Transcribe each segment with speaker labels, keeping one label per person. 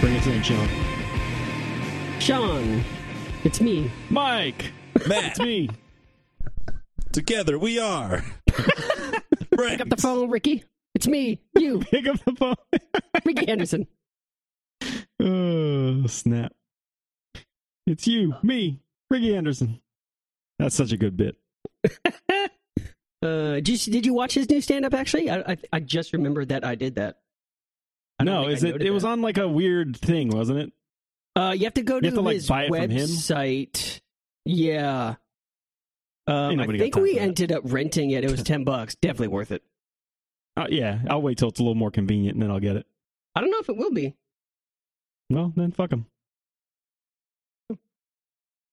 Speaker 1: Bring us in, Sean.
Speaker 2: Sean, it's me.
Speaker 3: Mike,
Speaker 4: Matt,
Speaker 3: it's me.
Speaker 4: together we are. Right.
Speaker 2: The phone, Ricky. It's me, you,
Speaker 3: Pick up the
Speaker 2: Ricky Henderson.
Speaker 3: phone. oh, snap. It's you, me, Ricky Anderson. That's such a good bit.
Speaker 2: Uh, did you, did you watch his new stand up? Actually, I, I I just remembered that I did that. I don't
Speaker 3: No,
Speaker 2: think
Speaker 3: is
Speaker 2: I
Speaker 3: it?
Speaker 2: noted
Speaker 3: It was
Speaker 2: that.
Speaker 3: on like a weird thing, wasn't it?
Speaker 2: Uh, you have to go to
Speaker 3: have to, like,
Speaker 2: his
Speaker 3: buy it from him?
Speaker 2: website. Yeah. Um, I
Speaker 3: nobody got
Speaker 2: think
Speaker 3: time
Speaker 2: we
Speaker 3: for that.
Speaker 2: ended up renting it. It was ten bucks. Definitely worth it.
Speaker 3: Uh, yeah, I'll wait till it's a little more convenient, and then I'll get it.
Speaker 2: I don't know if it will be.
Speaker 3: Well, then fuck them.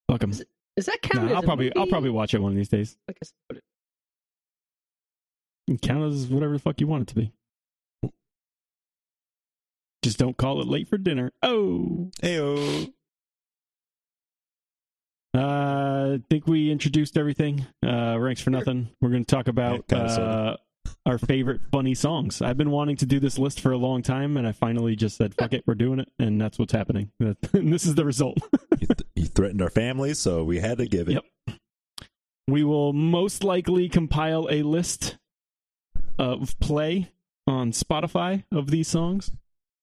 Speaker 3: Fuck them.
Speaker 2: Does that count? as
Speaker 3: I'll
Speaker 2: a
Speaker 3: probably I'll
Speaker 2: movie?
Speaker 3: probably watch it one of these days.
Speaker 2: I guess-
Speaker 3: And count as whatever the fuck you want it to be. Just don't call it late for dinner. Oh,
Speaker 4: Ayo.
Speaker 3: uh, I think we introduced everything. Uh, ranks for nothing. We're going to talk about
Speaker 4: Yeah, kinda,
Speaker 3: uh,
Speaker 4: sorta.
Speaker 3: our favorite funny songs. I've been wanting to do this list for a long time, and I finally just said, "Fuck it, we're doing it," and that's what's happening. and this is the result.
Speaker 4: You, th- you threatened our family, so we had to give it.
Speaker 3: Yep. We will most likely compile a list of play on Spotify of these songs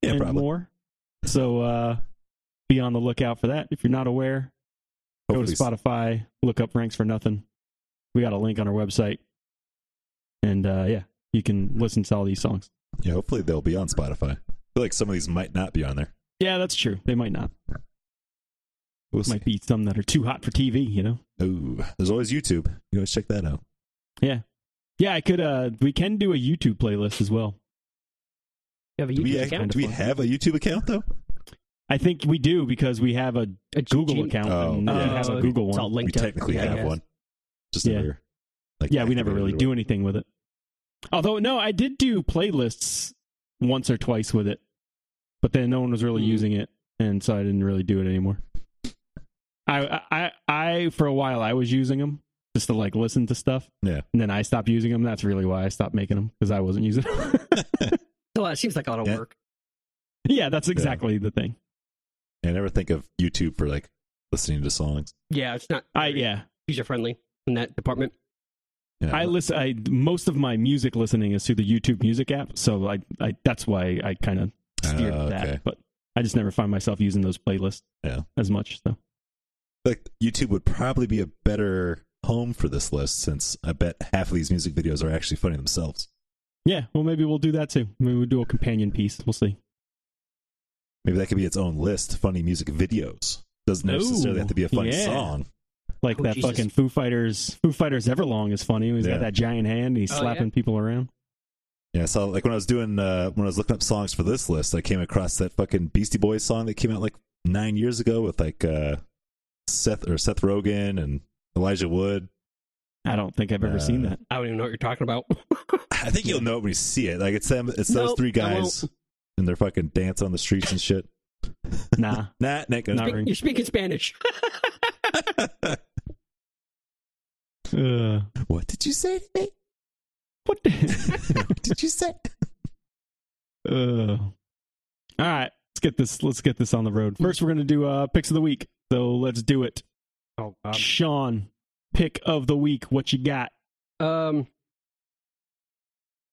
Speaker 4: Yeah,
Speaker 3: and
Speaker 4: probably.
Speaker 3: more. So uh, be on the lookout for that. If you're not aware,
Speaker 4: Hopefully
Speaker 3: go to Spotify, look up Ranks for Nothing. We got a link on our website. And uh, yeah, you can listen to all these songs.
Speaker 4: Yeah, hopefully they'll be on Spotify. I feel like some of these might not be on there.
Speaker 3: Yeah, that's true. They might not.
Speaker 4: We'll see.
Speaker 3: Might be some that are too hot for TV, you know?
Speaker 4: Ooh, there's always YouTube. You can always check that out.
Speaker 3: Yeah. Yeah, I could. Uh, we can do a YouTube playlist as well.
Speaker 2: You have a
Speaker 4: Do we,
Speaker 2: YouTube
Speaker 4: act-
Speaker 2: account.
Speaker 4: do we
Speaker 3: fun.
Speaker 4: have a YouTube account though?
Speaker 3: I think we do because we have a
Speaker 2: A
Speaker 3: Google
Speaker 2: Gmail-
Speaker 3: account
Speaker 4: Oh,
Speaker 3: and
Speaker 4: yeah.
Speaker 3: we have a
Speaker 2: Oh,
Speaker 3: Google
Speaker 2: it's all
Speaker 3: one.
Speaker 2: linked
Speaker 4: we
Speaker 2: up,
Speaker 4: technically
Speaker 2: I
Speaker 4: have
Speaker 2: guess.
Speaker 4: one. Just
Speaker 3: Yeah.
Speaker 4: never. Like,
Speaker 3: Yeah, we never really
Speaker 4: activated
Speaker 3: do anything with it. Although no, I did do playlists once or twice with it, but then no one was really
Speaker 2: Hmm.
Speaker 3: using it, and so I didn't really do it anymore. I I I for a while I was using them just to like listen to stuff.
Speaker 4: Yeah.
Speaker 3: and then I stopped using them. That's really why I stopped making them because I wasn't using them.
Speaker 2: So, uh, it seems like a lot of
Speaker 4: Yeah.
Speaker 2: work.
Speaker 3: yeah, that's exactly the thing.
Speaker 4: I never think of YouTube for like listening to songs.
Speaker 2: Yeah, it's not.
Speaker 3: I yeah.
Speaker 2: user friendly in that department.
Speaker 4: Yeah, Uh,
Speaker 3: I listen. I most of my music listening is through the YouTube Music app, so I, I that's why I kind of steered
Speaker 4: Oh,
Speaker 3: that.
Speaker 4: okay.
Speaker 3: But I just never find myself using those playlists
Speaker 4: Yeah.
Speaker 3: as much. So
Speaker 4: like YouTube would probably be a better home for this list since I bet half of these music videos are actually funny themselves.
Speaker 3: yeah, well maybe we'll do that too. Maybe we'll do a companion piece. We'll see.
Speaker 4: Maybe that could be its own list, funny music videos. Doesn't
Speaker 3: Ooh,
Speaker 4: necessarily have to be a funny
Speaker 3: yeah.
Speaker 4: song.
Speaker 3: Like
Speaker 2: Oh,
Speaker 3: that
Speaker 2: Jesus.
Speaker 3: fucking Foo Fighters. Foo Fighters Everlong is funny. He's
Speaker 4: Yeah.
Speaker 3: got that giant hand. And he's
Speaker 2: Oh,
Speaker 3: slapping people around.
Speaker 4: Yeah, so like when I was doing uh when I was looking up songs for this list, I came across that fucking Beastie Boys song that came out like nine years ago with like uh Seth or Seth Rogen and Elijah Wood.
Speaker 3: I don't think I've ever
Speaker 4: Uh,
Speaker 3: seen that.
Speaker 2: I don't even know what you're talking about.
Speaker 4: I think you'll know it when you see it. Like it's them it's those
Speaker 2: Nope,
Speaker 4: three
Speaker 2: I won't.
Speaker 4: guys and they're fucking dancing on the streets and shit.
Speaker 3: Nah,
Speaker 4: Nah, not gonna
Speaker 3: Not-
Speaker 2: you're speaking Spanish.
Speaker 3: uh,
Speaker 4: What did you say to me?
Speaker 3: what? The-
Speaker 4: What did you say?
Speaker 3: uh. All right, let's get this. Let's get this on the road. First, we're gonna do uh, picks of the week. So let's do it.
Speaker 2: oh
Speaker 3: Um,
Speaker 2: God.
Speaker 3: Sean, pick of the week. What you got?
Speaker 2: Um,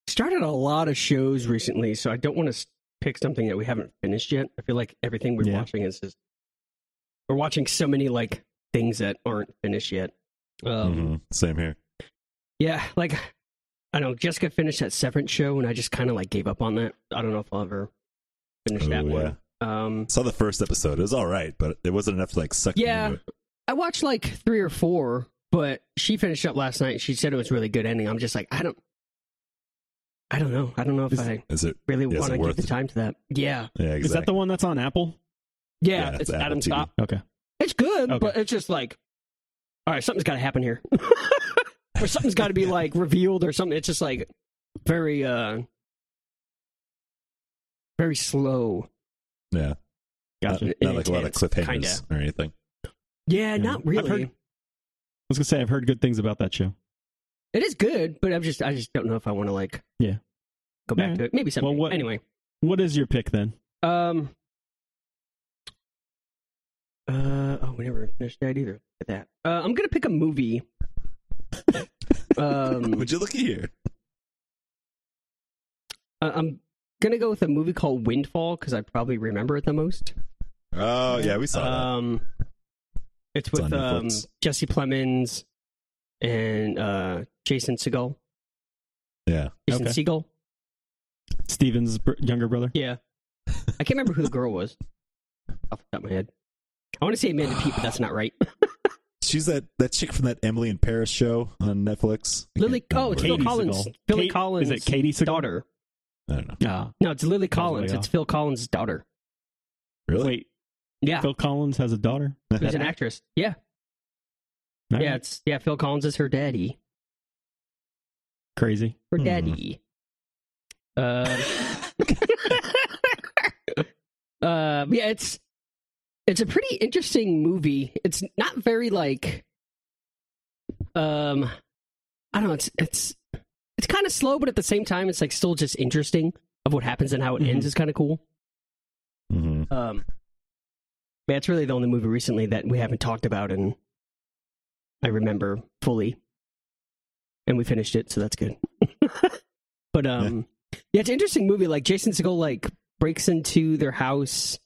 Speaker 2: started a lot of shows recently, so I don't want to pick something that we haven't finished yet. I feel like everything we're
Speaker 3: Yeah.
Speaker 2: watching is just we're watching so many like things that aren't finished yet. Um,
Speaker 4: Mhm, Same here.
Speaker 2: yeah, like I don't know Jessica finished that Severance show, and I just kind of like gave up on that. I don't know if I'll ever finish that
Speaker 4: Ooh, yeah.
Speaker 2: one. Um,
Speaker 4: Saw the first episode. It was all right, but it wasn't enough to like suck. me
Speaker 2: Yeah.
Speaker 4: into it.
Speaker 2: I watched like three or four, but she finished up last night. She said it was a really good ending. I'm just like, I don't, I don't know. I don't know if
Speaker 3: Is-
Speaker 2: I
Speaker 4: Is it?
Speaker 2: really
Speaker 4: is it
Speaker 2: want to
Speaker 4: worth
Speaker 2: give the
Speaker 4: it?
Speaker 2: time to that. Yeah,
Speaker 4: Yeah, exactly.
Speaker 3: Is that the one that's on Apple?
Speaker 2: yeah.
Speaker 4: Yeah,
Speaker 2: it's
Speaker 4: it's Apple
Speaker 2: Adam
Speaker 4: TV.
Speaker 2: Scott.
Speaker 3: Okay.
Speaker 2: It's good,
Speaker 3: Okay.
Speaker 2: but it's just like, all right, something's got to happen here, or something's got to be like revealed or something. It's just like very, uh very slow.
Speaker 4: yeah,
Speaker 3: Gotcha.
Speaker 4: not,
Speaker 2: It-
Speaker 4: not like a lot of
Speaker 2: intense,
Speaker 4: cliffhangers
Speaker 2: kinda.
Speaker 4: or anything.
Speaker 2: Yeah,
Speaker 3: I've
Speaker 2: not really.
Speaker 3: heard- I was gonna say I've heard good things about that show.
Speaker 2: It is good, but I'm just, I just don't know if I want to like,
Speaker 3: Yeah.
Speaker 2: go back
Speaker 3: Alright.
Speaker 2: to it. Maybe something.
Speaker 3: what-
Speaker 2: anyway.
Speaker 3: What is your pick then?
Speaker 2: Um, Uh, oh, we never finished that either. Look at that. Uh, I'm gonna pick a movie. um,
Speaker 4: Would you look here?
Speaker 2: I- I'm gonna go with a movie called Windfall because I probably remember it the most.
Speaker 4: Oh yeah, we saw that.
Speaker 2: Um, it's
Speaker 4: It's
Speaker 2: with
Speaker 4: on
Speaker 2: um,
Speaker 4: Netflix.
Speaker 2: Jesse Plemons and uh, Jason Segel.
Speaker 4: Yeah,
Speaker 2: Jason
Speaker 3: Okay.
Speaker 2: Segel.
Speaker 3: Steven's br- younger brother.
Speaker 2: Yeah, I can't remember who the girl was off the top of my head. I want to say Amanda Pete, but that's not right.
Speaker 4: she's that that chick from that Emily in Paris show on Netflix. I
Speaker 2: Lily.
Speaker 4: can't
Speaker 2: Oh, it's
Speaker 4: remember.
Speaker 2: Phil
Speaker 3: Katie
Speaker 2: Collins.
Speaker 3: Segal.
Speaker 2: Philly
Speaker 3: Kate-
Speaker 2: Collins.
Speaker 3: Is it Katie Ah, Segal?
Speaker 2: daughter?
Speaker 4: I don't know.
Speaker 3: Yeah.
Speaker 2: No, it's Lily
Speaker 3: was way
Speaker 2: Collins. It's
Speaker 3: off.
Speaker 2: Phil Collins' daughter.
Speaker 4: Really?
Speaker 3: Wait,
Speaker 2: Yeah,
Speaker 3: Phil Collins has a daughter.
Speaker 2: who's an actress. Yeah,
Speaker 3: All
Speaker 2: yeah,
Speaker 3: right.
Speaker 2: it's yeah. Phil Collins is her daddy.
Speaker 3: crazy.
Speaker 2: Her
Speaker 4: Hmm.
Speaker 2: daddy. Uh, uh, yeah, it's it's a pretty interesting movie. It's not very like, um, I don't know. It's it's it's kind of slow, but at the same time, it's like still just interesting of what happens and how it
Speaker 3: Mhm.
Speaker 2: ends is kind of cool.
Speaker 4: Mhm.
Speaker 2: Um, but it's really the only movie recently that we haven't talked about, and I remember fully. And we finished it, so that's good. but um, yeah. it's an interesting movie. Like Jason Segel, like breaks into their house,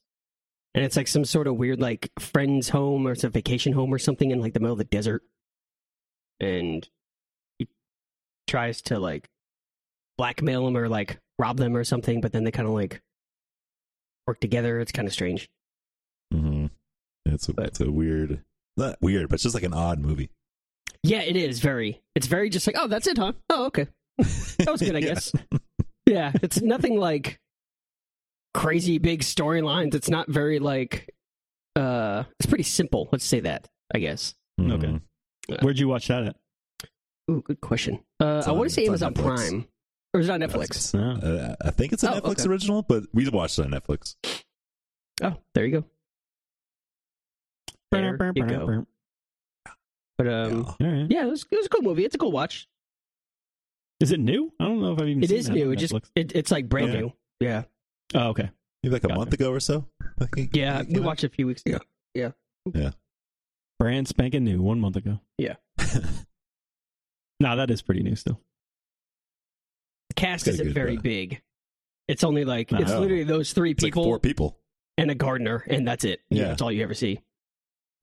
Speaker 2: and it's like some sort of weird like friend's home or it's a vacation home or something in like the middle of the desert, and he tries to like blackmail them or like rob them or something, but then they kind of like work together. It's kind of strange.
Speaker 4: Mm-hmm. It's a,
Speaker 2: But-
Speaker 4: it's a weird, not weird, but it's just like an odd movie.
Speaker 2: Yeah, it is very. It's very just like, oh, that's it, huh? Oh, okay, that was good, I
Speaker 4: Yeah.
Speaker 2: guess. Yeah, it's nothing like crazy big storylines. It's not very like. uh It's pretty simple. Let's say that. I guess.
Speaker 4: Mhm.
Speaker 3: Okay. Where'd you watch that at?
Speaker 2: Ooh, good question. Uh,
Speaker 4: It's
Speaker 2: I
Speaker 4: on-
Speaker 2: want to say
Speaker 4: it's on
Speaker 2: Amazon
Speaker 4: Netflix.
Speaker 2: Prime, or is it on Netflix?
Speaker 4: That's- uh, I think it's a
Speaker 2: Oh,
Speaker 4: Netflix
Speaker 2: okay.
Speaker 4: original, but we watched it on Netflix.
Speaker 2: Oh, there you go. There you go. But um,
Speaker 4: Yeah.
Speaker 3: All right.
Speaker 2: yeah, it was, it was a cool movie. It's a cool watch.
Speaker 3: Is it new? I don't know if I've even
Speaker 2: It
Speaker 3: seen
Speaker 2: is
Speaker 3: that
Speaker 2: new.
Speaker 3: on
Speaker 2: It just
Speaker 3: Netflix.
Speaker 2: it, it's like brand
Speaker 4: Okay.
Speaker 2: new. Yeah,
Speaker 3: Oh, okay.
Speaker 4: Maybe like a
Speaker 3: Gotcha.
Speaker 4: month ago or so. I think it-
Speaker 2: yeah.
Speaker 4: it
Speaker 2: We
Speaker 4: came out.
Speaker 2: watched it a few weeks ago.
Speaker 3: Brand spanking new one month ago. Nah, that is pretty new still.
Speaker 2: cast
Speaker 4: It's got a
Speaker 2: isn't
Speaker 4: good,
Speaker 2: very
Speaker 4: uh,
Speaker 2: big. It's only like
Speaker 3: No.
Speaker 2: it's literally those three
Speaker 4: It's like
Speaker 2: people
Speaker 4: four people.
Speaker 2: and a gardener, and that's it. Yeah,
Speaker 4: Yeah.
Speaker 2: that's all you ever see.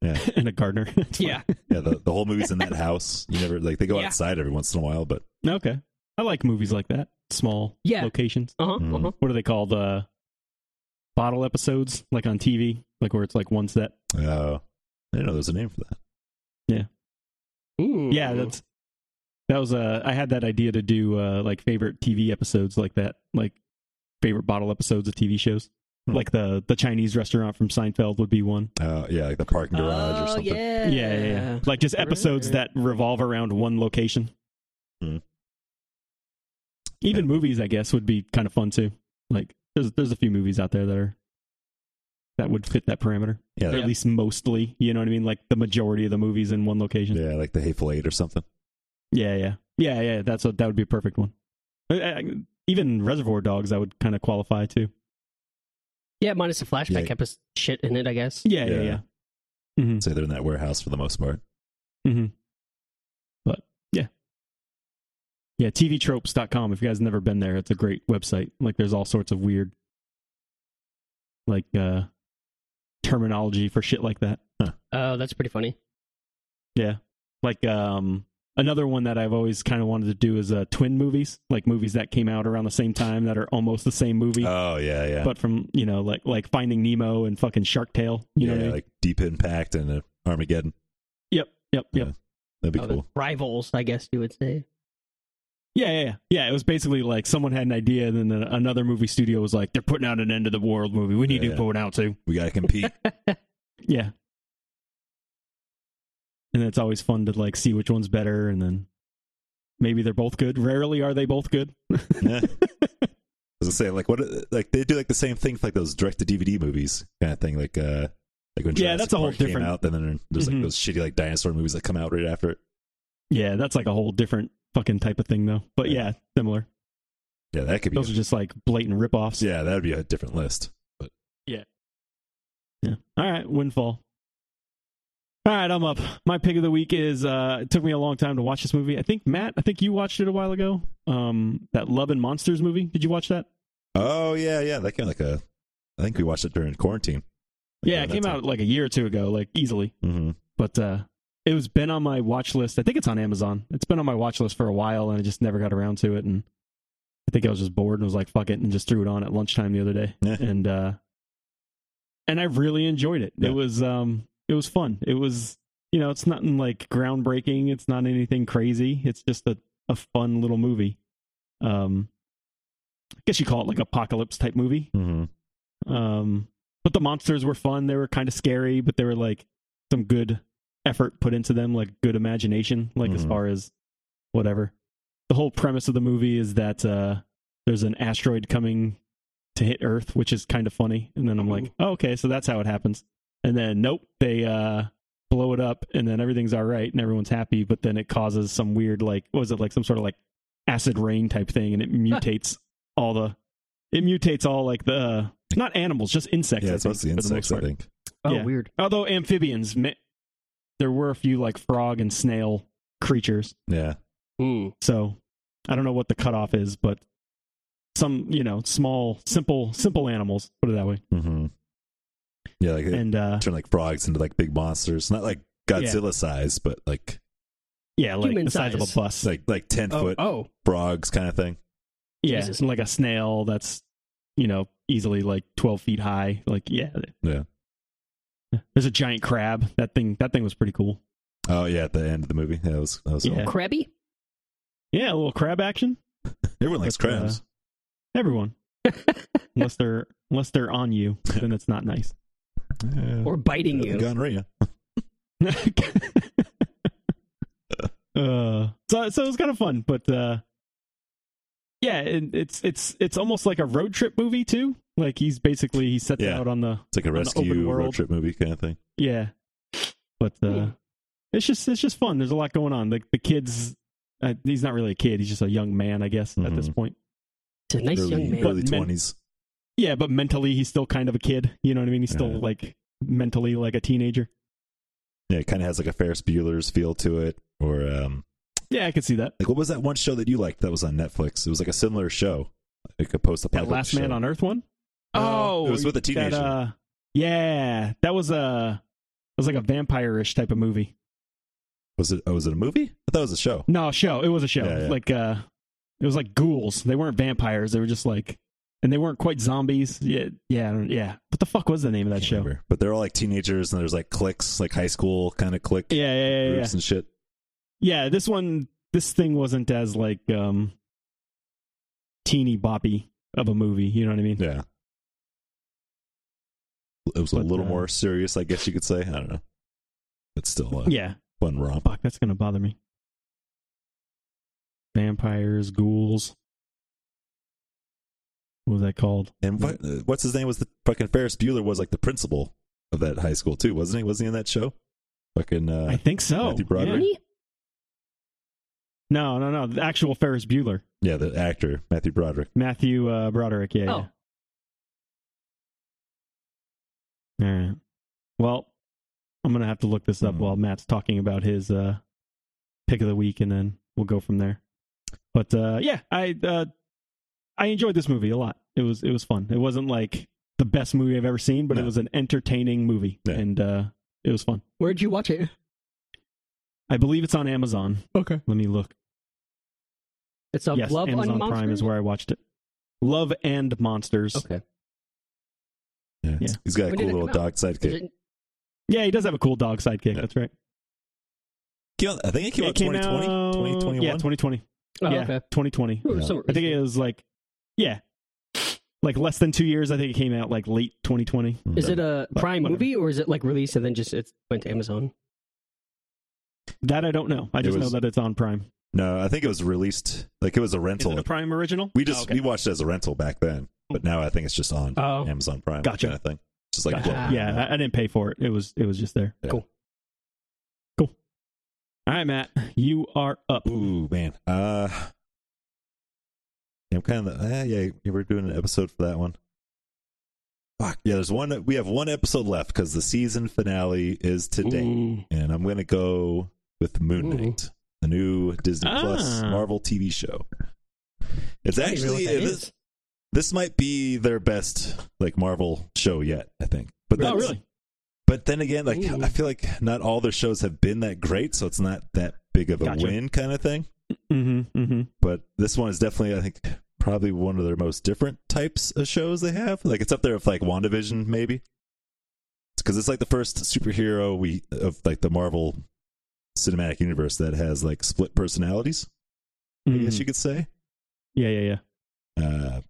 Speaker 3: and a gardener. It's fine.
Speaker 2: Yeah,
Speaker 4: Yeah, the, the whole movie's in that house. You never like they go
Speaker 2: Yeah.
Speaker 4: outside every once in a while, but
Speaker 3: Okay. I like movies like that. Small
Speaker 2: Yeah.
Speaker 3: locations.
Speaker 2: uh huh,
Speaker 4: Mhm.
Speaker 2: uh huh.
Speaker 3: What are they called? Uh, bottle episodes, like on TV, like where it's like one set.
Speaker 4: uh, I didn't know there was a name for that.
Speaker 3: Yeah, that's that was. Uh, I had that idea to do uh, like favorite TV episodes like that, like favorite bottle episodes of TV shows.
Speaker 4: Hmm.
Speaker 3: Like the the Chinese restaurant from Seinfeld would be one.
Speaker 4: Uh, yeah, like the parking garage or
Speaker 2: oh,
Speaker 4: something.
Speaker 2: Yeah,
Speaker 3: Yeah, yeah, yeah. Like just episodes that revolve around one location.
Speaker 4: Hmm.
Speaker 3: Even movies, I guess, would be kind of fun too. Like there's there's a few movies out there that are that would fit that parameter.
Speaker 4: Yeah,
Speaker 3: Or
Speaker 4: yeah.
Speaker 3: at least mostly. You know what I mean? Like the majority of the movies in one location.
Speaker 4: yeah, like the Hateful Eight or something.
Speaker 3: Yeah, yeah, yeah, yeah. That's a, that would be a perfect one. I, I, even Reservoir Dogs, I would kind of qualify too.
Speaker 2: yeah, minus the flashback
Speaker 4: Yeah.
Speaker 2: episode shit in it, I guess.
Speaker 3: Yeah, yeah,
Speaker 4: Yeah.
Speaker 3: yeah. Mhm.
Speaker 4: Say they're in that warehouse for the most part.
Speaker 3: Yeah, tvtropes.com. If you guys have never been there, it's a great website. Like there's all sorts of weird like uh terminology for shit like that.
Speaker 2: Oh, that's pretty funny.
Speaker 3: Yeah. Like um another one that I've always kind of wanted to do is uh twin movies, like movies that came out around the same time that are almost the same movie.
Speaker 4: Oh yeah, yeah.
Speaker 3: But from you know, like like Finding Nemo and fucking Shark Tale, you know
Speaker 4: yeah,
Speaker 3: what I mean?
Speaker 4: like Deep Impact and uh, Armageddon.
Speaker 3: yep, yep, yep.
Speaker 4: That'd be
Speaker 2: Oh,
Speaker 4: cool.
Speaker 2: the Rivals, I guess you would say.
Speaker 3: Yeah, yeah, yeah. Yeah, it was basically like someone had an idea, and then another movie studio was like, "They're putting out an end of the world movie. We need
Speaker 4: Yeah,
Speaker 3: to
Speaker 4: yeah.
Speaker 3: put one out too."
Speaker 4: We gotta compete.
Speaker 3: Yeah. And it's always fun to like see which one's better, and then maybe they're both good. Rarely are they both good.
Speaker 4: Yeah. I was gonna say, like, what, like they do like the same thing for like those direct to DVD movies kind of thing, like, uh, like when Jurassic
Speaker 3: Yeah, that's a whole
Speaker 4: Park came
Speaker 3: different-
Speaker 4: out, and then there's like
Speaker 3: Mhm.
Speaker 4: those shitty like dinosaur movies that come out right after it.
Speaker 3: Yeah, that's like a whole different fucking type of thing, though. But yeah, similar.
Speaker 4: Yeah, that could be.
Speaker 3: Those are just like blatant ripoffs.
Speaker 4: yeah, that would be a different list.
Speaker 3: yeah. All right, Windfall. All right, I'm up. My pick of the week is. Uh, it took me a long time to watch this movie. I think Matt. I think you watched it a while ago. Um, that Love and Monsters movie. Did you watch that?
Speaker 4: Oh yeah, yeah. That came like a. I think we watched it during quarantine. Like,
Speaker 3: yeah,
Speaker 4: around
Speaker 3: it
Speaker 4: that
Speaker 3: came
Speaker 4: time.
Speaker 3: out like a year or two ago, like easily.
Speaker 4: Mhm.
Speaker 3: But uh, it was been on my watch list. I think it's on Amazon. It's been on my watch list for a while, and I just never got around to it. And I think I was just bored and was like, "Fuck it," and just threw it on at lunchtime the other day.
Speaker 4: Yeah.
Speaker 3: And uh, and I really enjoyed it.
Speaker 4: Yeah.
Speaker 3: It was um, it was fun. It was you know, it's nothing like groundbreaking. It's not anything crazy. It's just a a fun little movie. Um, I guess you call it like apocalypse type movie.
Speaker 4: Mhm.
Speaker 3: Um, but the monsters were fun. They were kind of scary, but they were like some good effort put into them, like good imagination, like as
Speaker 4: Mhm.
Speaker 3: far as whatever. The whole premise of the movie is that uh, there's an asteroid coming to hit Earth, which is kind of funny. And then I'm like, oh, okay, so that's how it happens. And then nope, they uh, blow it up, and then everything's all right, and everyone's happy. But then it causes some weird, like, what was it like some sort of like acid rain type thing, and it mutates all the it mutates all like the uh, not animals, just insects.
Speaker 4: Yeah,
Speaker 3: I
Speaker 4: it's
Speaker 3: think,
Speaker 4: mostly
Speaker 3: for the most
Speaker 4: insects. I
Speaker 3: part.
Speaker 4: think.
Speaker 2: Oh,
Speaker 3: Yeah.
Speaker 2: weird.
Speaker 3: Although amphibians, ma- there were a few like frog and snail creatures.
Speaker 4: Yeah.
Speaker 2: Mm.
Speaker 3: So I don't know what the cutoff is, but some you know small, simple, simple animals. Put it that way.
Speaker 4: hmm Yeah, like they
Speaker 3: And uh,
Speaker 4: turn like frogs into like big monsters, not like Godzilla size, but like
Speaker 3: yeah, like
Speaker 2: Human
Speaker 3: the size of
Speaker 2: size.
Speaker 3: a bus.
Speaker 4: like like ten
Speaker 2: Oh,
Speaker 4: foot
Speaker 2: oh,
Speaker 4: frogs kind of thing.
Speaker 3: yeah,
Speaker 2: Jesus.
Speaker 3: like a snail that's you know easily like twelve feet high. Like yeah,
Speaker 4: Yeah.
Speaker 3: There's a giant crab. That thing. That thing was pretty cool.
Speaker 4: Oh yeah, at the end of the movie, yeah, that was that was
Speaker 3: Yeah.
Speaker 4: cool.
Speaker 2: crabby.
Speaker 3: Yeah, a little crab action.
Speaker 4: Everyone likes
Speaker 3: But, uh,
Speaker 4: crabs.
Speaker 3: Everyone. unless they're unless they're on you, then it's not nice. Mm-hmm.
Speaker 4: Yeah.
Speaker 2: or biting
Speaker 4: Yeah,
Speaker 2: you.
Speaker 4: gonorrhea.
Speaker 3: uh, Uh, so so it was kind of fun, but uh, yeah, and it's it's it's almost like a road trip movie too. Like he's basically he sets
Speaker 4: Yeah.
Speaker 3: out on the
Speaker 4: It's like a
Speaker 3: the open
Speaker 4: rescue road
Speaker 3: world.
Speaker 4: trip movie kind of thing.
Speaker 3: yeah, but uh,
Speaker 2: Hmm.
Speaker 3: it's just it's just fun. There's a lot going on. Like the kids, uh, he's not really a kid. He's just a young man, I guess, at this
Speaker 4: Mhm.
Speaker 3: point.
Speaker 2: It's a nice young
Speaker 4: early
Speaker 2: man.
Speaker 4: early
Speaker 3: But men-
Speaker 4: twenties.
Speaker 3: Yeah, but mentally he's still kind of a kid. You know what I mean? He's still
Speaker 4: Yeah.
Speaker 3: like mentally like a teenager.
Speaker 4: Yeah, it kind of has like a Ferris Bueller's feel to it, or um,
Speaker 3: Yeah, I could see that.
Speaker 4: like what was that one show that you liked that was on Netflix? It was like a similar show, like a
Speaker 3: That
Speaker 4: post-apocalyptic
Speaker 3: Last Man
Speaker 4: show.
Speaker 3: on Earth one.
Speaker 4: No, it was with a
Speaker 3: That,
Speaker 4: teenager.
Speaker 3: uh, yeah, that was a it was like a vampire-ish type of movie.
Speaker 4: was it? Oh, was it a movie? I thought it was a show.
Speaker 3: No, a show. It was a show.
Speaker 4: Yeah, yeah.
Speaker 3: Like uh, it was like ghouls. They weren't vampires. They were just like, and they weren't quite zombies. Yeah, yeah, I don't- yeah. What the fuck was the name of that
Speaker 4: Can't
Speaker 3: show?
Speaker 4: remember. But they're all like teenagers, and there's like cliques, like high school kind of clique
Speaker 3: Yeah, yeah, yeah, yeah, yeah.
Speaker 4: groups and shit.
Speaker 3: Yeah, this one, this thing wasn't as like um, teeny boppy of a movie. You know what I mean?
Speaker 4: Yeah. It was a
Speaker 3: But,
Speaker 4: little
Speaker 3: uh,
Speaker 4: more serious, I guess you could say. I don't know. It's still a
Speaker 3: yeah.
Speaker 4: fun romp.
Speaker 3: Fuck, that's gonna bother me. Vampires, ghouls. What was that called?
Speaker 4: And what, uh, what's his name was the fucking Ferris Bueller was like the principal of that high school too, wasn't he? Wasn't he in that show? Fucking uh,
Speaker 3: I think so.
Speaker 4: Matthew Broderick?
Speaker 3: Yeah.
Speaker 2: Really?
Speaker 3: No, no, no. The actual Ferris Bueller,
Speaker 4: yeah, the actor Matthew Broderick.
Speaker 3: Matthew uh, Broderick. Yeah.
Speaker 2: Oh.
Speaker 3: yeah. All right. Well, I'm gonna have to look this up
Speaker 4: Hmm.
Speaker 3: while Matt's talking about his uh, pick of the week, and then we'll go from there. But uh, yeah, I uh, I enjoyed this movie a lot. It was it was fun. It wasn't like the best movie I've ever seen, but it
Speaker 4: No.
Speaker 3: was an entertaining movie,
Speaker 4: Yeah.
Speaker 3: and uh, it was fun.
Speaker 2: Where'd you watch it?
Speaker 3: I believe it's on Amazon.
Speaker 2: Okay.
Speaker 3: Let me look.
Speaker 2: It's a
Speaker 3: yes,
Speaker 2: love
Speaker 3: Amazon
Speaker 2: on
Speaker 3: Prime is
Speaker 2: Monsters?
Speaker 3: where I watched it. Love and Monsters.
Speaker 2: Okay.
Speaker 4: Yeah.
Speaker 3: Yeah.
Speaker 4: He's got a
Speaker 2: When
Speaker 4: cool
Speaker 2: did it
Speaker 4: little
Speaker 2: come out?
Speaker 4: dog
Speaker 2: Is
Speaker 4: sidekick.
Speaker 2: it-
Speaker 3: Yeah, he does have a cool dog sidekick.
Speaker 4: Yeah.
Speaker 3: That's right.
Speaker 4: Came out- I think it came
Speaker 3: It
Speaker 4: out 2020,
Speaker 3: out-
Speaker 4: 2021.
Speaker 3: Yeah, 2020.
Speaker 2: Oh,
Speaker 3: yeah,
Speaker 2: okay.
Speaker 3: 2020.
Speaker 2: Ooh,
Speaker 4: Yeah.
Speaker 2: some
Speaker 3: I think it
Speaker 2: reason.
Speaker 3: was like, yeah, like less than two years. I think it came out like late 2020.
Speaker 2: Is it a Prime
Speaker 3: whatever.
Speaker 2: movie or is it like released and then just it went to Amazon?
Speaker 3: That I don't know. I
Speaker 4: It
Speaker 3: just
Speaker 4: was-
Speaker 3: know that it's on Prime.
Speaker 4: No, I think it was released like it was a rental.
Speaker 3: Prime original?
Speaker 4: we just we watched it as a rental back then, but now I think it's just on
Speaker 2: Oh.
Speaker 4: Amazon Prime.
Speaker 3: Gotcha.
Speaker 4: Kind of thing. Just like
Speaker 2: Gotcha.
Speaker 4: global.
Speaker 3: yeah, I, I didn't pay for it. It was it was just there.
Speaker 4: Yeah.
Speaker 2: Cool.
Speaker 3: Cool. All right, Matt, you are up.
Speaker 4: Ooh man. Uh, eh, yeah, I'm kind of uh, yeah. You were doing an episode for that one. Fuck. Yeah, there's one. We have one episode left because the season finale is today,
Speaker 2: Mm.
Speaker 4: and I'm gonna go with Moon
Speaker 2: Ooh.
Speaker 4: Knight, the new Disney Plus
Speaker 3: Ah.
Speaker 4: Marvel TV show. It's
Speaker 2: I don't even know
Speaker 4: actually uh,
Speaker 2: what that
Speaker 4: this,
Speaker 2: is.
Speaker 4: this might be their best like Marvel show yet, I think. But
Speaker 3: Oh,
Speaker 4: that's-
Speaker 3: really?
Speaker 4: But then again, like
Speaker 2: Ooh.
Speaker 4: I feel like not all their shows have been that great, so it's not that big of a
Speaker 2: Gotcha.
Speaker 4: win kind of thing.
Speaker 3: Mm-hmm. Mm-hmm.
Speaker 4: But this one is definitely, I think, probably one of their most different types of shows they have. Like it's up there with like WandaVision, maybe, because it's like the first superhero we of like the Marvel cinematic universe that has like split personalities. I
Speaker 3: Mm.
Speaker 4: guess you could say.
Speaker 3: mm-hmm. Yeah, yeah, yeah.
Speaker 4: uh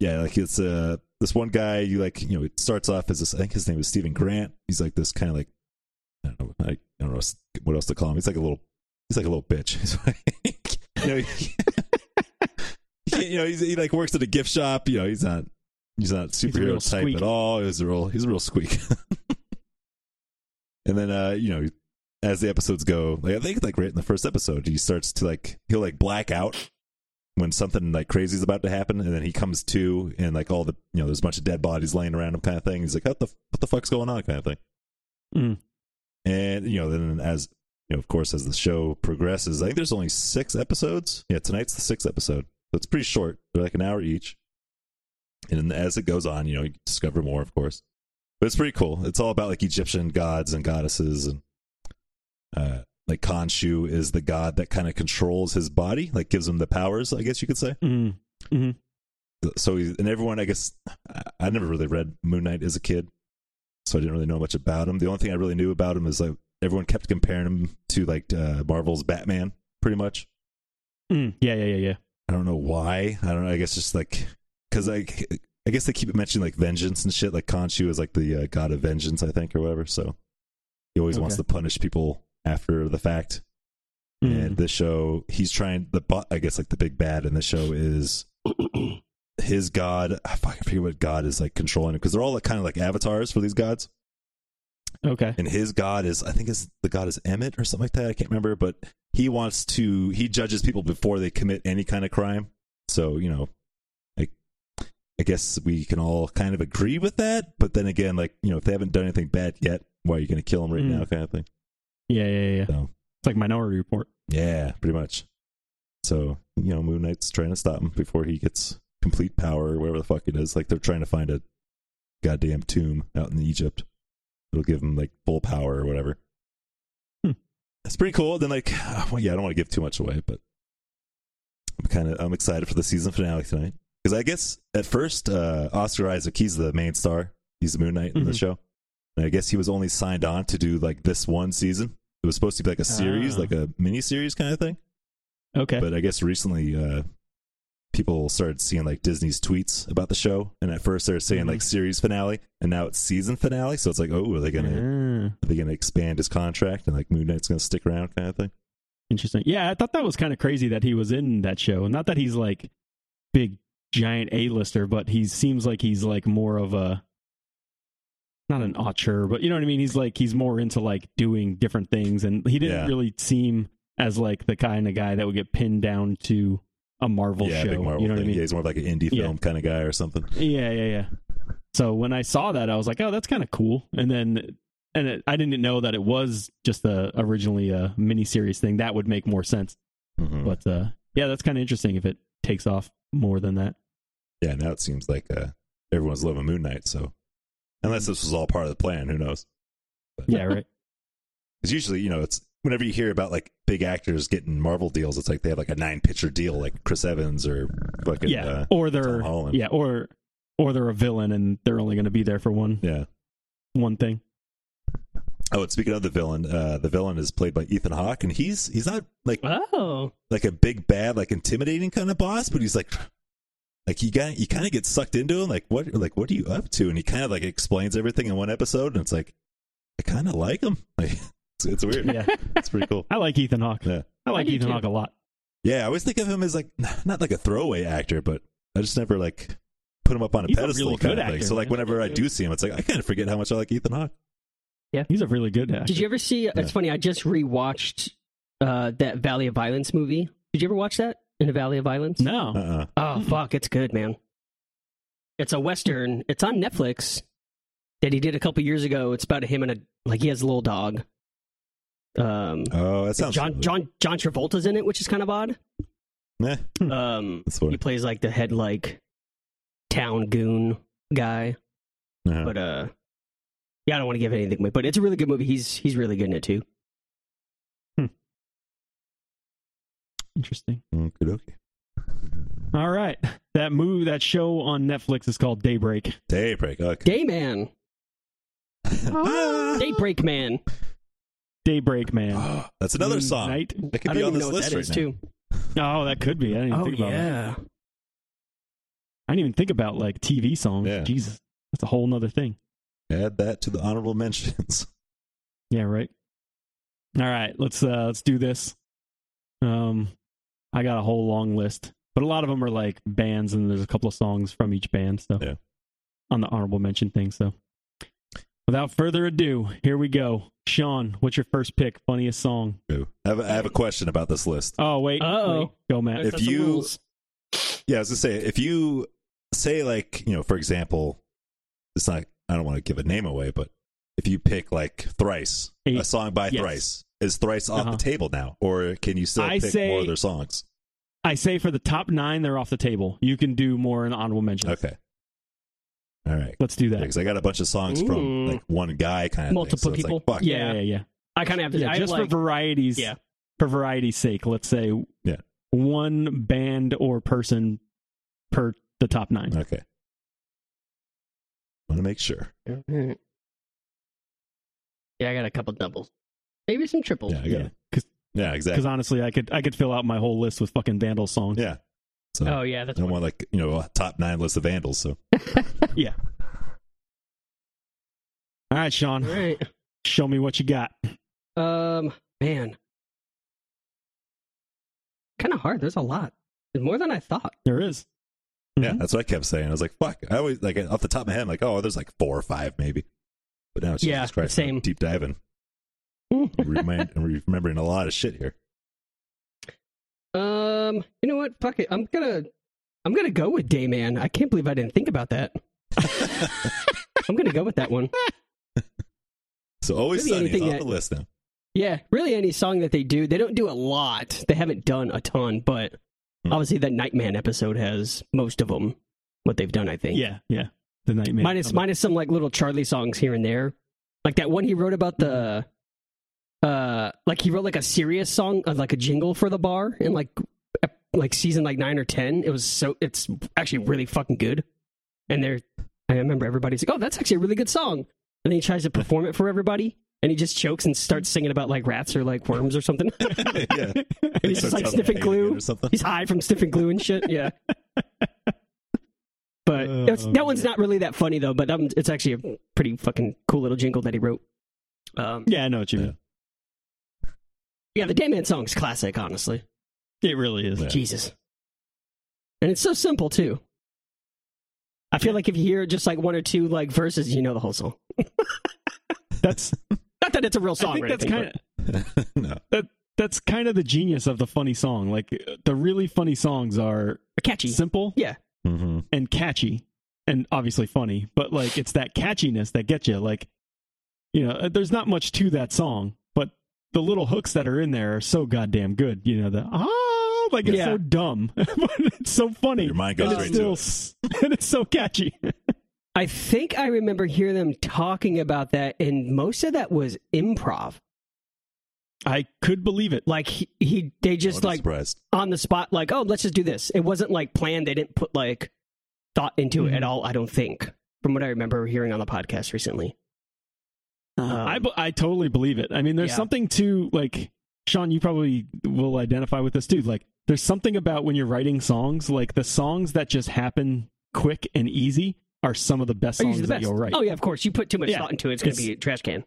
Speaker 4: yeah like it's uh this one guy you like you know it starts off as this i think his name is stephen grant he's like this kind of like i don't know like, i don't know what else to call him he's like a little he's like a little bitch he's like you know, he, he can't- you know he's, he like works at a gift shop you know he's not he's not
Speaker 3: a
Speaker 4: superhero
Speaker 3: real
Speaker 4: type
Speaker 3: squeak.
Speaker 4: at all he's a real he's a real squeak and then uh you know as the episodes go like i think like right in the first episode he starts to like he'll like black out when something like crazy is about to happen, and then he comes to, and like all the you know, there's a bunch of dead bodies laying around him, kind of thing. He's like, "What the what the fuck's going on?" kind of thing.
Speaker 3: Mm.
Speaker 4: And you know, then as you know, of course, as the show progresses, I think there's only six episodes. Yeah, tonight's the sixth episode, so it's pretty short. They're like an hour each. And then as it goes on, you know, you discover more, of course. But it's pretty cool. It's all about like Egyptian gods and goddesses, and uh, like Khonshu is the god that kind of controls his body, like gives him the powers, I guess you could say
Speaker 3: Mm.
Speaker 4: so he, and everyone i guess I- i never really read moon knight as a kid so i didn't really know much about him the only thing i really knew about him is like everyone kept comparing him to like uh, marvel's batman pretty much
Speaker 3: Mm. Yeah, yeah, yeah, yeah.
Speaker 4: i don't know why i don't know i guess just like because i i guess they keep mentioning like vengeance and shit like Khonshu is like the uh, god of vengeance i think or whatever so he always wants
Speaker 3: Okay.
Speaker 4: to punish people after the fact
Speaker 3: Mm.
Speaker 4: and this show he's trying the bo- i guess like the big bad in this show is his god i fucking forget what god is like controlling him because they're all like kind of like avatars for these gods
Speaker 3: Okay.
Speaker 4: and his god is i think is the god is emmet or something like that i can't remember but he wants to he judges people before they commit any kind of crime so you know like i guess we can all kind of agree with that but then again like you know if they haven't done anything bad yet why are you going to kill them right
Speaker 3: Mm.
Speaker 4: now kind of thing
Speaker 3: Yeah, yeah, yeah. yeah.
Speaker 4: so
Speaker 3: It's like Minority Report.
Speaker 4: yeah, pretty much. So, you know, Moon Knight's trying to stop him before he gets complete power or whatever the fuck it is. Like they're trying to find a goddamn tomb out in Egypt. It'll give him like full power or whatever.
Speaker 3: Hmm.
Speaker 4: It's pretty cool. Then like well, yeah, I don't want to give too much away, but I'm kinda I'm excited for the season finale tonight. Because I guess at first, uh Oscar Isaac, he's the main star. He's the Moon Knight in the
Speaker 3: Mhm.
Speaker 4: show. And I guess he was only signed on to do like this one season. It was supposed to be like a series,
Speaker 3: Ah.
Speaker 4: like a mini series kind of thing.
Speaker 3: Okay.
Speaker 4: But I guess recently, uh, people started seeing like Disney's tweets about the show, and at first they were saying
Speaker 3: Mhm.
Speaker 4: like series finale, and now it's season finale. So it's like, oh, are they gonna
Speaker 3: Ah,
Speaker 4: are they gonna expand his contract and like Moon Knight's gonna stick around kind of thing?
Speaker 3: interesting. Yeah, I thought that was kind of crazy that he was in that show. Not that he's like big giant A-lister, but he seems like he's like more of a not an auteur, but you know what I mean? He's like he's more into like doing different things and he didn't
Speaker 4: Yeah.
Speaker 3: really seem as like the kind of guy that would get pinned down to a Marvel
Speaker 4: yeah,
Speaker 3: show.
Speaker 4: big Marvel
Speaker 3: you know what
Speaker 4: thing.
Speaker 3: I mean?
Speaker 4: Yeah, he's more of like an indie
Speaker 3: Yeah.
Speaker 4: film kind of guy or something.
Speaker 3: Yeah, yeah, yeah. So when I saw that, I was like, "Oh, that's kind of cool." And then, and it, I didn't know that it was just a originally a miniseries thing. That would make more sense.
Speaker 4: Mhm.
Speaker 3: But uh, yeah, that's kind of interesting if it takes off more than that.
Speaker 4: yeah, now it seems like uh, everyone's loving Moon Knight. So
Speaker 3: Mm.
Speaker 4: unless this was all part of the plan, who knows?
Speaker 3: Yeah, right.
Speaker 4: Because usually, you know, it's whenever you hear about like big actors getting Marvel deals, it's like they have like a nine picture deal, like Chris Evans or fucking
Speaker 3: yeah,
Speaker 4: uh,
Speaker 3: or
Speaker 4: Tom
Speaker 3: they're
Speaker 4: Holland.
Speaker 3: yeah, or or they're a villain and they're only going to be there for one
Speaker 4: yeah.
Speaker 3: one thing.
Speaker 4: Oh, and speaking of the villain, uh, the villain is played by Ethan Hawke, and he's he's not like
Speaker 2: Oh,
Speaker 4: like a big bad, like intimidating kind of boss, but he's like like you got you kind of get sucked into him. Like what like what are you up to? And he kind of like explains everything in one episode, and it's like I kind of like him. Like it's, it's weird.
Speaker 3: Yeah,
Speaker 4: It's pretty cool.
Speaker 3: I like Ethan Hawke.
Speaker 4: Yeah.
Speaker 3: I like
Speaker 2: I do
Speaker 3: Ethan
Speaker 2: too.
Speaker 3: Hawke a lot.
Speaker 4: Yeah, I always think of him as like not like a throwaway actor, but I just never like put him up on a
Speaker 3: He's a
Speaker 4: pedestal
Speaker 3: really
Speaker 4: kind
Speaker 3: good
Speaker 4: of thing.
Speaker 3: actor,
Speaker 4: So like
Speaker 3: man.
Speaker 4: whenever I do see him, it's like I kind of forget how much I like Ethan Hawke.
Speaker 3: He's a really good actor.
Speaker 2: did you ever see? It's funny. I just rewatched uh, that Valley of Violence Uh-huh. movie. Did you ever watch that in the Valley of Violence?
Speaker 4: Uh
Speaker 3: No.
Speaker 4: uh
Speaker 2: Oh fuck, it's good, man. It's a western. It's on Netflix that he did a couple years ago. It's about him and a like he has a little dog. Um,
Speaker 4: Oh, that sounds
Speaker 2: John John John Travolta's in it, which is kind of odd.
Speaker 4: Nah,
Speaker 2: Um,
Speaker 4: that's
Speaker 2: he
Speaker 4: funny.
Speaker 2: plays like the head like town goon guy,
Speaker 4: Uh-huh.
Speaker 2: but uh, yeah, I don't want to give anything away, but it's a really good movie. He's he's really good in it too.
Speaker 3: Interesting.
Speaker 4: Uh-huh. Okey-dokey.
Speaker 3: All right. That move that show on Netflix is called Daybreak.
Speaker 4: Daybreak. Okay.
Speaker 2: Day man,
Speaker 4: Ah!
Speaker 2: daybreak man.
Speaker 3: Daybreak Man.
Speaker 4: that's Ah, another
Speaker 3: Moon
Speaker 4: song.
Speaker 3: Knight.
Speaker 4: That could
Speaker 2: I
Speaker 4: be
Speaker 2: don't
Speaker 4: on
Speaker 2: even
Speaker 4: this
Speaker 2: know what
Speaker 4: list
Speaker 2: that is
Speaker 4: right now.
Speaker 2: too.
Speaker 3: Oh, that could be. I didn't even think about that. I didn't even think about like TV songs.
Speaker 4: Yeah.
Speaker 3: Jesus. That's a whole nother thing.
Speaker 4: Add that to the honorable mentions.
Speaker 3: Yeah, right. All right, let's uh let's do this. Um I got a whole long list, but a lot of them are like bands and there's a couple of songs from each band, so
Speaker 4: Yeah.
Speaker 3: on the honorable mention thing, so without further ado, here we go. Sean, what's your first pick? Funniest song.
Speaker 4: Ooh. I have, I have a question about this list.
Speaker 3: Oh wait.
Speaker 2: Uh-oh.
Speaker 3: wait. Go Matt.
Speaker 2: That's
Speaker 4: If
Speaker 2: the
Speaker 4: you-
Speaker 2: rules.
Speaker 4: Yeah, I was gonna say if you say like you know, for example, it's not. I don't want to give a name away, but if you pick like thrice,
Speaker 3: Eight.
Speaker 4: a song by
Speaker 3: Yes.
Speaker 4: thrice is thrice off
Speaker 3: Uh-huh.
Speaker 4: the table now, or can you still
Speaker 3: I
Speaker 4: pick
Speaker 3: say-
Speaker 4: more of their songs?
Speaker 3: I say for the top nine, they're off the table. You can do more in honorable mentions.
Speaker 4: Okay. All right.
Speaker 3: Let's do that.
Speaker 4: Because I got a bunch of songs
Speaker 2: Ooh.
Speaker 4: from like one guy kind of
Speaker 2: Multiple
Speaker 4: thing, so it's
Speaker 2: people.
Speaker 4: Like, fuck.
Speaker 3: Yeah,
Speaker 2: Yeah.
Speaker 3: yeah, yeah.
Speaker 2: I kind of have to.
Speaker 3: Yeah,
Speaker 2: I
Speaker 3: just
Speaker 2: like,
Speaker 3: for varieties.
Speaker 2: Yeah.
Speaker 3: For variety's sake, let's say
Speaker 4: Yeah.
Speaker 3: one band or person per the top nine.
Speaker 4: Okay. Want to make sure.
Speaker 2: Alright. Yeah, I got a couple doubles. Maybe some triples.
Speaker 4: Yeah, I got
Speaker 3: Yeah.
Speaker 4: it.
Speaker 3: 'Cause-
Speaker 4: Yeah,
Speaker 3: Because
Speaker 4: exactly.
Speaker 3: honestly, I could I could fill out my whole list with fucking Vandal songs.
Speaker 4: Yeah. So
Speaker 2: Oh, yeah,
Speaker 4: I
Speaker 2: that's
Speaker 4: don't want like you know a top nine list of vandals. So
Speaker 3: All right, Sean,
Speaker 2: all right.
Speaker 3: show me what you got.
Speaker 2: Um, man, kind of hard. There's a lot. There's more than I thought.
Speaker 3: There is.
Speaker 4: yeah,
Speaker 2: Mm-hmm.
Speaker 3: Mhm.
Speaker 4: that's what I kept saying. I was like, fuck. I always like off the top of my head, I'm like, oh, there's like four or five maybe. But now it's
Speaker 2: Yeah,
Speaker 4: Jesus Christ.
Speaker 2: same.
Speaker 4: I'm deep diving.
Speaker 2: Hmm.
Speaker 4: Remind, I'm remembering a lot of shit here.
Speaker 2: Um, you know what? Fuck it. I'm gonna, I'm gonna go with Dayman. I can't believe I didn't think about that. I'm gonna go with that one.
Speaker 4: So always
Speaker 2: Maybe
Speaker 4: sunny is
Speaker 2: anything
Speaker 4: on
Speaker 2: that-
Speaker 4: the list now.
Speaker 2: Yeah, really any song that they do, they don't do a lot. They haven't done a ton, but
Speaker 4: Hmm.
Speaker 2: obviously that Nightman episode has most of them. What they've done, I think.
Speaker 3: Yeah, yeah. The nightmare.
Speaker 2: minus minus some like little Charlie songs here and there, like that one he wrote about the, uh, like he wrote like a serious song, uh, like a jingle for the bar, in like ep- like season like nine or ten. It was so it's actually really fucking good, and there, I remember everybody's like, oh, that's actually a really good song, and then he tries to perform it for everybody. And he just chokes and starts singing about like rats or like worms or something.
Speaker 4: yeah.
Speaker 2: he's just,
Speaker 4: Starts
Speaker 2: like,
Speaker 4: on
Speaker 2: sniffing
Speaker 4: pain
Speaker 2: glue.
Speaker 4: again or something.
Speaker 2: He's high from sniffing glue and shit. Yeah. But
Speaker 3: Oh,
Speaker 2: it's-
Speaker 3: man.
Speaker 2: that one's not really that funny though. But um, it's actually a pretty fucking cool little jingle that he wrote. Um,
Speaker 3: Yeah, I know what you mean.
Speaker 2: yeah, the Dayman song's classic, honestly.
Speaker 3: It really is.
Speaker 4: Yeah.
Speaker 2: Jesus, and it's so simple too. I feel like if you hear just like one or two like verses, you know the whole song.
Speaker 3: That's
Speaker 2: Not that it's a real song.
Speaker 3: I
Speaker 2: or
Speaker 3: think that's
Speaker 2: anything,
Speaker 3: kind of
Speaker 4: no.
Speaker 3: that's kind of the genius of the funny song. Like the really funny songs are
Speaker 2: but catchy.
Speaker 3: simple
Speaker 2: Yeah.
Speaker 4: Mm-hmm.
Speaker 3: and catchy and obviously funny, but like it's that catchiness that gets you. Like, you know, uh, there's not much to that song, but the little hooks that are in there are so goddamn good. You know, the ah, like it's
Speaker 2: Yeah.
Speaker 3: so dumb, but it's so funny.
Speaker 4: Your mind goes
Speaker 3: and
Speaker 4: right
Speaker 3: it's
Speaker 4: to
Speaker 3: still,
Speaker 4: it.
Speaker 3: s- and it's so catchy.
Speaker 2: I think I remember hearing them talking about that, and most of that was improv.
Speaker 3: I could believe it.
Speaker 2: Like he, he they just like
Speaker 4: surprised.
Speaker 2: on the spot, like, oh, let's just do this. It wasn't like planned. They didn't put like thought into it
Speaker 3: Mhm.
Speaker 2: at all, I don't think, from what I remember hearing on the podcast recently. Um,
Speaker 3: Uh, I, be- I totally believe it. I mean, there's
Speaker 2: Yeah.
Speaker 3: something to like, Sean, you probably will identify with this too. Like, there's something about when you're writing songs, like the songs that just happen quick and easy are some of the best
Speaker 2: are
Speaker 3: songs
Speaker 2: usually the
Speaker 3: that
Speaker 2: best.
Speaker 3: you'll write.
Speaker 2: Oh, yeah, of course. You put too much
Speaker 3: Yeah.
Speaker 2: thought into it, it's going to
Speaker 3: It's-
Speaker 2: be a trash can.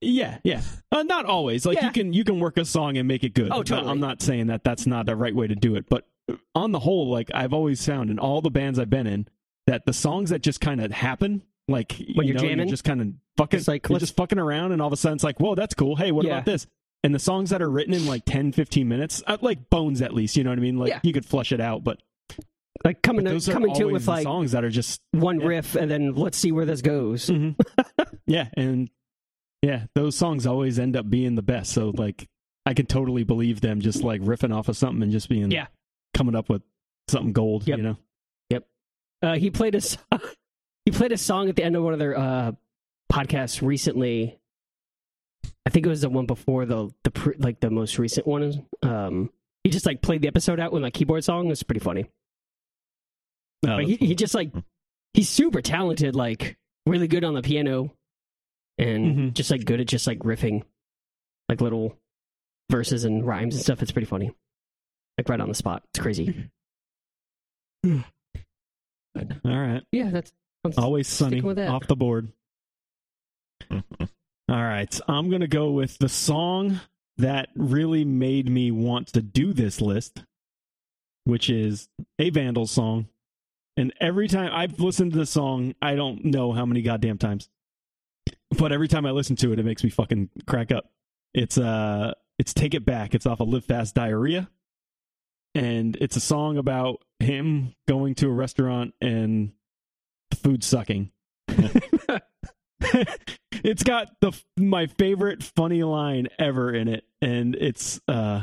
Speaker 3: Yeah, yeah. Uh, not always. Like
Speaker 2: Yeah.
Speaker 3: you can you can work a song and make it good.
Speaker 2: Oh,
Speaker 3: But
Speaker 2: totally.
Speaker 3: I'm not saying that that's not the right way to do it, but uh, on the whole, like I've always found in all the bands I've been in that the songs that just kind of happen, like
Speaker 2: When
Speaker 3: you
Speaker 2: you're
Speaker 3: know,
Speaker 2: jamming?
Speaker 3: just kind of fucking,
Speaker 2: It's like,
Speaker 3: you're
Speaker 2: let's-
Speaker 3: just fucking around, and all of a sudden it's like, whoa, that's cool. Hey, what
Speaker 2: Yeah.
Speaker 3: about this? And the songs that are written in like 10, 15 minutes, uh, like Bones at least, you know what I mean? Like
Speaker 2: Yeah.
Speaker 3: you could flush it out, but
Speaker 2: Like coming to,
Speaker 3: Those are
Speaker 2: coming to it
Speaker 3: always
Speaker 2: with
Speaker 3: the
Speaker 2: like
Speaker 3: songs that are just
Speaker 2: one
Speaker 3: yeah.
Speaker 2: riff and then let's see where this goes.
Speaker 3: Mhm. yeah, and yeah, those songs always end up being the best. So like, I can totally believe them just like riffing off of something and just being
Speaker 2: Yeah.
Speaker 3: coming up with something gold.
Speaker 2: Yep.
Speaker 3: You know,
Speaker 2: Uh, he played a so- he played a song at the end of one of their uh, podcasts recently. I think it was the one before the the pre- like the most recent one. Um, he just like played the episode out with a keyboard song. It was pretty funny.
Speaker 3: Uh,
Speaker 2: But he, he just like he's super talented, like really good on the piano, and
Speaker 3: Mhm.
Speaker 2: just like good at just like riffing, like little verses and rhymes and stuff. It's pretty funny, like right on the spot. It's crazy.
Speaker 3: all right,
Speaker 2: Yeah, that's
Speaker 3: always sunny
Speaker 2: Sticking with that.
Speaker 3: off the board. All right, I'm gonna go with the song that really made me want to do this list, which is a Vandal song. And every time I've listened to the song, I don't know how many goddamn times, but every time I listen to it, it makes me fucking crack up. It's uh, it's Take It Back. It's off of Live Fast Diarrhea, and it's a song about him going to a restaurant and the food sucking. it's got the f- my favorite funny line ever in it, and it's uh,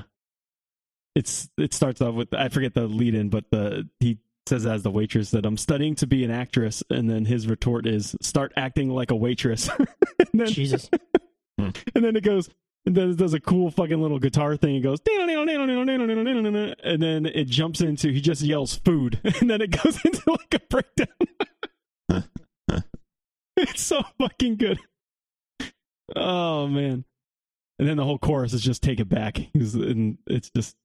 Speaker 3: it's it starts off with I forget the lead in, but the he says as the waitress that I'm studying to be an actress, and then his retort is start acting like a waitress, and then
Speaker 2: Jesus.
Speaker 3: and then it goes and then it does a cool fucking little guitar thing and goes and then it jumps into he just yells food and then it goes into like a breakdown it's so fucking good oh man and then the whole chorus is just take it back It's- and it's just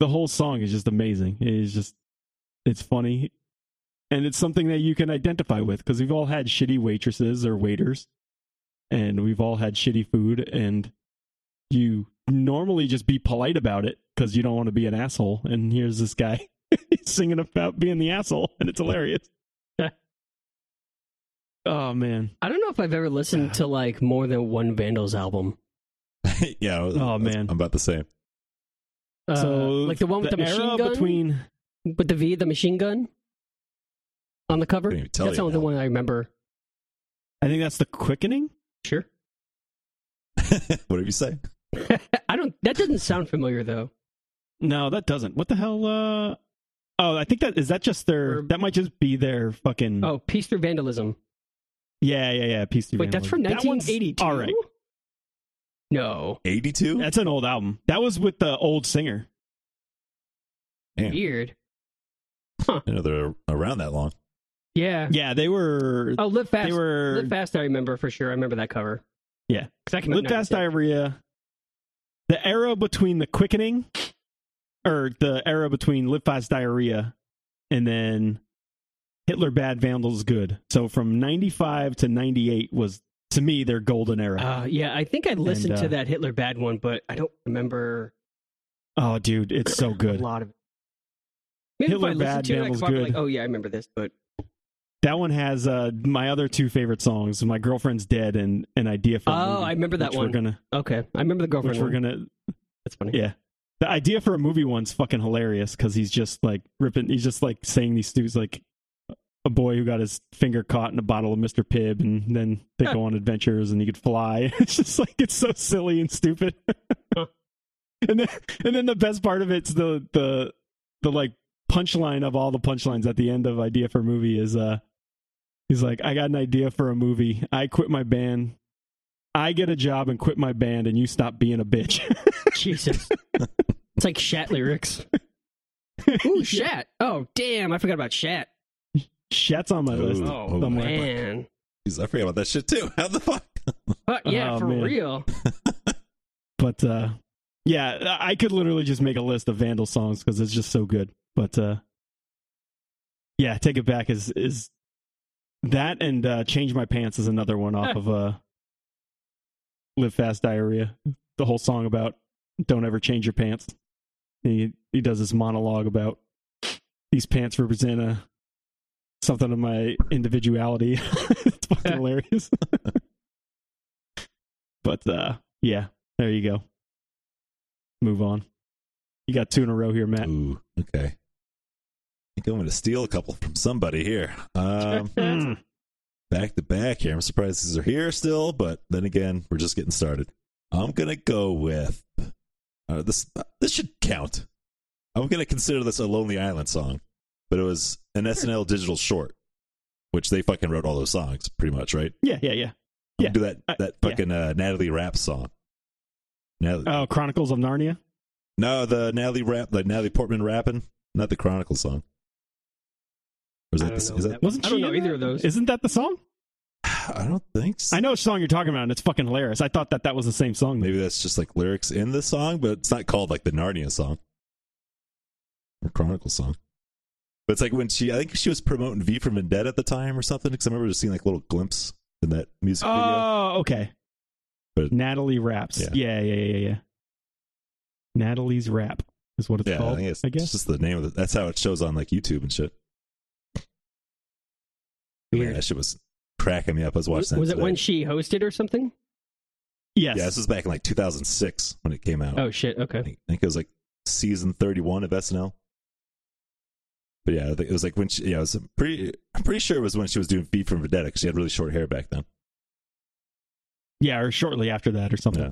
Speaker 3: the whole song is just amazing it's just it's funny and it's something that you can identify with because we've all had shitty waitresses or waiters and we've all had shitty food and you normally just be polite about it because you don't want to be an asshole and here's this guy singing about being the asshole and it's hilarious oh man
Speaker 2: I don't know if I've ever listened to like more than one Vandals album.
Speaker 4: yeah.
Speaker 3: Oh, man.
Speaker 4: I'm about the same.
Speaker 2: Uh,
Speaker 3: so
Speaker 2: like the one with the, machine
Speaker 3: era
Speaker 2: gun
Speaker 3: between
Speaker 2: with the V, the machine gun on the cover.
Speaker 4: Couldn't even tell
Speaker 2: That's
Speaker 4: you
Speaker 2: the only
Speaker 4: now.
Speaker 2: one I remember.
Speaker 3: i think that's the quickening
Speaker 2: Sure.
Speaker 4: Whatever you say.
Speaker 2: I don't. That doesn't sound familiar though.
Speaker 3: no that doesn't what the hell uh oh i think that is that just their
Speaker 2: Or-
Speaker 3: that might just be their fucking
Speaker 2: Oh, Peace Through Vandalism.
Speaker 3: yeah yeah yeah peace Hmm. through
Speaker 2: Wait, that's from
Speaker 3: vandalism. That one's-
Speaker 2: 1982.
Speaker 3: all right
Speaker 2: No.
Speaker 4: 82.
Speaker 3: that's an old album that was with the old singer
Speaker 4: Yeah.
Speaker 2: Weird.
Speaker 4: I know they're around that long.
Speaker 2: Yeah.
Speaker 3: yeah they were
Speaker 2: Oh, Live Fast.
Speaker 3: they were
Speaker 2: Live Fast. I remember for sure. I remember that cover.
Speaker 3: Yeah.
Speaker 2: 'Cause that came out
Speaker 3: Lip
Speaker 2: in
Speaker 3: Fast
Speaker 2: 96.
Speaker 3: Diarrhea. The era between the quickening, or the era between Lip Fast Diarrhea, and then Hitler Bad Vandals Good. So from '95 to '98 was to me their golden era.
Speaker 2: Uh, yeah, I think I listened
Speaker 3: And, uh,
Speaker 2: to that Hitler Bad one, but I don't remember
Speaker 3: oh, dude, it's so
Speaker 2: a
Speaker 3: good.
Speaker 2: lot of it. Maybe
Speaker 3: Hitler
Speaker 2: if I listened
Speaker 3: Bad
Speaker 2: to it, I
Speaker 3: Vandals
Speaker 2: could probably
Speaker 3: Good.
Speaker 2: like, oh yeah, I remember this, but
Speaker 3: That one has uh, my other two favorite songs: "My Girlfriend's Dead" and "An Idea for." a
Speaker 2: Oh,
Speaker 3: Movie,
Speaker 2: I remember that
Speaker 3: which
Speaker 2: one.
Speaker 3: We're gonna,
Speaker 2: okay, I remember the girlfriend.
Speaker 3: which we're
Speaker 2: one.
Speaker 3: gonna
Speaker 2: That's funny.
Speaker 3: Yeah. The idea for a movie one's fucking hilarious because he's just like ripping, he's just like saying these dudes like a boy who got his finger caught in a bottle of Mr. Pibb and then they go on adventures and he could fly. It's just like, it's so silly and stupid. and then, and then the best part of it's the, the, the like punchline of all the punchlines at the end of idea for a movie is, uh, he's like, I got an idea for a movie. I quit my band. I get a job and quit my band and you stop being a bitch.
Speaker 2: Jesus. it's like Shat lyrics. Ooh, Shat. Oh, damn. I forgot about Shat.
Speaker 3: Shat's on my
Speaker 4: Ooh.
Speaker 3: list.
Speaker 2: Oh,
Speaker 4: Oh,
Speaker 3: my
Speaker 2: man.
Speaker 4: Jeez, I forgot about that shit too. How the fuck?
Speaker 2: But yeah,
Speaker 3: Oh,
Speaker 2: for
Speaker 3: man.
Speaker 2: real.
Speaker 3: But uh yeah, I could literally just make a list of Vandal songs because it's just so good. But uh yeah, Take It Back is is that and uh Change My Pants is another one off of uh Live Fast Diarrhea. The whole song about don't ever change your pants. He he does this monologue about these pants represent a something of my individuality. it's fucking hilarious. but uh yeah, there you go. Move on. You got two in a row here, Matt.
Speaker 4: Ooh, okay. think I'm going to steal a couple from somebody here. Um,
Speaker 3: Mm.
Speaker 4: back to back here. I'm surprised these are here still, but then again, we're just getting started. I'm gonna go with uh, this. This should count. I'm gonna consider this a Lonely Island song, but it was an SNL digital short, which they fucking wrote all those songs pretty much, right?
Speaker 3: Yeah, yeah, yeah.
Speaker 4: I'm
Speaker 3: Yeah.
Speaker 4: gonna Do
Speaker 3: Uh,
Speaker 4: that that
Speaker 3: yeah.
Speaker 4: fucking uh, Natalie Rap song. Natalie,
Speaker 3: Oh, Chronicles of Narnia.
Speaker 4: no, the Natalie Rap, the Natalie Portman rapping, not the Chronicle song. Or is
Speaker 2: I don't
Speaker 4: that, the, is
Speaker 2: know
Speaker 4: that?
Speaker 2: that-
Speaker 3: Wasn't
Speaker 2: I don't
Speaker 3: she
Speaker 2: know
Speaker 3: in
Speaker 2: either
Speaker 3: that?
Speaker 2: of those.
Speaker 3: Isn't that the song?
Speaker 4: I don't think. So.
Speaker 3: I know which song you're talking about, and it's fucking hilarious. I thought that that was the same song.
Speaker 4: Maybe that's just like lyrics in the song, but it's not called like the Narnia song or Chronicle song. But it's like when she, I think she was promoting V for Vendetta at the time or something, because I remember just seeing like a little glimpse in that music video.
Speaker 3: Oh, okay.
Speaker 4: But-
Speaker 3: Natalie raps.
Speaker 4: Yeah.
Speaker 3: Yeah. yeah, yeah, yeah, yeah. Natalie's rap is what it's
Speaker 4: Yeah, I,
Speaker 3: called.
Speaker 4: think it's,
Speaker 3: I guess.
Speaker 4: it's just the name of it. That's how it shows on like YouTube and shit. Yeah,
Speaker 2: Weird.
Speaker 4: that shit was cracking me up. I was
Speaker 2: Was,
Speaker 4: watching that.
Speaker 2: was it
Speaker 4: today.
Speaker 2: when she hosted or something?
Speaker 3: yes.
Speaker 4: Yeah, this was back in like 2006 when it came out.
Speaker 2: Oh shit.
Speaker 4: I
Speaker 2: Okay.
Speaker 4: think, I think it was like season 31 of SNL. But yeah, I think it was like when she, yeah, it was a pretty, I'm pretty sure it was when she was doing Feed from Vendetta because she had really short hair back then.
Speaker 3: Yeah, or shortly after that or something.
Speaker 4: Yeah.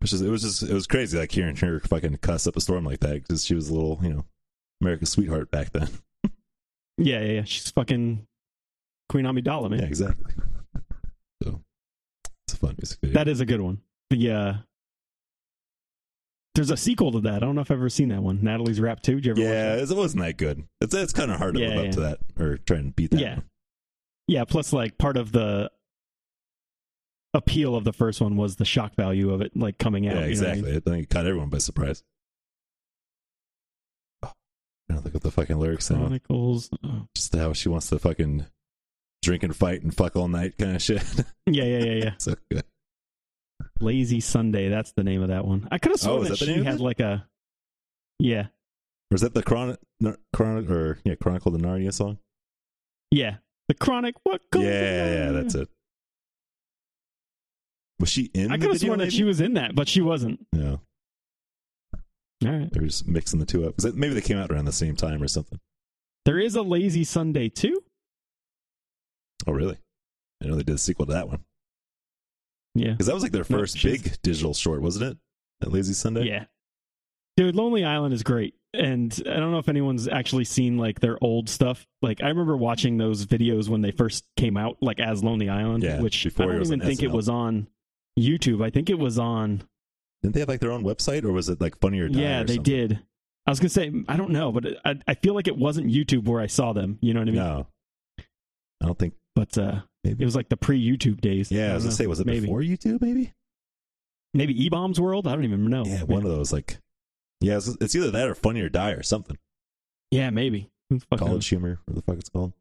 Speaker 4: Which is, it was just, it was crazy like hearing her fucking cuss up a storm like that because she was a little, you know, America's sweetheart back then.
Speaker 3: Yeah, yeah, yeah. She's fucking Queen Amidala, man.
Speaker 4: Yeah, exactly. So it's a fun music video.
Speaker 3: That is a good one. The uh There's a sequel to that. I don't know if I've ever seen that one. Natalie's rap too. Did you ever watch
Speaker 4: yeah,
Speaker 3: that?
Speaker 4: it wasn't that good. It's, it's kind of hard to
Speaker 3: Yeah,
Speaker 4: live
Speaker 3: yeah.
Speaker 4: up to that or try and beat that.
Speaker 3: Yeah.
Speaker 4: one.
Speaker 3: Yeah, plus like part of the appeal of the first one was the shock value of it like coming out.
Speaker 4: Yeah,
Speaker 3: you know what I mean?
Speaker 4: exactly. I think it caught everyone by surprise. Oh, I don't look up the fucking lyrics now.
Speaker 3: Chronicles. oh.
Speaker 4: Just how she wants to fucking drink and fight and fuck all night kind of shit.
Speaker 3: Yeah, yeah, yeah, yeah.
Speaker 4: so good.
Speaker 3: Lazy Sunday. That's the name of that one. I could have sworn
Speaker 4: Oh, is
Speaker 3: that,
Speaker 4: that
Speaker 3: she
Speaker 4: the name of
Speaker 3: had
Speaker 4: it?
Speaker 3: like a. Yeah,
Speaker 4: Or is that the Chron Nar- Chron or yeah Chronicle of the Narnia song?
Speaker 3: yeah. The chronic. What?
Speaker 4: Yeah, yeah, that's it. Was she in?
Speaker 3: I
Speaker 4: the
Speaker 3: could have
Speaker 4: video,
Speaker 3: sworn that
Speaker 4: maybe?
Speaker 3: she was in that, but she wasn't.
Speaker 4: No,
Speaker 3: All right.
Speaker 4: they were just mixing the two up. 'Cause it- Maybe they came out around the same time or something.
Speaker 3: There is a Lazy Sunday too.
Speaker 4: Oh, really? I know they did a sequel to that one
Speaker 3: Yeah.
Speaker 4: because that was like their
Speaker 3: No,
Speaker 4: first
Speaker 3: she's-
Speaker 4: big digital short, wasn't it? That Lazy Sunday.
Speaker 3: Yeah. Dude, Lonely Island is great. And I don't know if anyone's actually seen like their old stuff. Like I remember watching those videos when they first came out, like as Lonely Island,
Speaker 4: Yeah,
Speaker 3: which
Speaker 4: before
Speaker 3: I
Speaker 4: it
Speaker 3: don't
Speaker 4: was
Speaker 3: even
Speaker 4: on
Speaker 3: think it
Speaker 4: SNL.
Speaker 3: was on YouTube. I think it was on
Speaker 4: Didn't they have like their own website, or was it like Funnier? Die
Speaker 3: yeah
Speaker 4: or
Speaker 3: they
Speaker 4: something?
Speaker 3: did i was gonna say i don't know but I, I feel like it wasn't youtube where i saw them you know what i mean
Speaker 4: No, I don't think.
Speaker 3: but uh
Speaker 4: Maybe.
Speaker 3: it was like the pre-youtube days
Speaker 4: Yeah, I, was
Speaker 3: don't
Speaker 4: gonna
Speaker 3: know.
Speaker 4: say, was it
Speaker 3: maybe
Speaker 4: before YouTube? Maybe.
Speaker 3: maybe e-bombs world i don't even know
Speaker 4: yeah, one of those. Like, yeah, it's, it's either that or Funnier Die or something.
Speaker 3: yeah maybe Who the fuck knows?
Speaker 4: College humor, or the fuck it's called.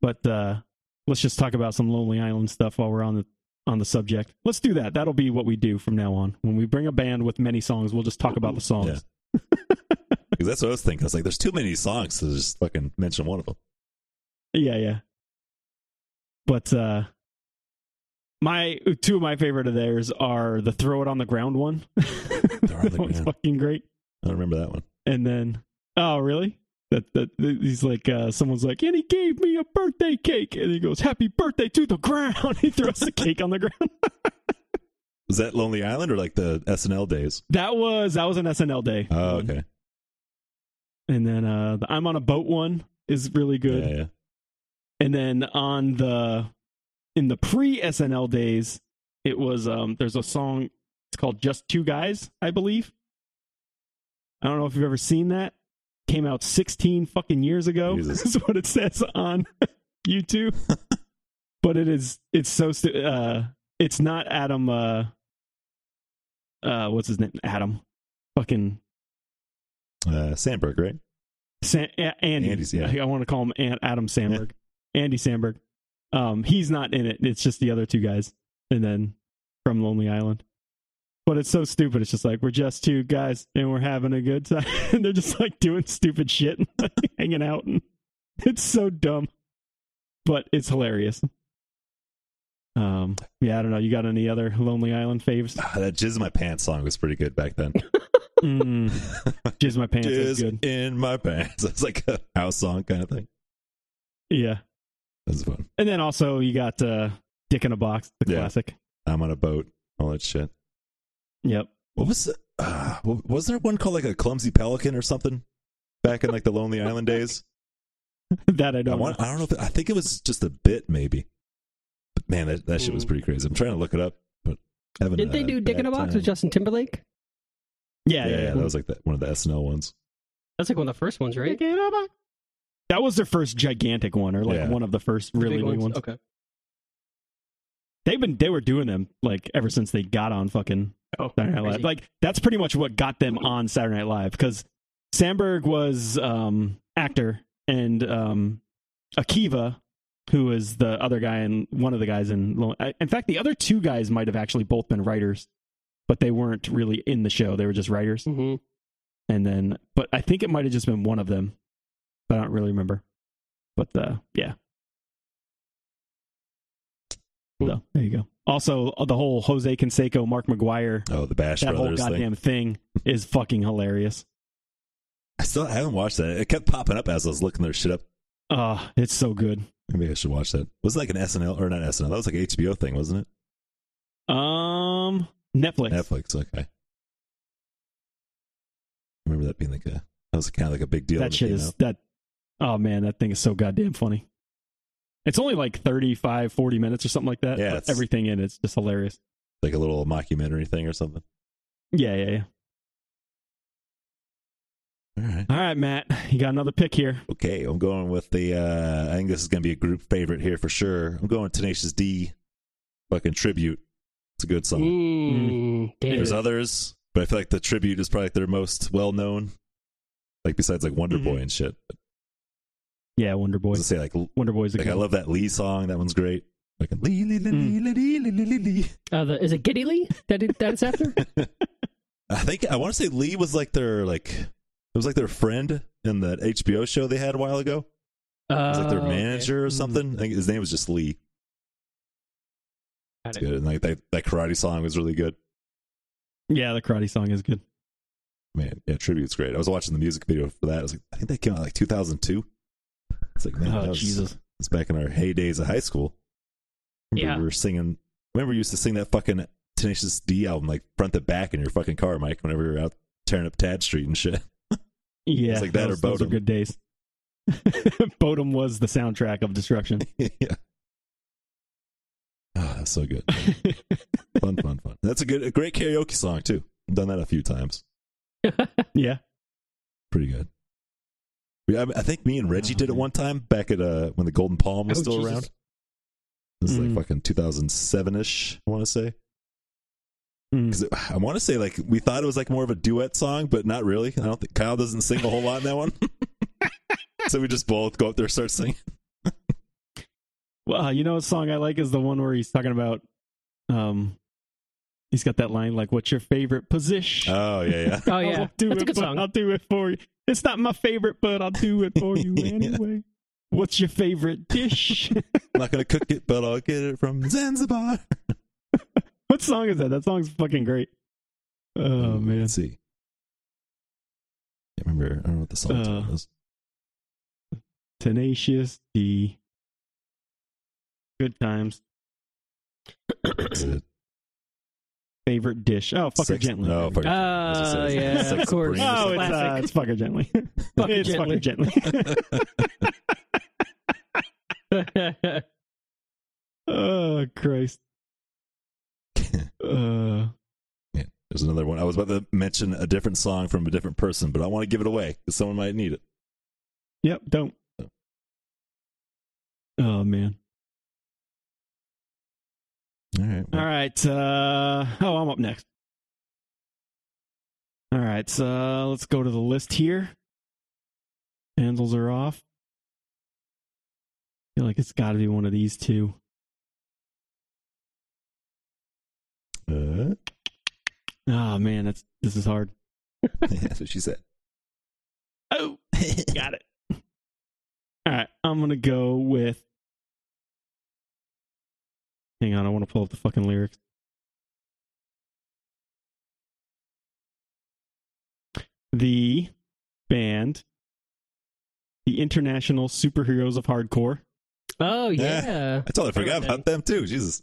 Speaker 3: but uh let's just talk about some lonely island stuff while we're on the on the subject let's do that that'll be what we do from now on when we bring a band with many songs we'll just talk about the songs
Speaker 4: Yeah. Because that's what I was thinking. I was like, there's too many songs to just fucking mention one of them.
Speaker 3: Yeah, yeah. But uh my two of my favorite of theirs are the throw it on the ground one. that one's
Speaker 4: ground.
Speaker 3: fucking great.
Speaker 4: I don't remember that one.
Speaker 3: And then oh really? That that that- he's like uh someone's like, and he gave me a birthday cake, and he goes, Happy birthday to the ground. he throws the cake on the ground.
Speaker 4: Was that Lonely Island or like the SNL days?
Speaker 3: That was that was an SNL day.
Speaker 4: Oh,
Speaker 3: one.
Speaker 4: okay.
Speaker 3: And then uh the I'm on a boat one is really good.
Speaker 4: Yeah, yeah.
Speaker 3: And then on the in the pre SNL days, it was um there's a song it's called Just Two Guys, I believe. I don't know if you've ever seen that. Came out 16 fucking years ago.
Speaker 4: Jesus.
Speaker 3: Is what it says on YouTube. but it is it's so stu- uh it's not Adam uh uh what's his name? Adam. Fucking
Speaker 4: Uh, Sandberg, right?
Speaker 3: San- A- Andy.
Speaker 4: Andy's, yeah.
Speaker 3: I, want to call him An- Adam Sandberg. Andy Sandberg. Um, he's not in it. It's just the other two guys, and then from Lonely Island. But it's so stupid. It's just like we're just two guys and we're having a good time, and they're just like doing stupid shit, and like, hanging out, and it's so dumb, but it's hilarious. Um, yeah, I don't know. You got any other Lonely Island faves?
Speaker 4: Ah, that Jizz in My Pants song was pretty good back then.
Speaker 3: Mm. Jizz my pants. That's
Speaker 4: Jizz
Speaker 3: good.
Speaker 4: in my pants. It's like a house song kind of thing.
Speaker 3: Yeah.
Speaker 4: That's fun.
Speaker 3: And then also you got uh, Dick in a Box, the
Speaker 4: Yeah.
Speaker 3: classic.
Speaker 4: I'm on a boat. All that shit.
Speaker 3: Yep.
Speaker 4: What was the, uh, wa- was there one called like a clumsy pelican or something back in like the Lonely Island days?
Speaker 3: that I
Speaker 4: I,
Speaker 3: don't
Speaker 4: want,
Speaker 3: know.
Speaker 4: I don't know. If it- I think it was just a bit maybe. But man, that, that shit was
Speaker 2: Mm.
Speaker 4: pretty crazy. I'm trying to look it up, but having
Speaker 2: Did they do Dick in a Box with
Speaker 4: time.
Speaker 2: Justin Timberlake?
Speaker 3: Yeah,
Speaker 4: Yeah,
Speaker 3: yeah,
Speaker 4: yeah,
Speaker 3: yeah.
Speaker 4: that was like that one of the SNL ones.
Speaker 2: That's like one of the first ones, right?
Speaker 3: Dick in a Box. That was their first gigantic one, or like
Speaker 4: Yeah.
Speaker 3: one of the first really
Speaker 2: Big
Speaker 3: big, ones.
Speaker 2: Okay.
Speaker 3: They've been they were doing them like ever since they got on fucking
Speaker 2: Oh,
Speaker 3: Saturday Night Live.
Speaker 2: crazy.
Speaker 3: Like that's pretty much what got them on Saturday Night Live because Sandberg was um actor and um Akiva, who is the other guy and one of the guys in Lo- I- in fact the other two guys might have actually both been writers, but they weren't really in the show. They were just writers.
Speaker 2: Mhm.
Speaker 3: and then but I think it might have just been one of them. But I don't really remember. But uh yeah.
Speaker 2: Hmm.
Speaker 3: So there you go. Also uh, the whole Jose Canseco, Mark McGuire,
Speaker 4: Oh, the Bash
Speaker 3: that whole
Speaker 4: Brothers thing.
Speaker 3: goddamn thing. is fucking hilarious.
Speaker 4: I still I haven't watched that. It kept popping up as I was looking their shit up.
Speaker 3: Uh it's so good.
Speaker 4: Maybe I should watch that. Was it like an SNL or not SNL? That was like an HBO thing, wasn't it?
Speaker 3: Um Netflix.
Speaker 4: Netflix. Okay. I remember that being like a that was kind of like a big deal. when
Speaker 3: That
Speaker 4: it
Speaker 3: shit
Speaker 4: came
Speaker 3: is
Speaker 4: out.
Speaker 3: that oh man, that thing is so goddamn funny. It's only like 35, 40 minutes or something like that.
Speaker 4: Yeah,
Speaker 3: but
Speaker 4: it's-
Speaker 3: everything in it's just hilarious.
Speaker 4: like a little mockumentary thing or something.
Speaker 3: Yeah, yeah, yeah.
Speaker 4: All right.
Speaker 3: All right, Matt, you got another pick here.
Speaker 4: Okay, I'm going with the. uh I think this is going to be a group favorite here for sure. I'm going Tenacious D, fucking tribute. It's a good song.
Speaker 2: Mm, damn
Speaker 4: There's
Speaker 2: it.
Speaker 4: others, but I feel like the tribute is probably like, their most well known. Like besides like
Speaker 2: Mm-hmm.
Speaker 4: Wonder Boy and shit.
Speaker 3: Yeah, Wonder
Speaker 4: I
Speaker 3: Boy.
Speaker 4: was gonna say like l-
Speaker 3: Wonder Boy's a
Speaker 4: like
Speaker 3: good
Speaker 4: I love that Lee song. That one's great. Like Lee Lee
Speaker 2: Mm.
Speaker 4: Lee Lee Lee Lee Lee Lee Lee.
Speaker 2: Uh, the, is it Giddy Lee that it, that it's after?
Speaker 4: I think I want to say Lee was like their like it was like their friend in that HBO show they had a while ago. It was like their
Speaker 2: Oh, okay.
Speaker 4: manager or something. I think his name was just Lee.
Speaker 2: Got
Speaker 4: It's
Speaker 2: it.
Speaker 4: good. And like that, that karate song was really good.
Speaker 3: Yeah, the karate song is good.
Speaker 4: Man, yeah, tribute's great. I was watching the music video for that. I was like, I think that came out like 2002. It's like, man,
Speaker 3: oh
Speaker 4: that was,
Speaker 3: Jesus!
Speaker 4: It's back in our heydays of high school. Remember
Speaker 2: Yeah.
Speaker 4: we were singing. Remember we used to sing that fucking Tenacious D album like front to back in your fucking car, Mike. Whenever we were out tearing up Tad Street and shit.
Speaker 3: Yeah,
Speaker 4: like that or
Speaker 3: those, those are
Speaker 4: Bodum.
Speaker 3: good days. Bodum was the soundtrack of destruction.
Speaker 4: yeah. Oh, that's so good. fun, fun, fun. That's a good, a great karaoke song too. I've done that a few times.
Speaker 3: yeah,
Speaker 4: Pretty good. We- I, I think me and Reggie
Speaker 3: Oh,
Speaker 4: did it
Speaker 3: man.
Speaker 4: one time back at uh when the Golden Palm was
Speaker 2: Oh,
Speaker 4: still
Speaker 2: Jesus.
Speaker 4: around. This is
Speaker 3: Mm.
Speaker 4: like fucking 2007 ish. I want to say
Speaker 3: Mm.
Speaker 4: because I want to say like we thought it was like more of a duet song, but not really. I don't think Kyle doesn't sing a whole lot in that one. so we just both go up there and start singing.
Speaker 3: Well, uh, you know, a song I like is the one where he's talking about. Um, he's got that line like, "What's your favorite position?"
Speaker 4: Oh yeah,
Speaker 2: Oh
Speaker 3: I'll
Speaker 2: yeah,
Speaker 3: do
Speaker 2: that's
Speaker 3: it,
Speaker 2: a good
Speaker 3: but
Speaker 2: song.
Speaker 3: I'll do it for you. It's not my favorite, but I'll do it for you
Speaker 4: Yeah.
Speaker 3: anyway. What's your favorite dish?
Speaker 4: I'm not gonna cook it, but I'll get it from Zanzibar.
Speaker 3: what song is that? That song's fucking great. Oh man,
Speaker 4: Um, let's see. I can't remember. I don't know what the song title
Speaker 3: Uh,
Speaker 4: was.
Speaker 3: Tenacious D. Good times.
Speaker 4: Is it
Speaker 3: Favorite dish. Oh, fucker
Speaker 4: Sex-
Speaker 3: gently.
Speaker 4: Oh, fucker
Speaker 2: Oh,
Speaker 4: gently.
Speaker 2: yeah,
Speaker 4: Sex
Speaker 2: of course.
Speaker 3: Oh,
Speaker 4: Supreme or something.
Speaker 3: it's, uh,
Speaker 2: Classic.
Speaker 3: it's fucker gently.
Speaker 2: Fucker
Speaker 3: it's
Speaker 2: Gently.
Speaker 3: fucker gently. oh Christ. Uh,
Speaker 4: Man, there's another one. I was about to mention a different song from a different person, but I want to give it away because someone might need it.
Speaker 3: yep. Don't. Oh man.
Speaker 4: All right.
Speaker 3: All right. Uh, oh, I'm up next. All right. So let's go to the list here. Handles are off. feel like it's got to be one of these two.
Speaker 4: Uh,
Speaker 3: Oh man, that's this is hard.
Speaker 4: that's what she said.
Speaker 3: Oh, got it. All right, I'm gonna go with. Hang on, I want to pull up the fucking lyrics. the band, the International Superheroes of Hardcore,
Speaker 2: Oh
Speaker 4: Yeah.
Speaker 2: yeah.
Speaker 4: I totally forgot about them too. Jesus.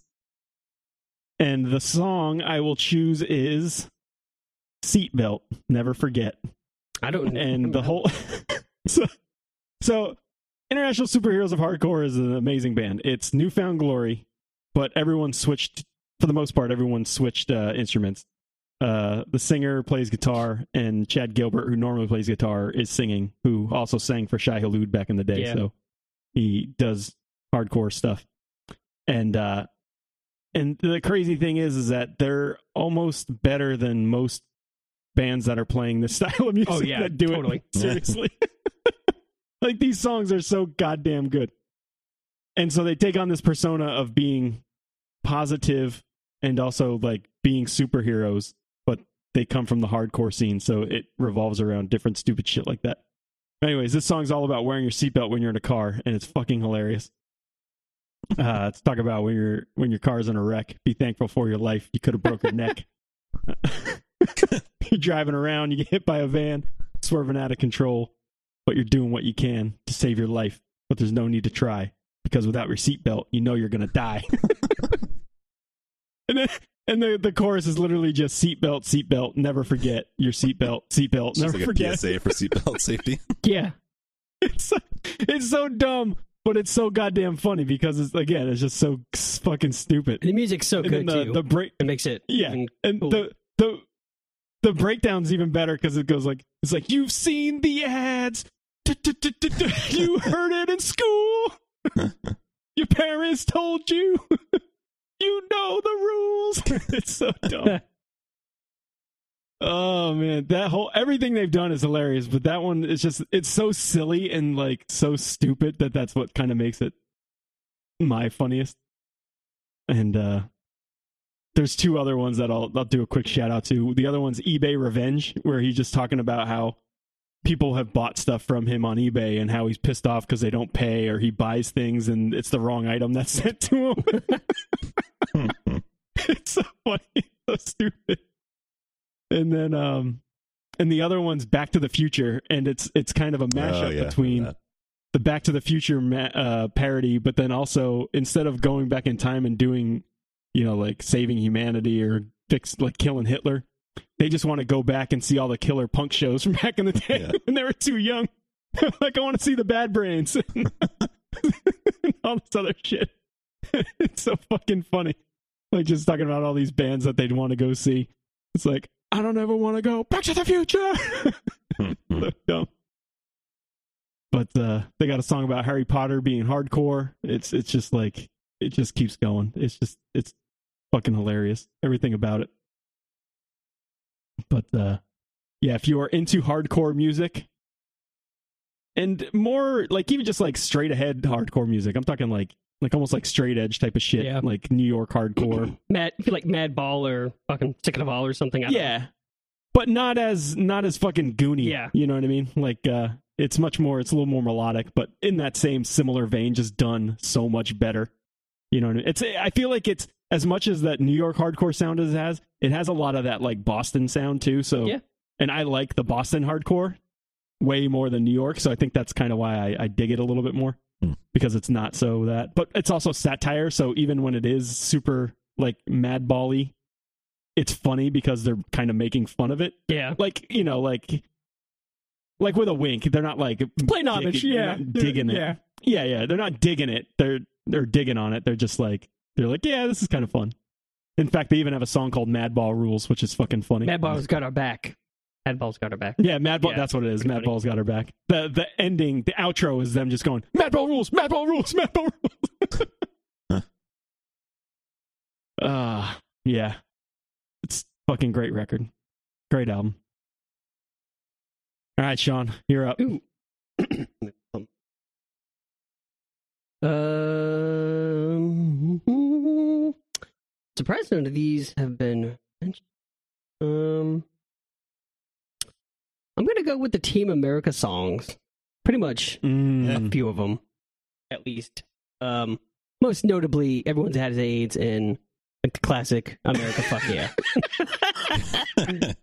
Speaker 3: and the song I will choose is "Seatbelt." Never forget.
Speaker 2: I don't.
Speaker 3: and the whole so, so international superheroes of hardcore is an amazing band it's newfound glory but everyone switched for the most part everyone switched uh, instruments uh, the singer plays guitar and chad gilbert who normally plays guitar is singing who also sang for shai halud back in the day
Speaker 2: Yeah.
Speaker 3: so he does hardcore stuff and uh and the crazy thing is is that they're almost better than most bands that are playing this style of music
Speaker 2: Oh, yeah,
Speaker 3: that do
Speaker 2: totally.
Speaker 3: it seriously like these songs are so goddamn good and so they take on this persona of being positive and also like being superheroes but they come from the hardcore scene so it revolves around different stupid shit like that anyways this song's all about wearing your seatbelt when you're in a car and it's fucking hilarious uh let's talk about when your when your car's in a wreck be thankful for your life you could have broke your neck you're driving around you get hit by a van swerving out of control but you're doing what you can to save your life but there's no need to try because without your seatbelt you know you're gonna die and then and the, the chorus is literally just seatbelt seatbelt never forget your seatbelt seatbelt
Speaker 4: It's just
Speaker 3: never
Speaker 4: like
Speaker 3: forget
Speaker 4: a PSA for seatbelt safety.
Speaker 2: yeah.
Speaker 3: it's so, it's so dumb, but it's so goddamn funny because it's again, it's just so s- fucking stupid.
Speaker 2: And the music's so
Speaker 3: And then
Speaker 2: good
Speaker 3: the,
Speaker 2: too.
Speaker 3: the break
Speaker 2: it makes it.
Speaker 3: Yeah.
Speaker 2: even-
Speaker 3: and
Speaker 2: Cool.
Speaker 3: the the the breakdown's even better because it goes like it's like you've seen the ads, D-d-d-d-d-d. you heard it in school, your parents told you, you know the rules. it's so dumb. Oh man, that whole everything they've done is hilarious, but that one is just it's so silly and like so stupid that that's what kind of makes it my funniest. And uh there's two other ones that I'll I'll do a quick shout out to. The other one's eBay Revenge, where he's just talking about how people have bought stuff from him on eBay and how he's pissed off because they don't pay or he buys things and it's the wrong item that's sent to him.
Speaker 4: Oh,
Speaker 3: it's so funny, it's so stupid. And then um and the other one's Back to the Future, and it's it's kind of a mashup
Speaker 4: Oh, yeah,
Speaker 3: between the Back to the Future ma- uh, parody, but then also instead of going back in time and doing, you know, like saving humanity or fix like killing Hitler, they just want to go back and see all the killer punk shows from back in the day
Speaker 4: Yeah.
Speaker 3: when they were too young. like I want to see the Bad Brains and all this other shit. it's so fucking funny. Like just talking about all these bands that they'd want to go see. It's like I don't ever want to go back to the future.
Speaker 4: Mm-hmm.
Speaker 3: so dumb. But uh, they got a song about Harry Potter being hardcore. It's it's just like it just keeps going. It's just it's fucking hilarious. Everything about it. But uh, yeah, if you are into hardcore music and more like even just like straight ahead hardcore music, I'm talking like like almost like straight edge type of shit,
Speaker 2: Yeah.
Speaker 3: like New York hardcore.
Speaker 2: Mad, if you like Mad Ball or fucking Sick of All or something. I don't know.
Speaker 3: Yeah. But not as not as fucking goony.
Speaker 2: Yeah.
Speaker 3: You know what I mean? Like uh it's much more it's a little more melodic, but in that same similar vein, just done so much better. You know what I mean? It's I feel like it's as much as that New York hardcore sound as it has, it has a lot of that like Boston sound too. So
Speaker 2: Yeah.
Speaker 3: and I like the Boston hardcore way more than New York, so I think that's kind of why I, I dig it a little bit more.
Speaker 4: Hmm.
Speaker 3: Because it's not so that but it's also satire, so even when it is super like madball-y, it's funny because they're kind of making fun of it.
Speaker 2: yeah.
Speaker 3: Like, you know, like like with a wink. They're not like
Speaker 2: Play
Speaker 3: knowledge, Digging- yeah. not digging it.
Speaker 2: Yeah.
Speaker 3: yeah, yeah, they're not digging it. They're they're digging on it. They're just like they're like, yeah, this is kind of fun. In fact, they even have a song called Madball Rules, which is fucking funny.
Speaker 2: Mad Ball's got our back. Mad Ball's got our back.
Speaker 3: yeah, Madball.
Speaker 2: Yeah,
Speaker 3: that's what it is.
Speaker 2: pretty funny.
Speaker 3: Madball's got her back. The the ending, the outro is them just going Madball rules, Madball rules, Madball rules.
Speaker 4: Huh.
Speaker 3: uh, yeah, it's fucking great record, great album. All right, Sean, you're up.
Speaker 2: Ooh. um, surprised none of these have been mentioned. Um, I'm gonna go with the Team America songs. Pretty much a
Speaker 3: Mm.
Speaker 2: few of them, at least. Um, most notably, everyone's had his AIDS and like the classic America. fuck yeah.
Speaker 4: Yeah.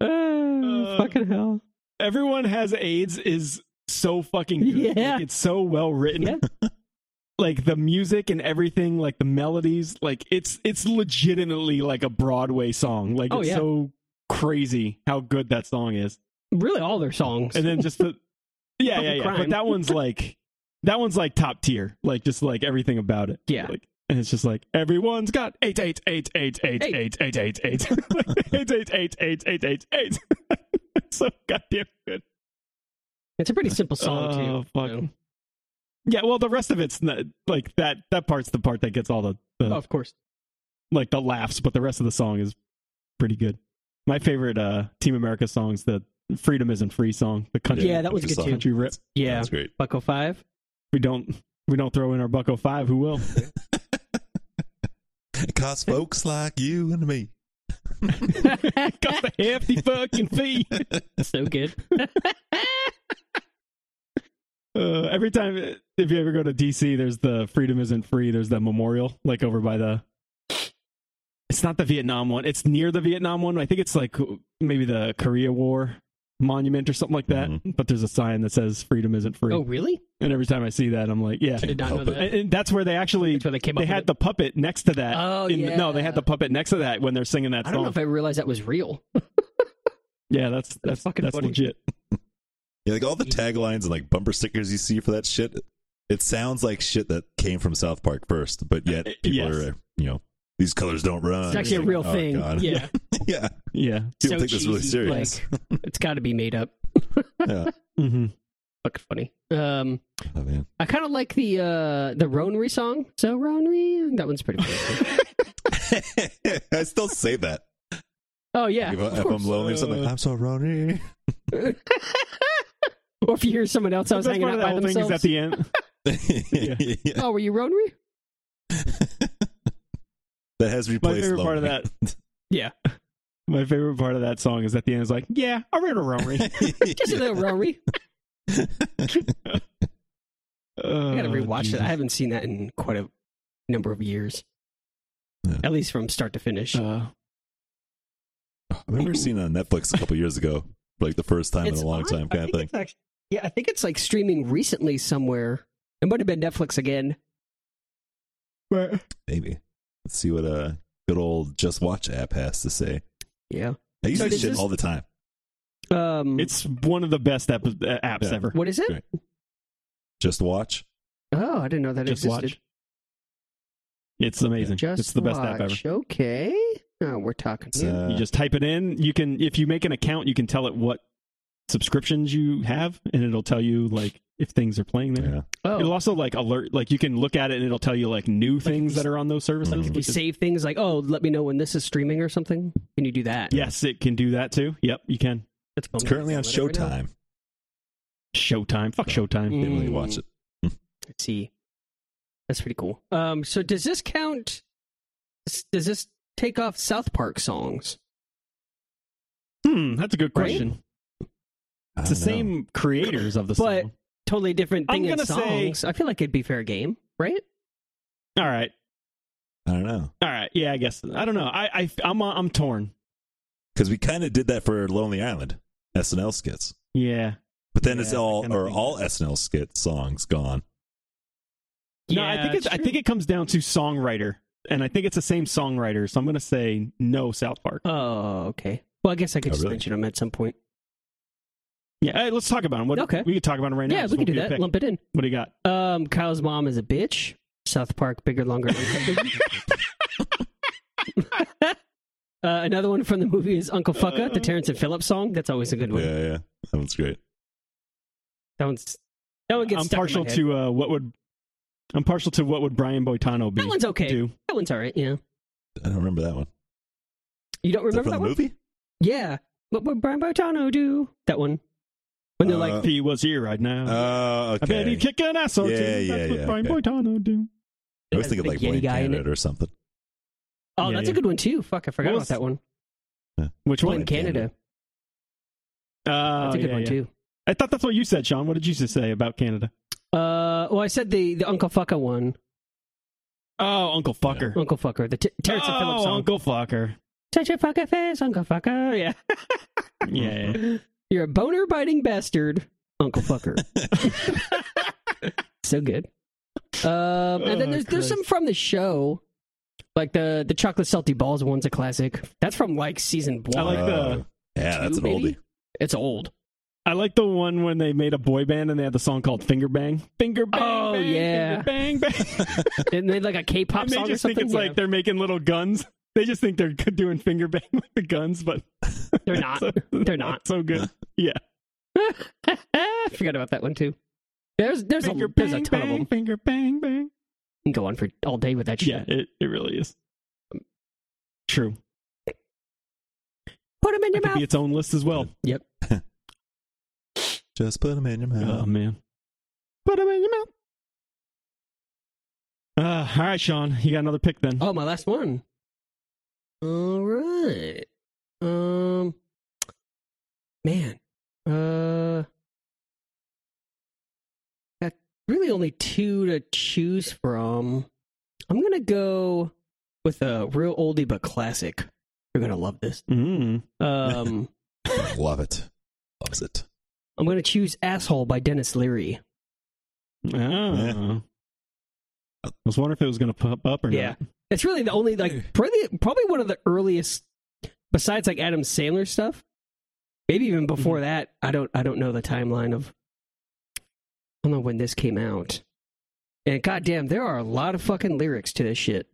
Speaker 2: Oh,
Speaker 3: Uh,
Speaker 2: fucking hell.
Speaker 3: Everyone has AIDS is so fucking good.
Speaker 2: Yeah.
Speaker 3: Like, it's so well written.
Speaker 2: Yeah.
Speaker 3: Like the music and everything, like the melodies, like it's it's legitimately like a Broadway song. Like
Speaker 2: Oh,
Speaker 3: it's
Speaker 2: yeah.
Speaker 3: so crazy how good that song is.
Speaker 2: Really, all their songs.
Speaker 3: And then just the Yeah, yeah,
Speaker 2: Fucking
Speaker 3: yeah. But
Speaker 2: crime.
Speaker 3: that one's like that one's like top tier. Like just like everything about it.
Speaker 2: Yeah.
Speaker 3: Like and it's just like everyone's got eight eight eight eight eight eight eight eight eight eight eight eight eight eight eight eight. So goddamn good.
Speaker 2: It's a pretty simple song,
Speaker 3: Oh,
Speaker 2: too.
Speaker 3: fuck.
Speaker 2: so-
Speaker 3: Yeah, well, the rest of it's not, like that. That part's the part that gets all the, the
Speaker 2: Oh, of course.
Speaker 3: like the laughs, but the rest of the song is pretty good. My favorite uh, Team America songs, the "Freedom Isn't Free" song, the country
Speaker 2: Yeah, that was
Speaker 4: Country
Speaker 2: good,
Speaker 4: song.
Speaker 2: too.
Speaker 3: country rip.
Speaker 2: Yeah.
Speaker 4: That's great.
Speaker 2: Bucko 5.
Speaker 3: We don't we don't throw in our Bucko Five. Who will?
Speaker 4: Because folks like you and me.
Speaker 3: Got the hefty fucking fee.
Speaker 2: so good.
Speaker 3: Uh, every time, if you ever go to DC, there's the "Freedom Isn't Free." There's that memorial, like over by the. It's not the Vietnam one. It's near the Vietnam one. I think it's like maybe the Korea War monument or something like that. But there's a sign that says "Freedom Isn't Free,"
Speaker 2: oh, really?
Speaker 3: and every time I see that, I'm like, yeah.
Speaker 2: I did not know
Speaker 4: Help it.
Speaker 2: that.
Speaker 3: And, and that's where they actually
Speaker 2: That's where they came
Speaker 3: they
Speaker 2: up
Speaker 3: had
Speaker 2: with
Speaker 3: the puppet next to that.
Speaker 2: Oh,
Speaker 3: in- No, they
Speaker 2: yeah.
Speaker 3: had the puppet next to that when they're singing that
Speaker 2: I
Speaker 3: song.
Speaker 2: don't know if I realized that was real.
Speaker 3: yeah, that's that's that's,
Speaker 2: fucking funny.
Speaker 3: legit.
Speaker 4: Yeah, like all the taglines and like bumper stickers you see for that shit. It sounds like shit that came from South Park first, but yet
Speaker 3: Uh,
Speaker 4: people
Speaker 3: yes.
Speaker 4: are, you know, these colors don't run.
Speaker 2: It's actually a
Speaker 4: like,
Speaker 2: real
Speaker 4: oh,
Speaker 2: thing.
Speaker 4: God.
Speaker 2: Yeah.
Speaker 4: yeah.
Speaker 3: Yeah.
Speaker 4: People
Speaker 2: so
Speaker 4: take this really
Speaker 2: cheesy,
Speaker 4: serious.
Speaker 2: like, it's got to be made up.
Speaker 4: yeah.
Speaker 3: Mm-hmm.
Speaker 2: Fucking funny. Um,
Speaker 4: Oh man.
Speaker 2: I kind of like the uh the Ronry song. So Ronry, that one's pretty good.
Speaker 4: I still say that.
Speaker 2: oh yeah.
Speaker 4: if,
Speaker 2: of
Speaker 4: I, if
Speaker 2: course.
Speaker 4: I'm lonely or something,
Speaker 3: Uh,
Speaker 4: I'm so lonely.
Speaker 2: or if you hear someone else, I was hanging out by
Speaker 3: thing is
Speaker 2: themselves.
Speaker 3: at the end.
Speaker 4: yeah.
Speaker 2: oh, were you Ronry?
Speaker 4: That has
Speaker 3: My
Speaker 4: replaced
Speaker 3: favorite part of that.
Speaker 2: Yeah.
Speaker 3: My favorite part of that song is at the end. Is like, yeah, I ran a Romery.
Speaker 4: that.
Speaker 2: Just a little Ronry. I
Speaker 3: Oh,
Speaker 2: gotta rewatch that. I haven't seen that in quite a number of years.
Speaker 4: Yeah.
Speaker 2: At least from start to finish.
Speaker 3: Uh,
Speaker 4: I remember seeing it on Netflix a couple years ago, like the first time in a long
Speaker 2: on-
Speaker 4: time
Speaker 2: I
Speaker 4: kind of
Speaker 2: think
Speaker 4: thing.
Speaker 2: it's actually- yeah, I think it's like streaming recently somewhere. It might have been Netflix again.
Speaker 4: Maybe. Let's see what a good old Just Watch app has to say.
Speaker 2: Yeah.
Speaker 4: I use
Speaker 2: So
Speaker 4: this
Speaker 2: does
Speaker 4: shit
Speaker 2: this-
Speaker 4: all the time.
Speaker 2: Um,
Speaker 3: it's one of the best ep- uh, apps
Speaker 4: Yeah.
Speaker 3: ever.
Speaker 2: what is it?
Speaker 4: Great. Just Watch.
Speaker 2: Oh, I didn't know that
Speaker 3: Just
Speaker 2: existed.
Speaker 3: watch. It's amazing.
Speaker 2: Just
Speaker 3: it's the best app ever.
Speaker 2: watch. Okay. Oh, we're talking.
Speaker 4: It's,
Speaker 2: here.
Speaker 4: uh,
Speaker 3: you just type it in. You can, if you make an account, you can tell it what subscriptions you have, and it'll tell you like if things are playing there.
Speaker 4: yeah.
Speaker 2: oh,
Speaker 3: It'll also like alert. Like you can look at it, and it'll tell you like new things
Speaker 2: we-
Speaker 3: that are on those services.
Speaker 4: like if
Speaker 2: if you
Speaker 3: which is-
Speaker 2: save things like, oh, let me know when this is streaming or something. Can you do that?
Speaker 3: yes, it can do that too. Yep, you can.
Speaker 2: That's
Speaker 4: It's currently on Showtime.
Speaker 3: Showtime. Fuck Showtime.
Speaker 4: Can't really
Speaker 2: Mm.
Speaker 4: watch it.
Speaker 2: Let's see. That's pretty cool. Um, so does this count? s- Does this take off South Park songs?
Speaker 3: Hmm, that's a good
Speaker 2: Right?
Speaker 3: question.
Speaker 4: I
Speaker 3: It's the
Speaker 4: don't know.
Speaker 3: same creators of the
Speaker 2: But-
Speaker 3: song.
Speaker 2: Totally different
Speaker 3: I'm
Speaker 2: thing in
Speaker 3: gonna say-
Speaker 2: songs. I feel like it'd be fair game, right?
Speaker 3: All right.
Speaker 4: I don't know.
Speaker 3: All right. Yeah, I guess. I don't know. I, I I'm uh, I'm torn.
Speaker 4: Because we kind of did that for Lonely Island SNL skits.
Speaker 3: Yeah.
Speaker 4: But then it's
Speaker 3: Yeah, I
Speaker 4: all,
Speaker 3: kinda
Speaker 4: or
Speaker 3: think
Speaker 4: all SNL skit songs gone.
Speaker 3: no, I think it's, I
Speaker 2: true.
Speaker 3: think it comes down to songwriter, and I think it's the same songwriter. So I'm gonna say no South Park.
Speaker 2: Oh, okay. Well, I guess I could
Speaker 4: Oh,
Speaker 2: just
Speaker 4: really?
Speaker 2: mention them at some point.
Speaker 3: yeah. Hey, let's talk about them. What,
Speaker 2: Okay.
Speaker 3: We can talk about them right now.
Speaker 2: yeah,
Speaker 3: Just
Speaker 2: we
Speaker 3: won't
Speaker 2: could do
Speaker 3: be a
Speaker 2: that.
Speaker 3: pick.
Speaker 2: Lump it in.
Speaker 3: What do you got?
Speaker 2: Um, Kyle's mom is a bitch. South Park, bigger, longer. uh, another one from the movie is Uncle Fucka, the Terrence and Phillips song. That's always a good one.
Speaker 4: Yeah, yeah. That one's great.
Speaker 2: That one's that one gets
Speaker 3: I'm
Speaker 2: stuck in my
Speaker 3: partial
Speaker 2: head.
Speaker 3: to uh, what would I'm partial to what would Brian Boitano be?
Speaker 2: That one's okay.
Speaker 3: do?
Speaker 2: That one's all right. Yeah,
Speaker 4: I don't remember that one.
Speaker 2: you don't
Speaker 4: Is that
Speaker 2: remember
Speaker 4: from
Speaker 2: that
Speaker 4: the
Speaker 2: one?
Speaker 4: movie?
Speaker 2: Yeah, what would Brian Bartano do? That one when they're
Speaker 4: Uh,
Speaker 2: like,
Speaker 3: If he was here right now.
Speaker 4: Oh,
Speaker 3: I bet
Speaker 4: okay.
Speaker 3: he'd kick an ass or
Speaker 4: Yeah,
Speaker 3: two.
Speaker 4: yeah,
Speaker 3: That's
Speaker 4: yeah,
Speaker 3: what Brian
Speaker 4: okay.
Speaker 3: Boitano do.
Speaker 4: I always
Speaker 2: Has
Speaker 4: think of
Speaker 2: the
Speaker 4: like
Speaker 2: Yeti
Speaker 4: Wayne
Speaker 2: guy in
Speaker 4: Canada or something.
Speaker 2: "Oh,
Speaker 3: Yeah,
Speaker 2: that's a
Speaker 3: yeah.
Speaker 2: good one too." Fuck, I forgot
Speaker 3: What
Speaker 2: about
Speaker 3: was-
Speaker 2: that one.
Speaker 3: Which
Speaker 2: One
Speaker 3: one?
Speaker 2: in Canada.
Speaker 3: Uh,
Speaker 2: That's a good
Speaker 3: yeah,
Speaker 2: one
Speaker 3: yeah.
Speaker 2: too.
Speaker 3: I thought that's what you said, Sean. What did you just say about Canada?
Speaker 2: Uh, well, I said the the Uncle Fucker one.
Speaker 3: Oh, Uncle Fucker.
Speaker 2: Uncle Fucker, the t- Terrence and Phillips
Speaker 3: oh,
Speaker 2: song.
Speaker 3: Uncle Fucker.
Speaker 2: Such a fucker face, Uncle Fucker. Yeah.
Speaker 3: Yeah.
Speaker 2: You're a boner biting bastard, Uncle Fucker. so good. Um, and then
Speaker 3: Oh,
Speaker 2: there's there's
Speaker 3: Christ.
Speaker 2: some from the show, like the the chocolate salty balls one's a classic. That's from like season one.
Speaker 3: I like the-
Speaker 4: Uh, yeah, that's
Speaker 2: two,
Speaker 4: an
Speaker 2: maybe?
Speaker 4: oldie.
Speaker 2: It's old.
Speaker 3: I like the one when they made a boy band and they had the song called Finger Bang. Finger Bang.
Speaker 2: Oh,
Speaker 3: bang,
Speaker 2: yeah.
Speaker 3: Finger bang Bang.
Speaker 2: Didn't they like a K-pop
Speaker 3: and they
Speaker 2: song or
Speaker 3: just
Speaker 2: something?
Speaker 3: think it's
Speaker 2: Yeah.
Speaker 3: like they're making little guns. They just think they're doing finger bang with the guns, but
Speaker 2: they're not. They're not.
Speaker 3: so good. Yeah,
Speaker 2: I forgot about that one too. There's there's a there's a ton of them.
Speaker 3: Finger bang bang.
Speaker 2: You can go on for all day with that shit.
Speaker 3: Yeah, it, it really is. True.
Speaker 2: Put them in
Speaker 3: It
Speaker 2: your
Speaker 3: could be
Speaker 2: mouth.
Speaker 3: its own list as well.
Speaker 4: Just put them in your
Speaker 3: Oh
Speaker 4: mouth.
Speaker 3: man, put them in your mouth. Uh, all right, Sean, you got another pick then.
Speaker 2: Oh, my last one. All right. Um, man, uh, got really only two to choose from. I'm gonna go with a real oldie but classic. You're gonna love this.
Speaker 3: Mm.
Speaker 2: Um,
Speaker 4: Love it. Loves it.
Speaker 2: I'm gonna choose "Asshole" by Dennis Leary.
Speaker 3: Oh. I was wondering if it was going to pop up or
Speaker 2: Yeah.
Speaker 3: not.
Speaker 2: It's really the only like probably probably one of the earliest besides like Adam Sandler stuff. Maybe even
Speaker 3: Mm-hmm.
Speaker 2: before that. I don't I don't know the timeline of I don't know when this came out. And goddamn, there are a lot of fucking lyrics to this shit.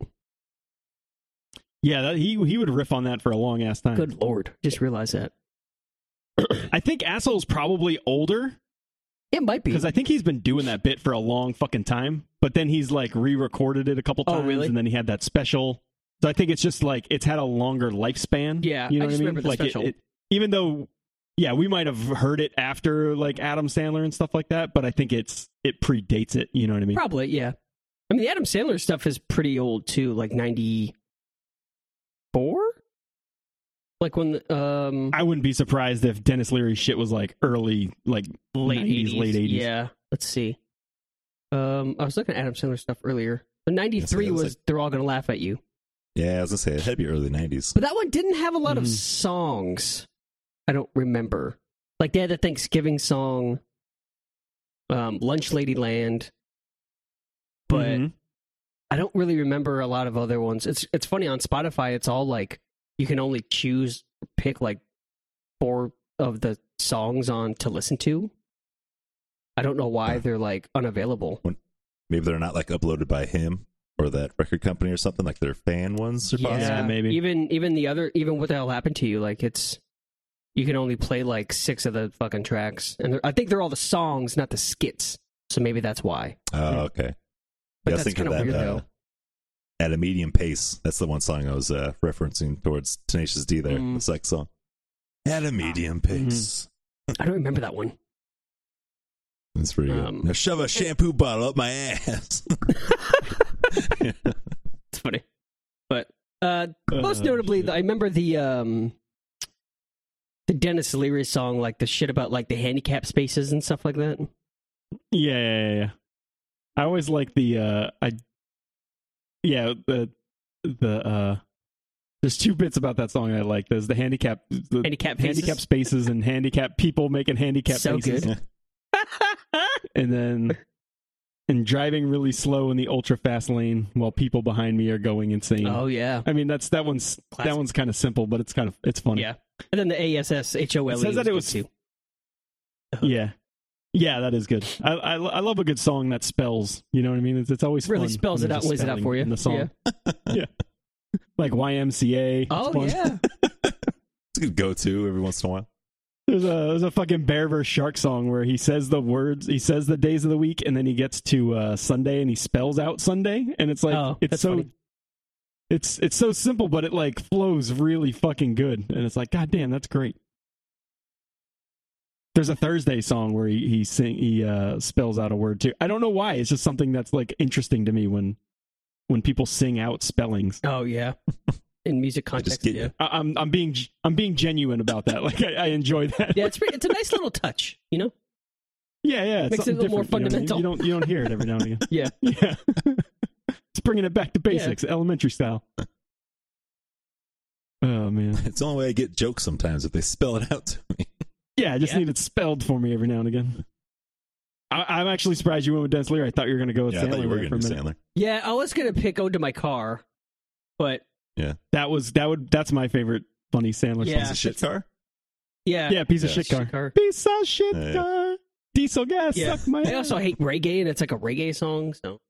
Speaker 3: Yeah, that, he he would riff on that for a long ass time.
Speaker 2: Good lord. Just realized that.
Speaker 3: I think asshole's probably older
Speaker 2: It might be.
Speaker 3: because I think he's been doing that bit for a long fucking time. But then he's like re-recorded it a couple
Speaker 2: Oh,
Speaker 3: times,
Speaker 2: really?
Speaker 3: and then he had that special. So I think it's just like it's had a longer lifespan.
Speaker 2: Yeah,
Speaker 3: you
Speaker 2: I
Speaker 3: know what
Speaker 2: just
Speaker 3: I mean.
Speaker 2: remember the
Speaker 3: like
Speaker 2: special.
Speaker 3: It, it, even though, yeah, we might have heard it after like Adam Sandler and stuff like that, but I think it's it predates it. You know what I mean?
Speaker 2: Probably, yeah. I mean the Adam Sandler stuff is pretty old too, like ninety four? Like when the, um
Speaker 3: I wouldn't be surprised if Dennis Leary shit was like early, like 90s, late 80s.
Speaker 2: Yeah, let's see. Um, I was looking at Adam Sandler stuff earlier. The '93
Speaker 4: Yes, it
Speaker 2: was
Speaker 4: was
Speaker 2: "They're All Gonna Laugh at You,"
Speaker 4: Yeah, I was gonna say it had to be early nineties.
Speaker 2: but that one didn't have a lot of
Speaker 4: Mm-hmm.
Speaker 3: Mhm.
Speaker 2: songs. I don't remember. Like they had the Thanksgiving song, um, "Lunch Lady Land," but
Speaker 4: Mm-hmm.
Speaker 3: Mhm.
Speaker 2: I don't really remember a lot of other ones. It's it's funny on Spotify. It's all like you can only choose pick like four of the songs on to listen to. I don't know why
Speaker 4: Huh.
Speaker 2: they're like unavailable.
Speaker 4: Maybe they're not like uploaded by him or that record company or something. Like their fan ones or
Speaker 3: Yeah, maybe.
Speaker 2: even even the other even what the hell happened to you? Like it's you can only play like six of the fucking tracks, and they're- I think they're all the songs, not the skits. So maybe that's why.
Speaker 4: Oh, okay.
Speaker 2: But
Speaker 4: yeah, I
Speaker 2: that's
Speaker 4: was thinking
Speaker 2: kinda
Speaker 4: that
Speaker 2: weird,
Speaker 4: uh,
Speaker 2: though.
Speaker 4: at a medium pace. That's the one song I was uh, referencing towards Tenacious D there.
Speaker 2: Mm.
Speaker 4: The sex song. At a medium pace.
Speaker 2: I don't remember that one.
Speaker 4: That's pretty good.
Speaker 2: Um,
Speaker 4: now shove a shampoo bottle up my ass.
Speaker 2: It's funny, but uh,
Speaker 3: Uh,
Speaker 2: most notably,
Speaker 3: shit.
Speaker 2: I remember the um, the Dennis Leary song, like the shit about like the handicap spaces and stuff like that.
Speaker 3: Yeah, yeah, yeah, yeah. I always like the uh I yeah, the the uh there's two bits about that song I like. There's the handicap the
Speaker 2: Handicap faces.
Speaker 3: handicap spaces and handicap people making handicap
Speaker 2: So
Speaker 3: faces.
Speaker 4: good.
Speaker 3: And then and driving really slow in the ultra fast lane while people behind me are going insane.
Speaker 2: oh yeah,
Speaker 3: I mean that's that one's
Speaker 2: Classic.
Speaker 3: that one's kind of simple, but it's kind of it's funny.
Speaker 2: yeah. And then the ASS HOLE
Speaker 3: It says that it was-
Speaker 2: E good, too.
Speaker 3: yeah, Yeah, that is good. I, I lo- I love a good song that spells. You know what I mean? It's, it's always
Speaker 2: Really
Speaker 3: fun
Speaker 2: spells
Speaker 3: when
Speaker 2: it
Speaker 3: there's
Speaker 2: out,
Speaker 3: a
Speaker 2: lays it out
Speaker 3: spelling
Speaker 2: for you.
Speaker 3: in the song. Yeah, like YMCA. It's
Speaker 2: Oh
Speaker 3: fun.
Speaker 2: yeah.
Speaker 4: it's a good go to every once in a while.
Speaker 3: There's a there's a fucking bear versus shark song where he says the words, he says the days of the week, and then he gets to uh, Sunday and he spells out Sunday, and it's like
Speaker 2: Oh,
Speaker 3: it's
Speaker 2: that's
Speaker 3: so
Speaker 2: funny.
Speaker 3: it's it's so simple, but it like flows really fucking good, and it's like God damn, that's great. There's a Thursday song where he he sing he uh, spells out a word too. I don't know why. It's just something that's like interesting to me when when people sing out spellings.
Speaker 2: Oh yeah. In music context,
Speaker 4: get
Speaker 2: yeah.
Speaker 4: you.
Speaker 3: I, I'm I'm being I'm being genuine about that. Like I, I enjoy that.
Speaker 2: Yeah, it's pretty, it's a nice little touch, you know.
Speaker 3: Yeah, yeah, it's
Speaker 2: Makes it a
Speaker 3: something
Speaker 2: little more
Speaker 3: different, You, know what I mean? you don't you don't hear it every now and again.
Speaker 2: Yeah.
Speaker 3: yeah. it's bringing it back to basics, elementary style. Oh man.
Speaker 4: It's the only way I get jokes sometimes if they spell it out to me.
Speaker 3: Yeah, I just
Speaker 2: Yeah.
Speaker 3: need it spelled for me every now and again. I, I'm actually surprised you went with Dennis Leary. I thought you were going to go with
Speaker 4: yeah, I
Speaker 3: Sandler
Speaker 4: thought you were
Speaker 3: there
Speaker 4: going
Speaker 3: for a
Speaker 4: to do
Speaker 3: minute.
Speaker 4: Sandler.
Speaker 2: Yeah, I was gonna pick Ode to My Car, but
Speaker 3: That was that would that's my favorite funny Sandler.
Speaker 2: Yeah.
Speaker 4: Piece
Speaker 3: song.
Speaker 4: of shit car?
Speaker 2: yeah,
Speaker 3: yeah, piece of
Speaker 4: Yeah.
Speaker 3: shit car. Piece of shit
Speaker 4: Yeah, yeah.
Speaker 3: car. Diesel gas.
Speaker 2: Yeah.
Speaker 3: Suck my.
Speaker 2: I also hate reggae, and it's like a reggae song. So,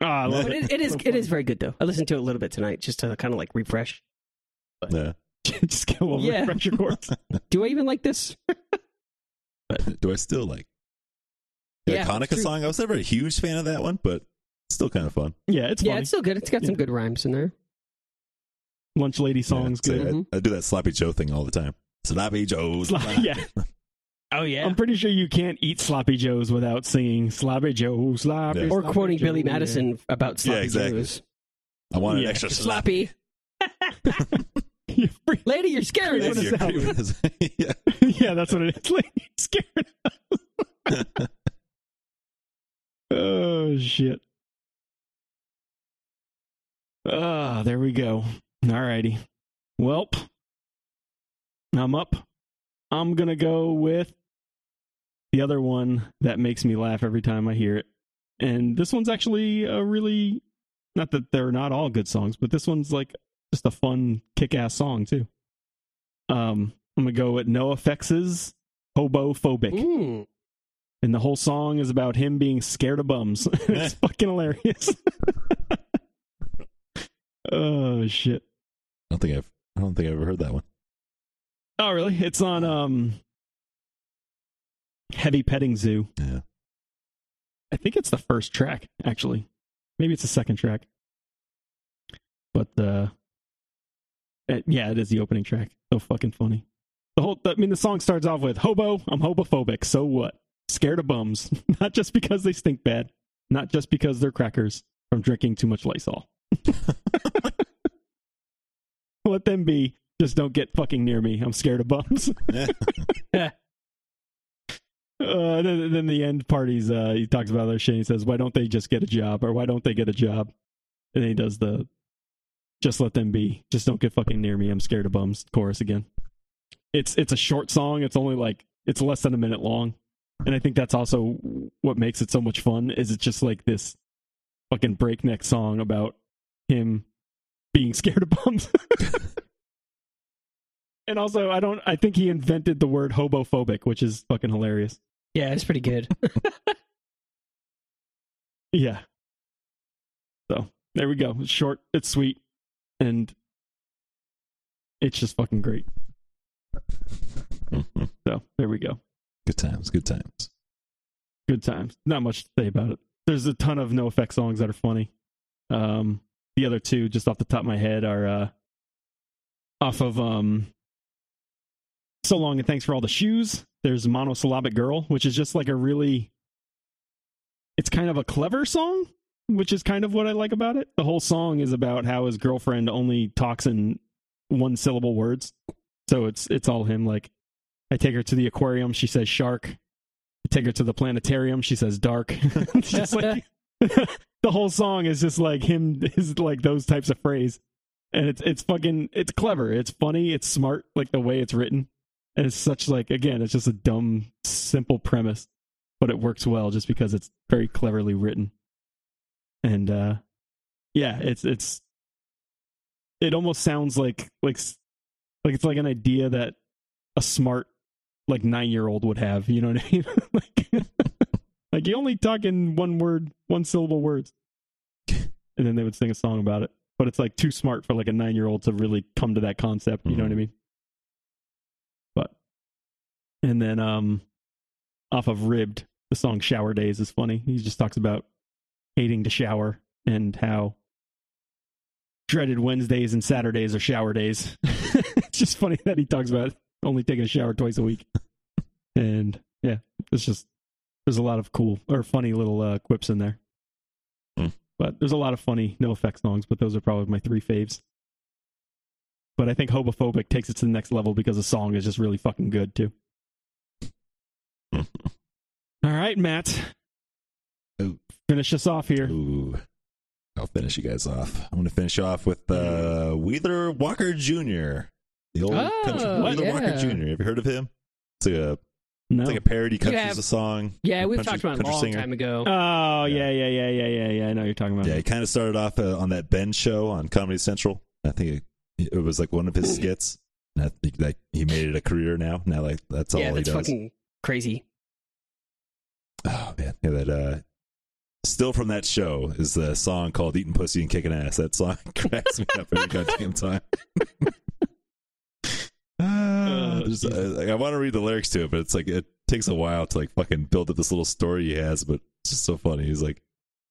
Speaker 3: Oh, I love
Speaker 2: but
Speaker 3: it.
Speaker 2: it, it is
Speaker 3: So
Speaker 2: it is very good though. I listened to it a little bit tonight just to kind of like refresh.
Speaker 4: Yeah.
Speaker 3: just get over
Speaker 2: Yeah.
Speaker 3: yeah. pressure course.
Speaker 2: Do I even like this?
Speaker 4: Do I still like the
Speaker 2: Yeah,
Speaker 4: Hanukkah
Speaker 2: true.
Speaker 4: song? I was never a huge fan of that one, but it's still kind of fun.
Speaker 3: Yeah, it's
Speaker 2: yeah,
Speaker 3: funny.
Speaker 2: it's still good. It's got some good rhymes in there.
Speaker 3: Lunch lady songs
Speaker 4: Yeah, uh,
Speaker 3: good.
Speaker 4: so I, I do that sloppy Joe thing all the time. Sloppy Joe's.
Speaker 3: Slo- yeah.
Speaker 2: Oh yeah,
Speaker 3: I'm pretty sure you can't eat sloppy joes without singing sloppy joe, sloppy.
Speaker 4: Yeah.
Speaker 2: or
Speaker 3: sloppy
Speaker 2: quoting
Speaker 3: Joe,
Speaker 2: Billy
Speaker 3: yeah.
Speaker 2: Madison about sloppy
Speaker 4: Yeah, exactly.
Speaker 2: Joes.
Speaker 4: I want an
Speaker 3: Yeah.
Speaker 4: extra slap.
Speaker 2: Sloppy
Speaker 3: You're free-
Speaker 2: lady, you're scaring
Speaker 3: Creeping
Speaker 2: us.
Speaker 3: as hell.
Speaker 4: yeah.
Speaker 3: yeah, that's what it is. Like, scared. us. oh shit. Ah, there we go. Alrighty. Welp. I'm up. I'm gonna go with the other one that makes me laugh every time I hear it. And this one's actually a really not that they're not all good songs, but this one's like just a fun kick ass song too. Um I'm gonna go with No Effects' Hobophobic.
Speaker 2: Mm.
Speaker 3: And the whole song is about him being scared of bums. it's fucking hilarious. oh shit.
Speaker 4: I don't think I've I don't think I've ever heard that one.
Speaker 3: Oh really? It's on um Heavy Petting Zoo.
Speaker 4: Yeah.
Speaker 3: I think it's the first track, actually. Maybe it's the second track. But uh it- yeah, it is the opening track. So fucking funny. The whole I mean the song starts off with Hobo, I'm hobophobic, so what? Scared of bums. not just because they stink bad, not just because they're crackers from drinking too much Lysol. Let them be. Just don't get fucking near me. I'm scared of bums.
Speaker 4: Yeah.
Speaker 3: Uh, then, then the end parties. Uh, he talks about other shit. He says, "Why don't they just get a job? Or why don't they get a job?" And then he does the, "Just let them be. Just don't get fucking near me. I'm scared of bums." Chorus again. It's it's a short song. It's only like it's less than a minute long, and I think that's also what makes it so much fun. Is it's just like this fucking breakneck song about him being scared of bums. And also, I don't. I think he invented the word hobophobic, which is fucking hilarious.
Speaker 2: Yeah, it's pretty good.
Speaker 3: Yeah. So there we go. It's short. It's sweet, and it's just fucking great.
Speaker 4: Mhm.
Speaker 3: So there we go.
Speaker 4: good times, good times.
Speaker 3: Good times. Not much to say about it. There's a ton of No Effect songs that are funny. Um, the other two, just off the top of my head, are uh, off of um, So Long and Thanks for All the Shoes. There's Monosyllabic Girl, which is just like a really, it's kind of a clever song, which is kind of what I like about it. The whole song is about how his girlfriend only talks in one syllable words. So it's it's all him. Like, I take her to the aquarium, she says shark. I take her to the planetarium, she says dark. It's just like, the whole song is just like him is like those types of phrase and it's it's fucking it's clever it's funny it's smart like the way it's written and it's such like again it's just a dumb simple premise but it works well just because it's very cleverly written and uh yeah it's it's it almost sounds like like s- like it's like an idea that a smart like nine year old would have you know what i mean like like you only talk in one word one syllable words and then they would sing a song about it but it's like too smart for like a nine year old to really come to that concept you know what i mean but and then um off of ribbed the song shower days is funny he just talks about hating to shower and how dreaded wednesdays and saturdays are shower days it's just funny that he talks about only taking a shower twice a week and yeah it's just there's a lot of cool or funny little uh, quips in there.
Speaker 4: Hmm.
Speaker 3: But there's a lot of funny no effect songs, but those are probably my three faves. But I think Hobophobic takes it to the next level because the song is just really fucking good too. All right, Matt.
Speaker 4: Oh.
Speaker 3: Finish us off here.
Speaker 4: Ooh. I'll finish you guys off. I'm going to finish off with uh, Wheeler Walker Jr.
Speaker 2: Ah,
Speaker 4: The old
Speaker 1: Oh,
Speaker 4: country Wheeler Walker
Speaker 1: yeah.
Speaker 4: Jr. Have you heard of him? It's like a,
Speaker 3: No.
Speaker 4: it's like a parody country
Speaker 2: have-
Speaker 4: song.
Speaker 2: Yeah, we've
Speaker 4: Country-
Speaker 2: talked about it a
Speaker 4: country
Speaker 2: long
Speaker 4: singer.
Speaker 2: time ago.
Speaker 3: oh yeah, yeah, yeah, yeah, yeah, yeah. I know what you're
Speaker 2: Hmm.
Speaker 3: talking about.
Speaker 4: Yeah, he kind of started off uh, on that Ben show on Comedy Central. I think it, it was like one of his skits. And I think like he made it a career now. Now like that's all
Speaker 2: yeah,
Speaker 4: he
Speaker 2: that's
Speaker 4: does.
Speaker 2: fucking crazy.
Speaker 4: Oh man, yeah, that uh, still from that show is the song called "Eating Pussy and Kicking Ass." That song cracks me up every goddamn time. Ah, there's- I, like, I want to read the lyrics to it, but it's like it takes a while to like fucking build up this little story he has. But it's just so funny. He's like,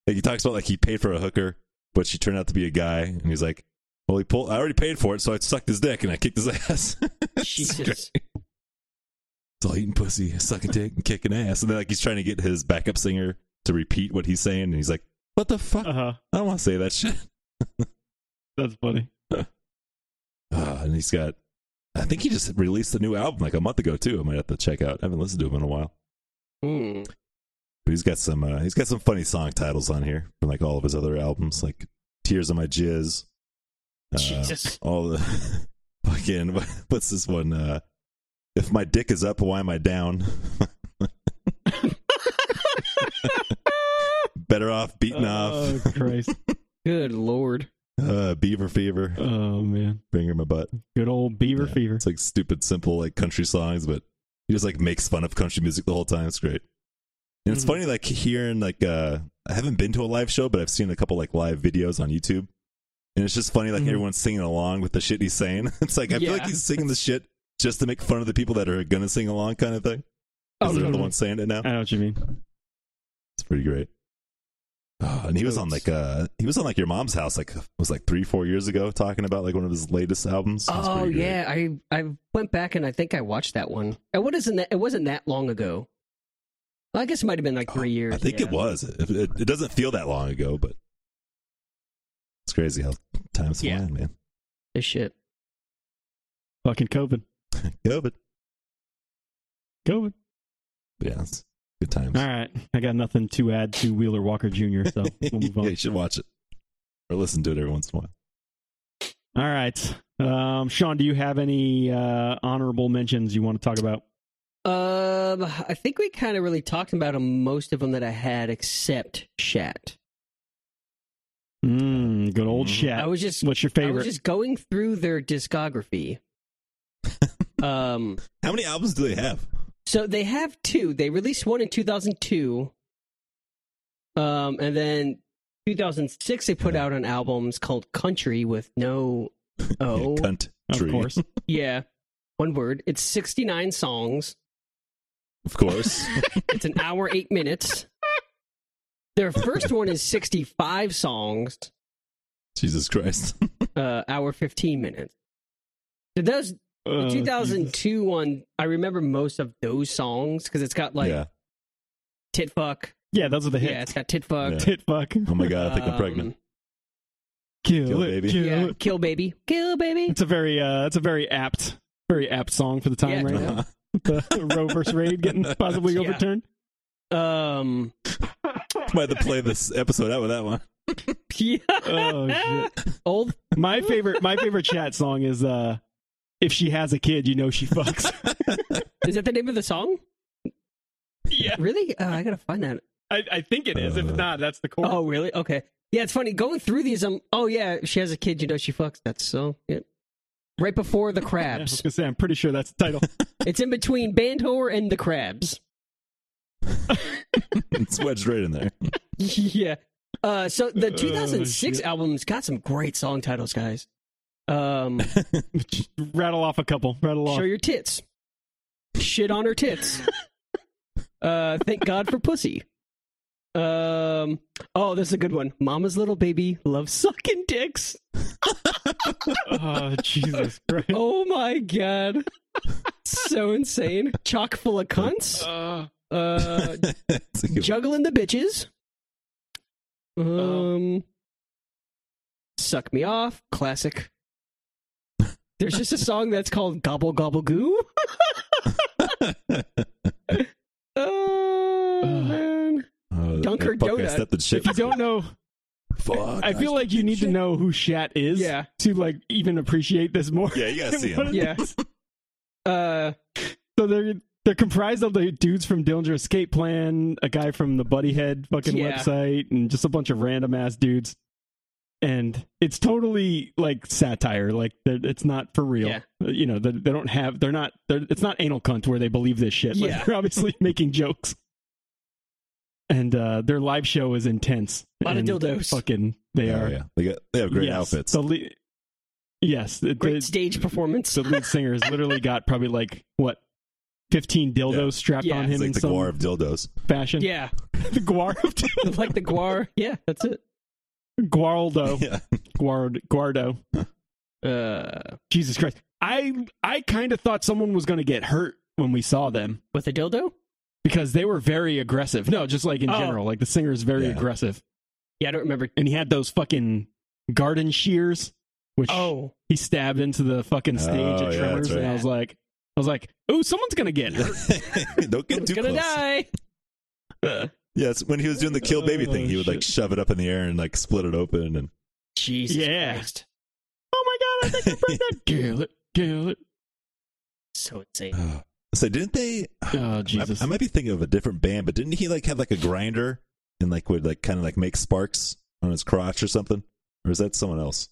Speaker 4: like, he talks about like he paid for a hooker, but she turned out to be a guy, and he's like, well, he pulled. I already paid for it, so I sucked his dick and I kicked his ass.
Speaker 2: Jesus.
Speaker 4: It's all eating pussy, sucking dick, and kicking ass. And then like he's trying to get his backup singer to repeat what he's saying, and he's like, "What the fuck?
Speaker 3: Uh huh.
Speaker 4: I don't want to say that shit."
Speaker 3: That's funny.
Speaker 4: Uh, and he's got, I think he just released a new album like a month ago too. I might have to check out. I haven't listened to him in a while,
Speaker 2: Hmm.
Speaker 4: but he's got some uh, he's got some funny song titles on here from like all of his other albums, like "Tears on My Jizz." uh,
Speaker 2: Jesus.
Speaker 4: all the fucking what's this one? Uh, if my dick is up, why am I down? Better off beaten
Speaker 3: Oh
Speaker 4: off.
Speaker 3: Christ.
Speaker 2: Good lord.
Speaker 4: Uh, beaver fever,
Speaker 3: Oh man.
Speaker 4: finger in my butt.
Speaker 3: Good old beaver
Speaker 4: Yeah.
Speaker 3: fever.
Speaker 4: It's like stupid, simple, like country songs, but he just like makes fun of country music the whole time. It's great. And it's
Speaker 3: Mhm.
Speaker 4: funny, like hearing like uh I haven't been to a live show, but I've seen a couple like live videos on YouTube, and it's just funny, like
Speaker 3: Mhm.
Speaker 4: everyone's singing along with the shit he's saying. It's like I feel like
Speaker 2: Yeah.
Speaker 4: he's singing the shit just to make fun of the people that are gonna sing along, kind of thing.
Speaker 3: Oh,
Speaker 4: Because they're the
Speaker 3: totally.
Speaker 4: ones saying it now.
Speaker 3: I know what you mean.
Speaker 4: It's pretty great. Oh, and he was on like uh he was on like your mom's house like it was like three four years ago talking about like one of his latest albums. It's
Speaker 2: Oh
Speaker 4: pretty great.
Speaker 2: yeah, I I went back and I think I watched that one. And what isn't that? It wasn't that long ago. Well, I guess it might have been like
Speaker 4: Oh,
Speaker 2: three years.
Speaker 4: I think
Speaker 2: yeah.
Speaker 4: it was. It, it, it doesn't feel that long ago, but it's crazy how time's
Speaker 2: Yeah.
Speaker 4: flying, man.
Speaker 2: This shit.
Speaker 3: Fucking COVID.
Speaker 4: COVID.
Speaker 3: COVID.
Speaker 4: But yeah, it's good times.
Speaker 3: All right. I got nothing to add to Wheeler Walker Jr. So we'll move
Speaker 4: yeah,
Speaker 3: on.
Speaker 4: you should watch it or listen to it every once in a while.
Speaker 3: All right. Um, Sean, do you have any uh, honorable mentions you want to talk about?
Speaker 2: Um, I think we kind of really talked about 'em, most of them that I had, except Shat.
Speaker 3: Mm, good old
Speaker 4: Mhm.
Speaker 3: shit.
Speaker 2: I was just
Speaker 3: What's your
Speaker 2: I was
Speaker 3: favorite?
Speaker 2: just going through their discography. um,
Speaker 4: How many albums do they have?
Speaker 2: so they have two. They released one in 2002. Um, and then 2006 they put
Speaker 4: Yeah.
Speaker 2: out an album it's called Country with no
Speaker 4: Yeah,
Speaker 2: O.
Speaker 4: cunt
Speaker 3: Oh, Of
Speaker 4: tree.
Speaker 3: course.
Speaker 2: yeah. One word. It's 69 songs.
Speaker 4: Of course.
Speaker 2: It's an hour 8 minutes. Their first one is 65 songs.
Speaker 4: Jesus Christ.
Speaker 2: uh, hour 15 minutes. So those the
Speaker 4: Oh,
Speaker 3: Uh,
Speaker 2: 2002 one, I remember most of those songs because it's got like
Speaker 4: yeah.
Speaker 2: tit fuck.
Speaker 3: Yeah, those are the
Speaker 2: Yeah,
Speaker 3: hits.
Speaker 2: it's got tit fuck.
Speaker 4: Yeah.
Speaker 3: Tit fuck.
Speaker 4: Oh my god, I think I'm
Speaker 2: Um,
Speaker 4: pregnant.
Speaker 3: Kill,
Speaker 4: Kill
Speaker 3: it,
Speaker 4: baby.
Speaker 3: kill
Speaker 2: Yeah,
Speaker 3: it.
Speaker 2: kill baby, kill baby.
Speaker 3: It's a very uh, it's a very apt, very apt song for the time
Speaker 2: Yeah.
Speaker 3: right now.
Speaker 4: Uh-huh.
Speaker 3: the Roe versus Raid getting possibly
Speaker 2: Yeah.
Speaker 3: overturned.
Speaker 2: Um,
Speaker 4: Might have to play this episode out with that one.
Speaker 2: yeah.
Speaker 3: Oh shit.
Speaker 2: old.
Speaker 3: My favorite my favorite chat song is uh if she has a kid, you know she fucks.
Speaker 2: Is that the name of the song?
Speaker 3: yeah.
Speaker 2: Really? Oh, I gotta find that.
Speaker 3: I, I think it is. If
Speaker 4: Uh.
Speaker 3: it's not, that's the core.
Speaker 2: Oh, really? Okay. Yeah, it's funny going through these. Um. Oh yeah, she has a kid. You know she fucks. That's so. Yeah. Right before the
Speaker 3: Yeah, I was
Speaker 2: crabs.
Speaker 3: gonna say I'm pretty sure that's the title.
Speaker 2: it's in between band whore and the crabs.
Speaker 4: It's wedged right in there.
Speaker 2: yeah. Uh, so the
Speaker 3: Oh,
Speaker 2: 2006
Speaker 3: shit.
Speaker 2: album's got some great song titles, guys. Um,
Speaker 3: Rattle off a couple. Rattle off.
Speaker 2: show your tits, shit on her tits. uh, thank God for pussy. Um, oh, this is a good one. Mama's little baby loves sucking dicks.
Speaker 3: oh Jesus Christ.
Speaker 2: Oh my god, so insane. Chock full of cunts.
Speaker 3: Uh,
Speaker 2: Uh,
Speaker 4: It's a good
Speaker 2: juggling the bitches. Um, suck me off, classic. There's just a song that's called "Gobble Gobble Goo." oh man!
Speaker 4: Oh, that-
Speaker 2: Dunker
Speaker 4: that fuck, I
Speaker 2: Donut.
Speaker 4: Oh, stepped in shit.
Speaker 3: if you don't know
Speaker 4: Fuck.
Speaker 3: I feel like you need to know who Shat is
Speaker 1: Yeah.
Speaker 3: to like even appreciate this more.
Speaker 4: Yeah, you gotta see
Speaker 3: What
Speaker 4: him.
Speaker 3: is-
Speaker 1: Yeah.
Speaker 3: Uh, so they're they're comprised of the dudes from Dillinger Escape Plan, a guy from the Buddyhead fucking
Speaker 1: Yeah.
Speaker 3: website, and just a bunch of random ass dudes. And it's totally like satire. Like they're- it's not for real. Uh,
Speaker 1: Yeah.
Speaker 3: You know, they, they don't have. They're not. They're, it's not anal cunt where they believe this shit. Like,
Speaker 1: Yeah.
Speaker 3: they're obviously making jokes. And uh, their live show is intense.
Speaker 2: A lot of
Speaker 3: And
Speaker 2: dildos.
Speaker 3: Fucking, they
Speaker 4: Oh,
Speaker 3: are.
Speaker 4: yeah. They got they have great
Speaker 3: Yes.
Speaker 4: outfits.
Speaker 3: The lea- yes, the,
Speaker 2: Great
Speaker 3: the,
Speaker 2: stage performance.
Speaker 3: the lead singer's literally got probably like what fifteen dildos
Speaker 4: Yeah.
Speaker 3: strapped
Speaker 2: Yeah.
Speaker 3: on
Speaker 2: It's
Speaker 3: him
Speaker 4: it's like
Speaker 3: in
Speaker 4: the
Speaker 3: some
Speaker 4: Guar of dildos.
Speaker 3: fashion.
Speaker 2: yeah,
Speaker 3: the guar
Speaker 2: like the guar. Yeah, that's it.
Speaker 3: guardo
Speaker 4: Yeah.
Speaker 3: guard guardo.
Speaker 2: Uh,
Speaker 3: Jesus Christ! I I kind of thought someone was going to get hurt when we saw them
Speaker 2: with a dildo?
Speaker 3: because they were very aggressive. No, just like in
Speaker 2: Oh.
Speaker 3: general, like the singer is very
Speaker 4: Yeah.
Speaker 3: aggressive,
Speaker 2: Yeah, I don't remember.
Speaker 3: and he had those fucking garden shears, which
Speaker 2: Oh,
Speaker 3: he stabbed into the fucking stage
Speaker 4: Oh, yeah,
Speaker 3: at
Speaker 4: that's
Speaker 3: Tremors, and I
Speaker 2: right.
Speaker 3: was like, I was like, ooh, someone's gonna get hurt.
Speaker 4: Don't get
Speaker 2: he's
Speaker 4: too
Speaker 2: gonna
Speaker 4: close.
Speaker 2: die.
Speaker 4: Yes, when he was doing the kill baby
Speaker 3: Oh,
Speaker 4: thing, he would like
Speaker 3: shit.
Speaker 4: shove it up in the air and like split it open and
Speaker 2: Jesus
Speaker 3: Yeah.
Speaker 2: Christ,
Speaker 3: oh my god, I think I broke that. Kill it, kill it.
Speaker 2: so
Speaker 4: Uh,
Speaker 2: insane.
Speaker 4: so didn't they
Speaker 3: Oh Jesus!
Speaker 4: I, I might be thinking of a different band, but didn't he like have like a grinder and like would like kind of like make sparks on his crotch or something? Or is that someone else?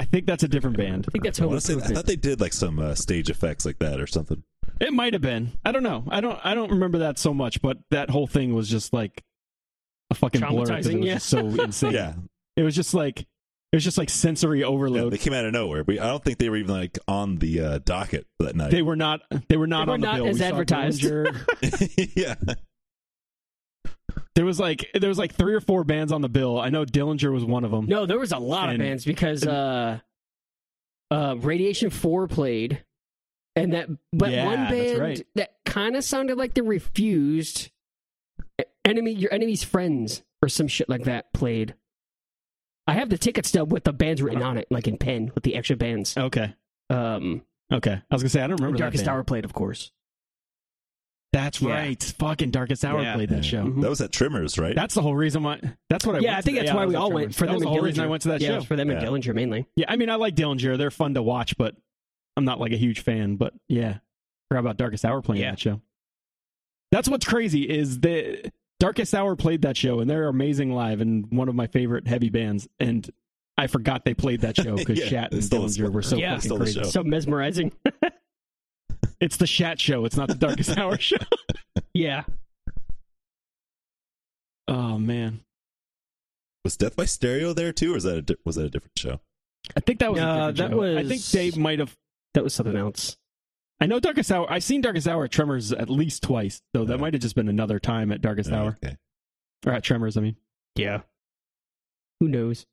Speaker 3: I think that's a different band.
Speaker 2: I think that's
Speaker 4: I,
Speaker 2: home
Speaker 4: wanna say- I
Speaker 2: improvement.
Speaker 4: thought they did like some uh, stage effects like that or something.
Speaker 3: It might have been. I don't know. I don't. I don't remember that so much. But that whole thing was just like a fucking blur. 'cause It
Speaker 2: Traumatizing,
Speaker 3: was
Speaker 2: yeah.
Speaker 3: just so insane.
Speaker 4: Yeah,
Speaker 3: It was just like it was just like sensory
Speaker 4: yeah,
Speaker 3: overload.
Speaker 4: they came out of nowhere. We, I don't think they were even like on the uh, docket that night.
Speaker 3: they, were not. They were not
Speaker 2: They were
Speaker 3: on the
Speaker 2: not
Speaker 3: bill.
Speaker 2: as
Speaker 3: We saw
Speaker 2: advertised.
Speaker 3: Dillinger.
Speaker 4: yeah,
Speaker 3: there was like there was like three or four bands on the bill. I know Dillinger was one of them.
Speaker 2: No, there was a lot
Speaker 3: And-
Speaker 2: of bands because uh, uh, Radiation Four played, and that but
Speaker 3: Yeah,
Speaker 2: one
Speaker 3: that's
Speaker 2: band
Speaker 3: right.
Speaker 2: that kind of sounded like they refused. e-, Enemy, your enemy's friends, or some shit like that played. I have the ticket stub with the bands written
Speaker 3: Uh-huh.
Speaker 2: on it, like in pen with the extra bands.
Speaker 3: Okay.
Speaker 2: Um,
Speaker 3: Okay. I was gonna say I don't Oh, remember that
Speaker 2: Darkest
Speaker 3: band.
Speaker 2: Hour played, of course.
Speaker 3: That's
Speaker 2: Yeah.
Speaker 3: right. Fucking Darkest Hour
Speaker 1: Yeah.
Speaker 3: played that show.
Speaker 2: Mhm.
Speaker 4: that was at Trimmers, right?
Speaker 3: That's the whole reason why. That's what I.
Speaker 2: yeah,
Speaker 3: went
Speaker 2: I think
Speaker 3: to-
Speaker 2: that's
Speaker 3: yeah, I
Speaker 2: why
Speaker 3: was
Speaker 2: we
Speaker 3: at
Speaker 2: all
Speaker 3: Tremors.
Speaker 2: went for
Speaker 3: That
Speaker 2: them.
Speaker 3: was the
Speaker 2: and
Speaker 3: whole reason
Speaker 2: Dillinger.
Speaker 3: I went to that
Speaker 2: yeah, it
Speaker 3: show.
Speaker 2: was for them and
Speaker 4: Yeah.
Speaker 2: Dillinger mainly.
Speaker 3: Yeah, I mean, I like Dillinger. They're fun to watch, but I'm not like a huge fan. But yeah, forgot about Darkest Hour playing
Speaker 2: Yeah.
Speaker 3: that show. That's what's crazy is the Darkest Hour played that show, and they're amazing live, and one of my favorite heavy bands. And I forgot they played that show because
Speaker 4: Yeah,
Speaker 3: Shat and
Speaker 4: it's still a
Speaker 3: Dillinger were so
Speaker 2: Yeah.
Speaker 3: fucking
Speaker 4: Still a
Speaker 3: crazy.
Speaker 4: show.
Speaker 2: So mesmerizing.
Speaker 3: It's the Shat show. It's not the Darkest Hour show.
Speaker 2: yeah,
Speaker 3: Oh man,
Speaker 4: was Death by Stereo there too, or is that a di- was that a different show?
Speaker 3: I think that was a
Speaker 2: Uh,
Speaker 3: different
Speaker 2: that
Speaker 3: show. I think
Speaker 2: was-
Speaker 3: they might have.
Speaker 2: that was something else.
Speaker 3: I know Darkest Hour. I've seen Darkest Hour at Tremors at least twice, though. That
Speaker 4: Yeah.
Speaker 3: might have just been another time at Darkest
Speaker 4: Oh,
Speaker 3: Hour
Speaker 4: okay.
Speaker 3: or at Tremors. I mean.
Speaker 2: Yeah, who knows?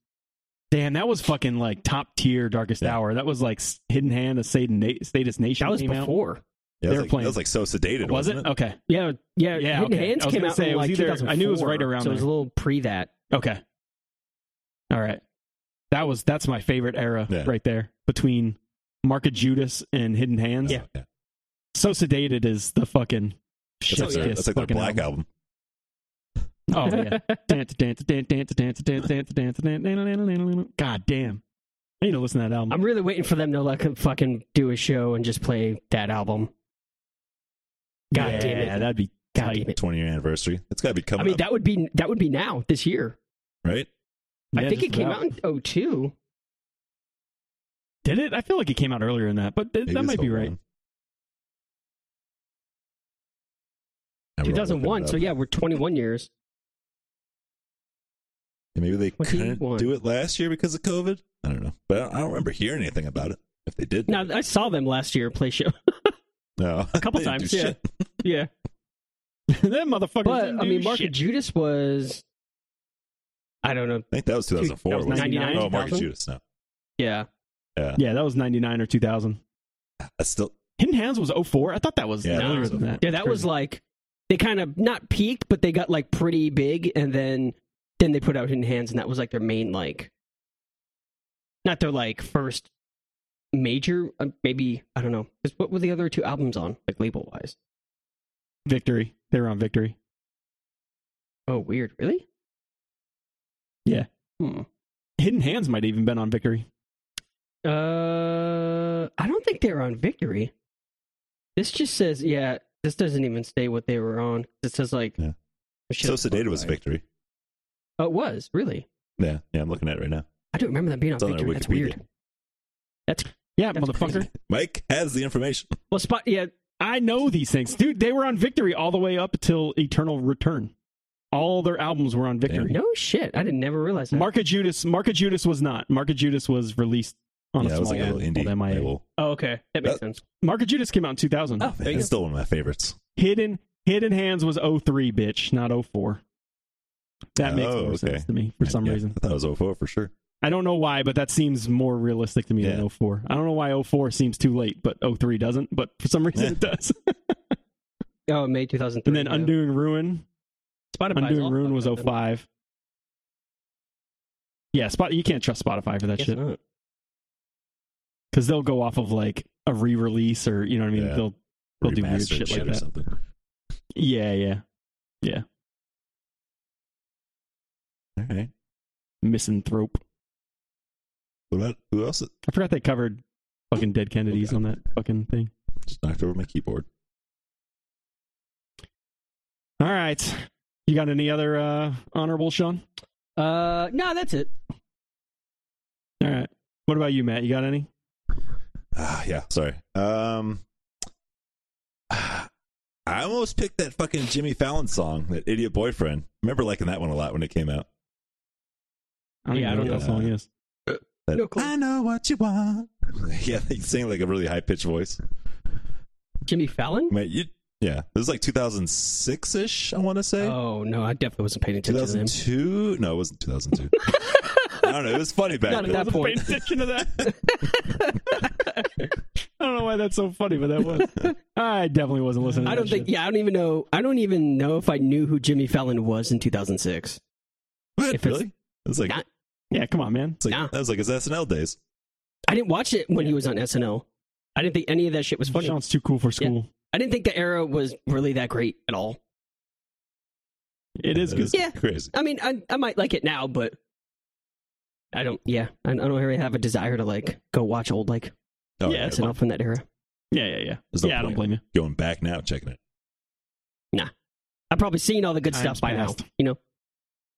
Speaker 3: Damn, that was fucking like top tier Darkest
Speaker 4: Yeah.
Speaker 3: Hour. That was like S- Hidden Hand, a Satan Na- Status Nation.
Speaker 2: That was
Speaker 3: came out.
Speaker 2: before.
Speaker 3: They
Speaker 4: Yeah, that was
Speaker 3: were
Speaker 4: like,
Speaker 3: playing-
Speaker 4: That was like so sedated,
Speaker 3: Was it?
Speaker 4: wasn't
Speaker 3: Okay,
Speaker 2: Yeah, yeah.
Speaker 3: Yeah,
Speaker 2: Hidden
Speaker 3: okay.
Speaker 2: Hands
Speaker 3: I was
Speaker 2: came
Speaker 3: gonna
Speaker 2: out.
Speaker 3: say,
Speaker 2: in
Speaker 3: it was
Speaker 2: like
Speaker 3: either- I knew it was
Speaker 2: 2004,
Speaker 3: right around
Speaker 2: So it was a
Speaker 3: there.
Speaker 2: little pre that.
Speaker 3: okay, all right. That was that's my favorite era
Speaker 4: Yeah.
Speaker 3: right there between Mark of Judas and Hidden Hands.
Speaker 4: Yeah, yeah.
Speaker 3: So sedated is the fucking.
Speaker 4: That's, like
Speaker 3: shit
Speaker 4: their,
Speaker 3: kiss
Speaker 4: that's like
Speaker 3: fucking
Speaker 4: their black album.
Speaker 3: Oh yeah, dance, dance, dance, dance, dance, dance, dance, dance, dance. God damn, I need to listen to that album.
Speaker 2: I'm really waiting for them to like fucking do a show and just play that album. God
Speaker 3: yeah,
Speaker 2: damn it!
Speaker 3: that'd be
Speaker 2: God
Speaker 3: tight.
Speaker 2: damn it!
Speaker 4: Twenty year anniversary. It's got to be
Speaker 2: I
Speaker 4: coming
Speaker 2: mean,
Speaker 4: up,
Speaker 2: that would be that would be now this year.
Speaker 4: right?
Speaker 2: I
Speaker 3: Yeah,
Speaker 2: think it
Speaker 3: just
Speaker 2: came
Speaker 3: about.
Speaker 2: out in 02.
Speaker 3: Did it? I feel like it came out earlier than that, but th-
Speaker 4: Maybe
Speaker 3: that
Speaker 4: it's
Speaker 3: might be
Speaker 4: hold
Speaker 3: right.
Speaker 4: on. I'm gonna look it
Speaker 2: 2001.
Speaker 4: up.
Speaker 2: So yeah, we're 21 years.
Speaker 4: And maybe they
Speaker 2: 21.
Speaker 4: couldn't do it last year because of COVID. I don't know, but I don't, I don't remember hearing anything about it. If they did,
Speaker 2: Now I saw them last year play show.
Speaker 4: no,
Speaker 2: a couple
Speaker 4: They didn't do
Speaker 2: times, yeah.
Speaker 4: shit.
Speaker 2: yeah,
Speaker 3: that motherfucker.
Speaker 2: but I mean, Mark and Judas was. I don't know.
Speaker 4: I think that was 2004.
Speaker 3: That was
Speaker 4: wasn't it?
Speaker 2: 99,
Speaker 4: Oh, Marcus
Speaker 2: 2000?
Speaker 4: Judas. No,
Speaker 2: Yeah,
Speaker 4: yeah,
Speaker 3: Yeah, that was 99 or 2000.
Speaker 4: that's still
Speaker 3: Hidden Hands was 04. I thought that was
Speaker 4: Yeah, that
Speaker 3: earlier
Speaker 2: was
Speaker 3: than that.
Speaker 2: Yeah, that was like they kind of not peaked, but they got like pretty big, and then then they put out Hidden Hands, and that was like their main like, not their like first major. Uh, maybe I don't know. 'Cause What were the other two albums on like label wise?
Speaker 3: Victory. They were on Victory.
Speaker 2: Oh, weird. Really?
Speaker 3: Yeah.
Speaker 2: Hmm.
Speaker 3: Hidden Hands might have even been on Vickery.
Speaker 2: Uh, I don't think they were on Victory. This just says, yeah, this doesn't even say what they were on. It says like,
Speaker 4: Yeah.
Speaker 2: Shit,
Speaker 4: So Sedata was
Speaker 2: right.
Speaker 4: victory.
Speaker 2: Oh, it was really.
Speaker 4: Yeah, yeah, I'm looking at it right now.
Speaker 2: I don't remember them being on
Speaker 4: It's on their
Speaker 2: Victory. That's
Speaker 4: Wikipedia.
Speaker 2: weird. That's
Speaker 3: Yeah,
Speaker 2: That's
Speaker 3: motherfucker.
Speaker 2: crazy.
Speaker 4: Mike has the information.
Speaker 2: well, spot. Yeah,
Speaker 3: I know these things, dude. They were on Victory all the way up until Eternal Return. All their albums were on Victory.
Speaker 2: no shit. I didn't never realize that.
Speaker 3: Marka Judas, Marka Judas was not. Marka Judas was released on
Speaker 4: yeah,
Speaker 3: a
Speaker 4: it was
Speaker 3: small
Speaker 4: like a little
Speaker 3: label
Speaker 4: indie
Speaker 3: called MIA.
Speaker 4: label.
Speaker 2: Oh, okay, that makes
Speaker 4: Uh,
Speaker 2: sense.
Speaker 3: Marka Judas came out in 2000.
Speaker 2: Oh, there you
Speaker 4: It's still one of my favorites.
Speaker 3: Hidden Hidden Hands was 03, bitch, not 04. That makes
Speaker 4: Oh,
Speaker 3: more
Speaker 4: okay.
Speaker 3: sense to me for some
Speaker 4: Yeah,
Speaker 3: reason.
Speaker 4: I thought it was 04 for sure.
Speaker 3: I don't know why, but that seems more realistic to me
Speaker 4: Yeah.
Speaker 3: than 04. I don't know why 04 seems too late, but 03 doesn't, but for some reason
Speaker 4: Yeah.
Speaker 3: it does.
Speaker 2: go. Oh, May 2003.
Speaker 3: And then
Speaker 2: yeah.
Speaker 3: Undoing Ruin
Speaker 2: Spotify's all
Speaker 3: Undoing Ruin was
Speaker 2: fucked up then.
Speaker 3: 05. Yeah, spot you can't trust Spotify for that
Speaker 2: Guess
Speaker 3: shit
Speaker 2: not.
Speaker 3: because they'll go off of like a re-release or you know what I mean.
Speaker 4: Yeah.
Speaker 3: They'll They'll do weird
Speaker 4: Remastered
Speaker 3: shit like
Speaker 4: or
Speaker 3: that.
Speaker 4: something.
Speaker 3: yeah yeah
Speaker 4: All right.
Speaker 3: misanthrope.
Speaker 4: What about who else?
Speaker 3: I forgot they covered fucking Dead Kennedys
Speaker 4: Okay.
Speaker 3: on that fucking thing.
Speaker 4: Just knocked over my keyboard.
Speaker 3: All right, you got any other uh honorable Sean?
Speaker 2: Uh, no, that's it.
Speaker 3: All right, what about you, Matt? You got any?
Speaker 4: Ah, yeah. Sorry. Um, I almost picked that fucking Jimmy Fallon song, that idiot boyfriend. remember liking that one a lot when it came out.
Speaker 3: I don't
Speaker 2: Yeah,
Speaker 3: even know
Speaker 2: I
Speaker 4: don't
Speaker 3: what that
Speaker 4: know.
Speaker 3: song is.
Speaker 4: That,
Speaker 2: No clue.
Speaker 4: I know what you want. yeah, they sing like a really high pitched voice.
Speaker 2: Jimmy Fallon.
Speaker 4: Mate, you, yeah, this is like 2006 ish. I want to say
Speaker 2: Oh no, I definitely wasn't paying attention to him.
Speaker 4: 2002. No, it wasn't 2002. I don't know. It was funny back
Speaker 2: Not at
Speaker 4: then.
Speaker 2: that point.
Speaker 3: attention to that. I don't know why that's so funny, but that was. I definitely wasn't listening. To
Speaker 2: I don't
Speaker 3: that
Speaker 2: think.
Speaker 3: shit.
Speaker 2: Yeah, I don't even know. I don't even know if I knew who Jimmy Fallon was in 2006.
Speaker 4: What?
Speaker 2: If it's-
Speaker 4: Really? It was like,
Speaker 2: Not-
Speaker 3: Yeah, come on, man.
Speaker 4: it's like
Speaker 2: nah.
Speaker 4: that was like his SNL days.
Speaker 2: I didn't watch it when he was on SNL. I didn't think any of that shit was funny.
Speaker 3: Sean's too cool for school.
Speaker 2: I didn't think the era was really that great at all.
Speaker 3: It is
Speaker 4: That
Speaker 3: good.
Speaker 2: Yeah.
Speaker 4: crazy.
Speaker 2: I mean, I, I might like it now, but I don't. Yeah, I, I don't really have a desire to like go watch old like
Speaker 4: Oh,
Speaker 3: Yeah,
Speaker 4: yeah,
Speaker 3: it's-
Speaker 2: SNL from that era.
Speaker 3: Yeah, yeah, yeah.
Speaker 4: There's no
Speaker 3: yeah, I don't
Speaker 4: point.
Speaker 3: blame you.
Speaker 4: going back now, checking it.
Speaker 2: I've probably seen all the good
Speaker 3: Time's
Speaker 2: stuff by
Speaker 3: passed.
Speaker 2: now. You know,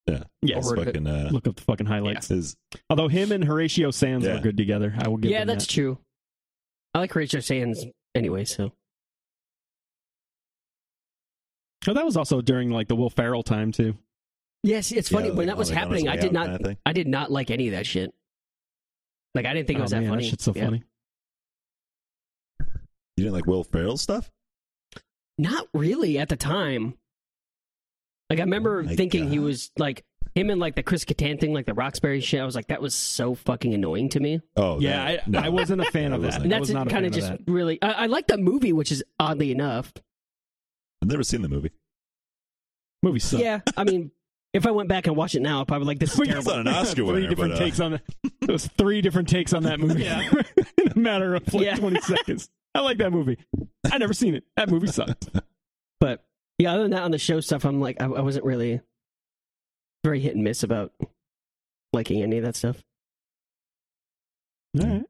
Speaker 3: Yeah,
Speaker 4: It's
Speaker 2: Or-
Speaker 4: fucking uh,
Speaker 3: look up the fucking highlights.
Speaker 4: his
Speaker 3: Although him and Horatio Sands
Speaker 4: Yeah.
Speaker 3: were good together, I will give.
Speaker 2: yeah,
Speaker 3: them
Speaker 2: that's
Speaker 3: that.
Speaker 2: true. I like Rachel Sands anyway, so
Speaker 3: Oh, that was also during like the Will Ferrell time too.
Speaker 2: yes, it's funny
Speaker 4: yeah,
Speaker 2: when
Speaker 4: like,
Speaker 2: that was
Speaker 4: like, on his
Speaker 2: happening. I
Speaker 4: way
Speaker 2: did
Speaker 4: out
Speaker 2: not.
Speaker 4: kinda thing.
Speaker 2: I did not like any of that shit. Like I didn't think it
Speaker 3: oh,
Speaker 2: was
Speaker 3: man,
Speaker 2: that funny.
Speaker 3: shit's so
Speaker 2: Yeah.
Speaker 3: funny.
Speaker 4: You didn't like Will Ferrell stuff?
Speaker 2: Not really at the time. Like I remember
Speaker 4: Oh my
Speaker 2: thinking he
Speaker 4: God.
Speaker 2: was like him and like the Chris Kattan thing, like the Roxbury shit. I was like, that was so fucking annoying to me.
Speaker 4: Oh,
Speaker 3: yeah, I,
Speaker 4: that- no.
Speaker 3: I wasn't a fan
Speaker 4: I
Speaker 3: of that.
Speaker 4: wasn't.
Speaker 2: And
Speaker 3: I
Speaker 2: that's
Speaker 3: was not a fan
Speaker 2: kind of
Speaker 3: of
Speaker 2: just
Speaker 3: that.
Speaker 2: really. I, I like the movie, which is oddly enough.
Speaker 4: I've never seen the movie.
Speaker 3: movie sucked.
Speaker 2: Yeah, I mean, if I went back and watched it now, I'd probably like this is
Speaker 3: We got
Speaker 2: terrible.
Speaker 4: not an Oscar
Speaker 3: three
Speaker 4: winner,
Speaker 3: different
Speaker 4: but, uh,
Speaker 3: takes on that. It was three different takes on that movie
Speaker 2: Yeah.
Speaker 3: in a matter of like
Speaker 2: Yeah.
Speaker 3: twenty seconds. I like that movie. I never seen it. That movie sucked.
Speaker 2: But yeah, other than that, on the show stuff, I'm like, I, I wasn't really very hit and miss about liking any of that stuff.
Speaker 3: All right.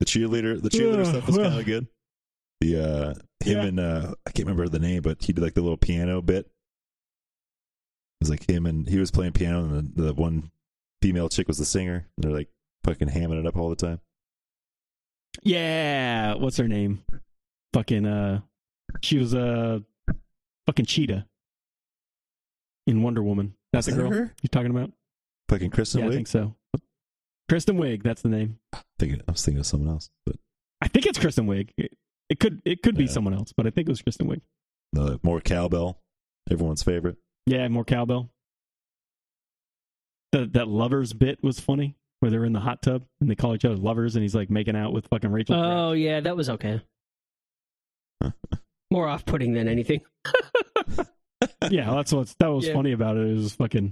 Speaker 4: The cheerleader, the cheerleader
Speaker 3: Ugh,
Speaker 4: stuff was kind
Speaker 3: well.
Speaker 4: of good. The uh, him
Speaker 3: Yeah.
Speaker 4: and uh, I can't remember the name, but he did like the little piano bit. It was like him and he was playing piano, and the, the one female chick was the singer. and They're like fucking hamming it up all the time.
Speaker 3: Yeah, what's her name? Fucking uh, she was a uh, fucking cheetah in Wonder Woman. That's the
Speaker 4: Is that
Speaker 3: girl
Speaker 4: her?
Speaker 3: you're talking about.
Speaker 4: Fucking Kristen
Speaker 3: yeah, I
Speaker 4: Wiig.
Speaker 3: think so. Kristen Wiig, that's the name.
Speaker 4: Thinking- I was thinking of someone else, but
Speaker 3: I think it's Kristen Wiig. It, it could it could be
Speaker 4: Yeah.
Speaker 3: someone else, but I think it was Kristen Wiig.
Speaker 4: the more cowbell, everyone's favorite.
Speaker 3: Yeah, more cowbell. The, that lovers bit was funny, where they're in the hot tub and they call each other lovers, and he's like making out with fucking Rachel. Dratch.
Speaker 2: Oh yeah, that was okay. More off-putting than anything.
Speaker 3: yeah, that's what's that was
Speaker 2: Yeah.
Speaker 3: funny about it. It was fucking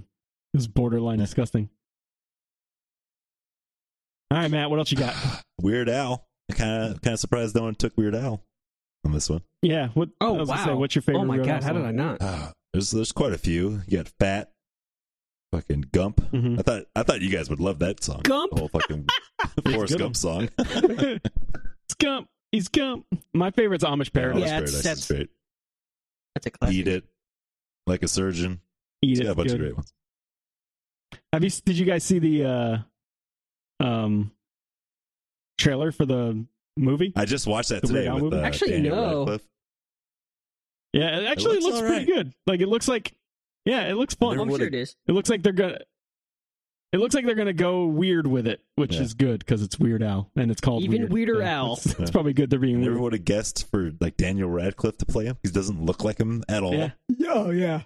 Speaker 3: it was borderline disgusting. All right, Matt, what else you got?
Speaker 4: Weird Al. I kind of kind of surprised no one took Weird Al on this one.
Speaker 3: Yeah, what?
Speaker 2: Oh,
Speaker 3: I was gonna
Speaker 2: wow.
Speaker 3: Say, what's your favorite?
Speaker 2: oh my
Speaker 3: Weird Al
Speaker 2: god, how did
Speaker 3: song?
Speaker 2: I not?
Speaker 4: Ah, there's there's quite a few. You got Fat, fucking Gump.
Speaker 3: Mhm.
Speaker 4: I thought I thought you guys would love that song.
Speaker 2: Gump?
Speaker 4: the whole fucking Forrest
Speaker 3: good
Speaker 4: Gump
Speaker 3: one.
Speaker 4: song.
Speaker 3: Mm-hmm. Scump. He's Gump. My favorite's Amish Paradise.
Speaker 4: Paradise
Speaker 2: Yeah, it's-
Speaker 4: Paradise
Speaker 2: that's-
Speaker 4: is great.
Speaker 2: That's a classic.
Speaker 4: Eat it like a surgeon.
Speaker 3: Eat
Speaker 4: It's
Speaker 3: It.
Speaker 4: got a bunch
Speaker 3: Good.
Speaker 4: of great ones.
Speaker 3: Have you? Did you guys see the uh, um trailer for the movie?
Speaker 4: I just watched that
Speaker 3: The Weird
Speaker 4: today
Speaker 3: Al
Speaker 4: with uh,
Speaker 3: movie?
Speaker 2: Actually,
Speaker 4: Daniel
Speaker 2: no.
Speaker 4: Radcliffe.
Speaker 3: Yeah, it actually
Speaker 4: looks
Speaker 3: looks,
Speaker 4: all
Speaker 3: pretty good. Like it looks like, yeah, it looks fun.
Speaker 4: Never
Speaker 2: Oh, I'm
Speaker 4: would've-
Speaker 2: sure it is.
Speaker 3: It looks like they're gonna. It looks like they're gonna go weird with it, which
Speaker 4: Yeah.
Speaker 3: is good because it's Weird Al and it's called
Speaker 2: Even
Speaker 3: Weird.
Speaker 2: weirder
Speaker 3: Yeah,
Speaker 2: Al.
Speaker 3: It's, it's probably good they're being
Speaker 4: Never
Speaker 3: weird.
Speaker 4: would have guessed for like Daniel Radcliffe to play him. He doesn't look like him at all.
Speaker 3: Yeah. Oh yeah.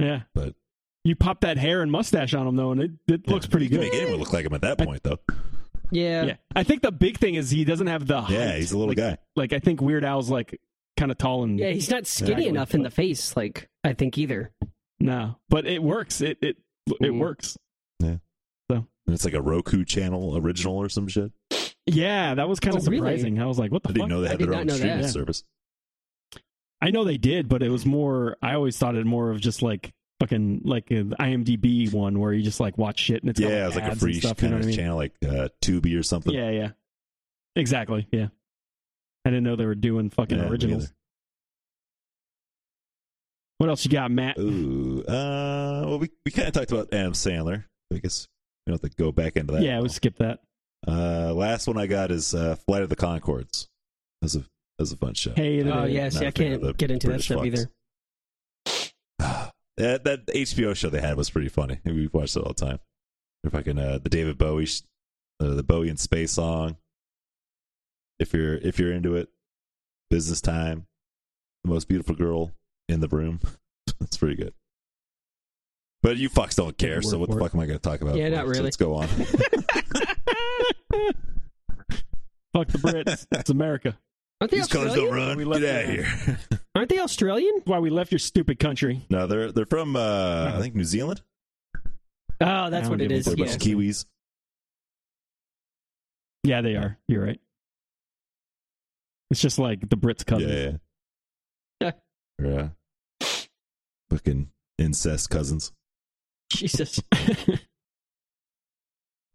Speaker 3: Yeah.
Speaker 4: But-
Speaker 3: you pop that hair and mustache on him though, and it, it looks pretty
Speaker 4: You can
Speaker 3: good.
Speaker 4: Make anyone look like him at that
Speaker 3: I-
Speaker 4: point, though.
Speaker 2: Yeah.
Speaker 3: Yeah, I think the big thing is he doesn't have the. Height.
Speaker 4: Yeah, he's a little
Speaker 3: like,
Speaker 4: guy.
Speaker 3: Like I think Weird Al's like kind of tall and
Speaker 2: Yeah, he's not skinny
Speaker 3: Yeah.
Speaker 2: enough in the face, like I think either.
Speaker 3: no, but it works. It it it
Speaker 2: Mhm.
Speaker 3: works.
Speaker 4: And it's like a Roku channel original or some shit.
Speaker 3: Yeah, that was kind of
Speaker 2: Oh, really?
Speaker 3: surprising. I was like, what the
Speaker 4: I
Speaker 3: fuck?
Speaker 4: didn't know they
Speaker 2: I
Speaker 4: had
Speaker 2: did
Speaker 4: their
Speaker 2: not
Speaker 4: own
Speaker 2: know
Speaker 4: streaming
Speaker 3: that.
Speaker 4: service.
Speaker 3: I know they did, but it was more. I always thought it more of just like fucking like an IMDb one where you just like watch shit and it's got,
Speaker 4: yeah, it was like
Speaker 3: ads
Speaker 4: a
Speaker 3: and
Speaker 4: free
Speaker 3: stuff, you
Speaker 4: kind
Speaker 3: know
Speaker 4: of
Speaker 3: what I mean?
Speaker 4: channel, like uh, Tubi or something.
Speaker 3: Yeah, yeah, exactly. Yeah, I didn't know they were doing fucking
Speaker 4: Yeah, me
Speaker 3: originals.
Speaker 4: either.
Speaker 3: What else you got, Matt?
Speaker 4: Ooh. Uh, well, we, we kind of talked about Adam Sandler. I guess we don't have to go back into that.
Speaker 3: yeah, we skip that.
Speaker 4: Uh, last one I got is uh, Flight of the Concords. That's a that's a fun show.
Speaker 3: Hated
Speaker 2: Oh
Speaker 3: it.
Speaker 2: yeah,
Speaker 4: Not
Speaker 2: see
Speaker 4: a
Speaker 2: I
Speaker 4: fan of the
Speaker 2: can't get into that
Speaker 4: British
Speaker 2: stuff
Speaker 4: fucks.
Speaker 2: either.
Speaker 4: That, that HBO show they had was pretty funny. We watched it all the time. If I can, uh, the David Bowie, sh- uh, the Bowie in Space song. If you're if you're into it, Business Time, the most beautiful girl in the room. That's pretty good. But you fucks don't care, so
Speaker 3: Word
Speaker 4: what the
Speaker 3: for it.
Speaker 4: fuck am I going to talk about?
Speaker 2: Yeah,
Speaker 4: for
Speaker 2: not
Speaker 4: it?
Speaker 2: really.
Speaker 4: So let's go on.
Speaker 3: Fuck the Brits. it's America.
Speaker 2: Aren't they
Speaker 4: These cars don't
Speaker 2: Australian?
Speaker 4: run.
Speaker 3: We
Speaker 4: Get
Speaker 3: left
Speaker 4: out of
Speaker 3: it.
Speaker 4: here.
Speaker 2: Aren't they Australian? Oh,
Speaker 3: That's why we left your stupid country.
Speaker 4: no, they're they're from uh, I think New Zealand.
Speaker 2: Oh, that's
Speaker 3: don't
Speaker 2: what it
Speaker 3: give a
Speaker 2: is.
Speaker 4: They're a
Speaker 3: fuck
Speaker 2: Yeah.
Speaker 4: bunch of Kiwis.
Speaker 3: Yeah, they are. You're right. It's just like the Brits cousins.
Speaker 4: Yeah,
Speaker 2: Yeah.
Speaker 4: yeah. Or, uh, fucking incest cousins.
Speaker 2: Jesus.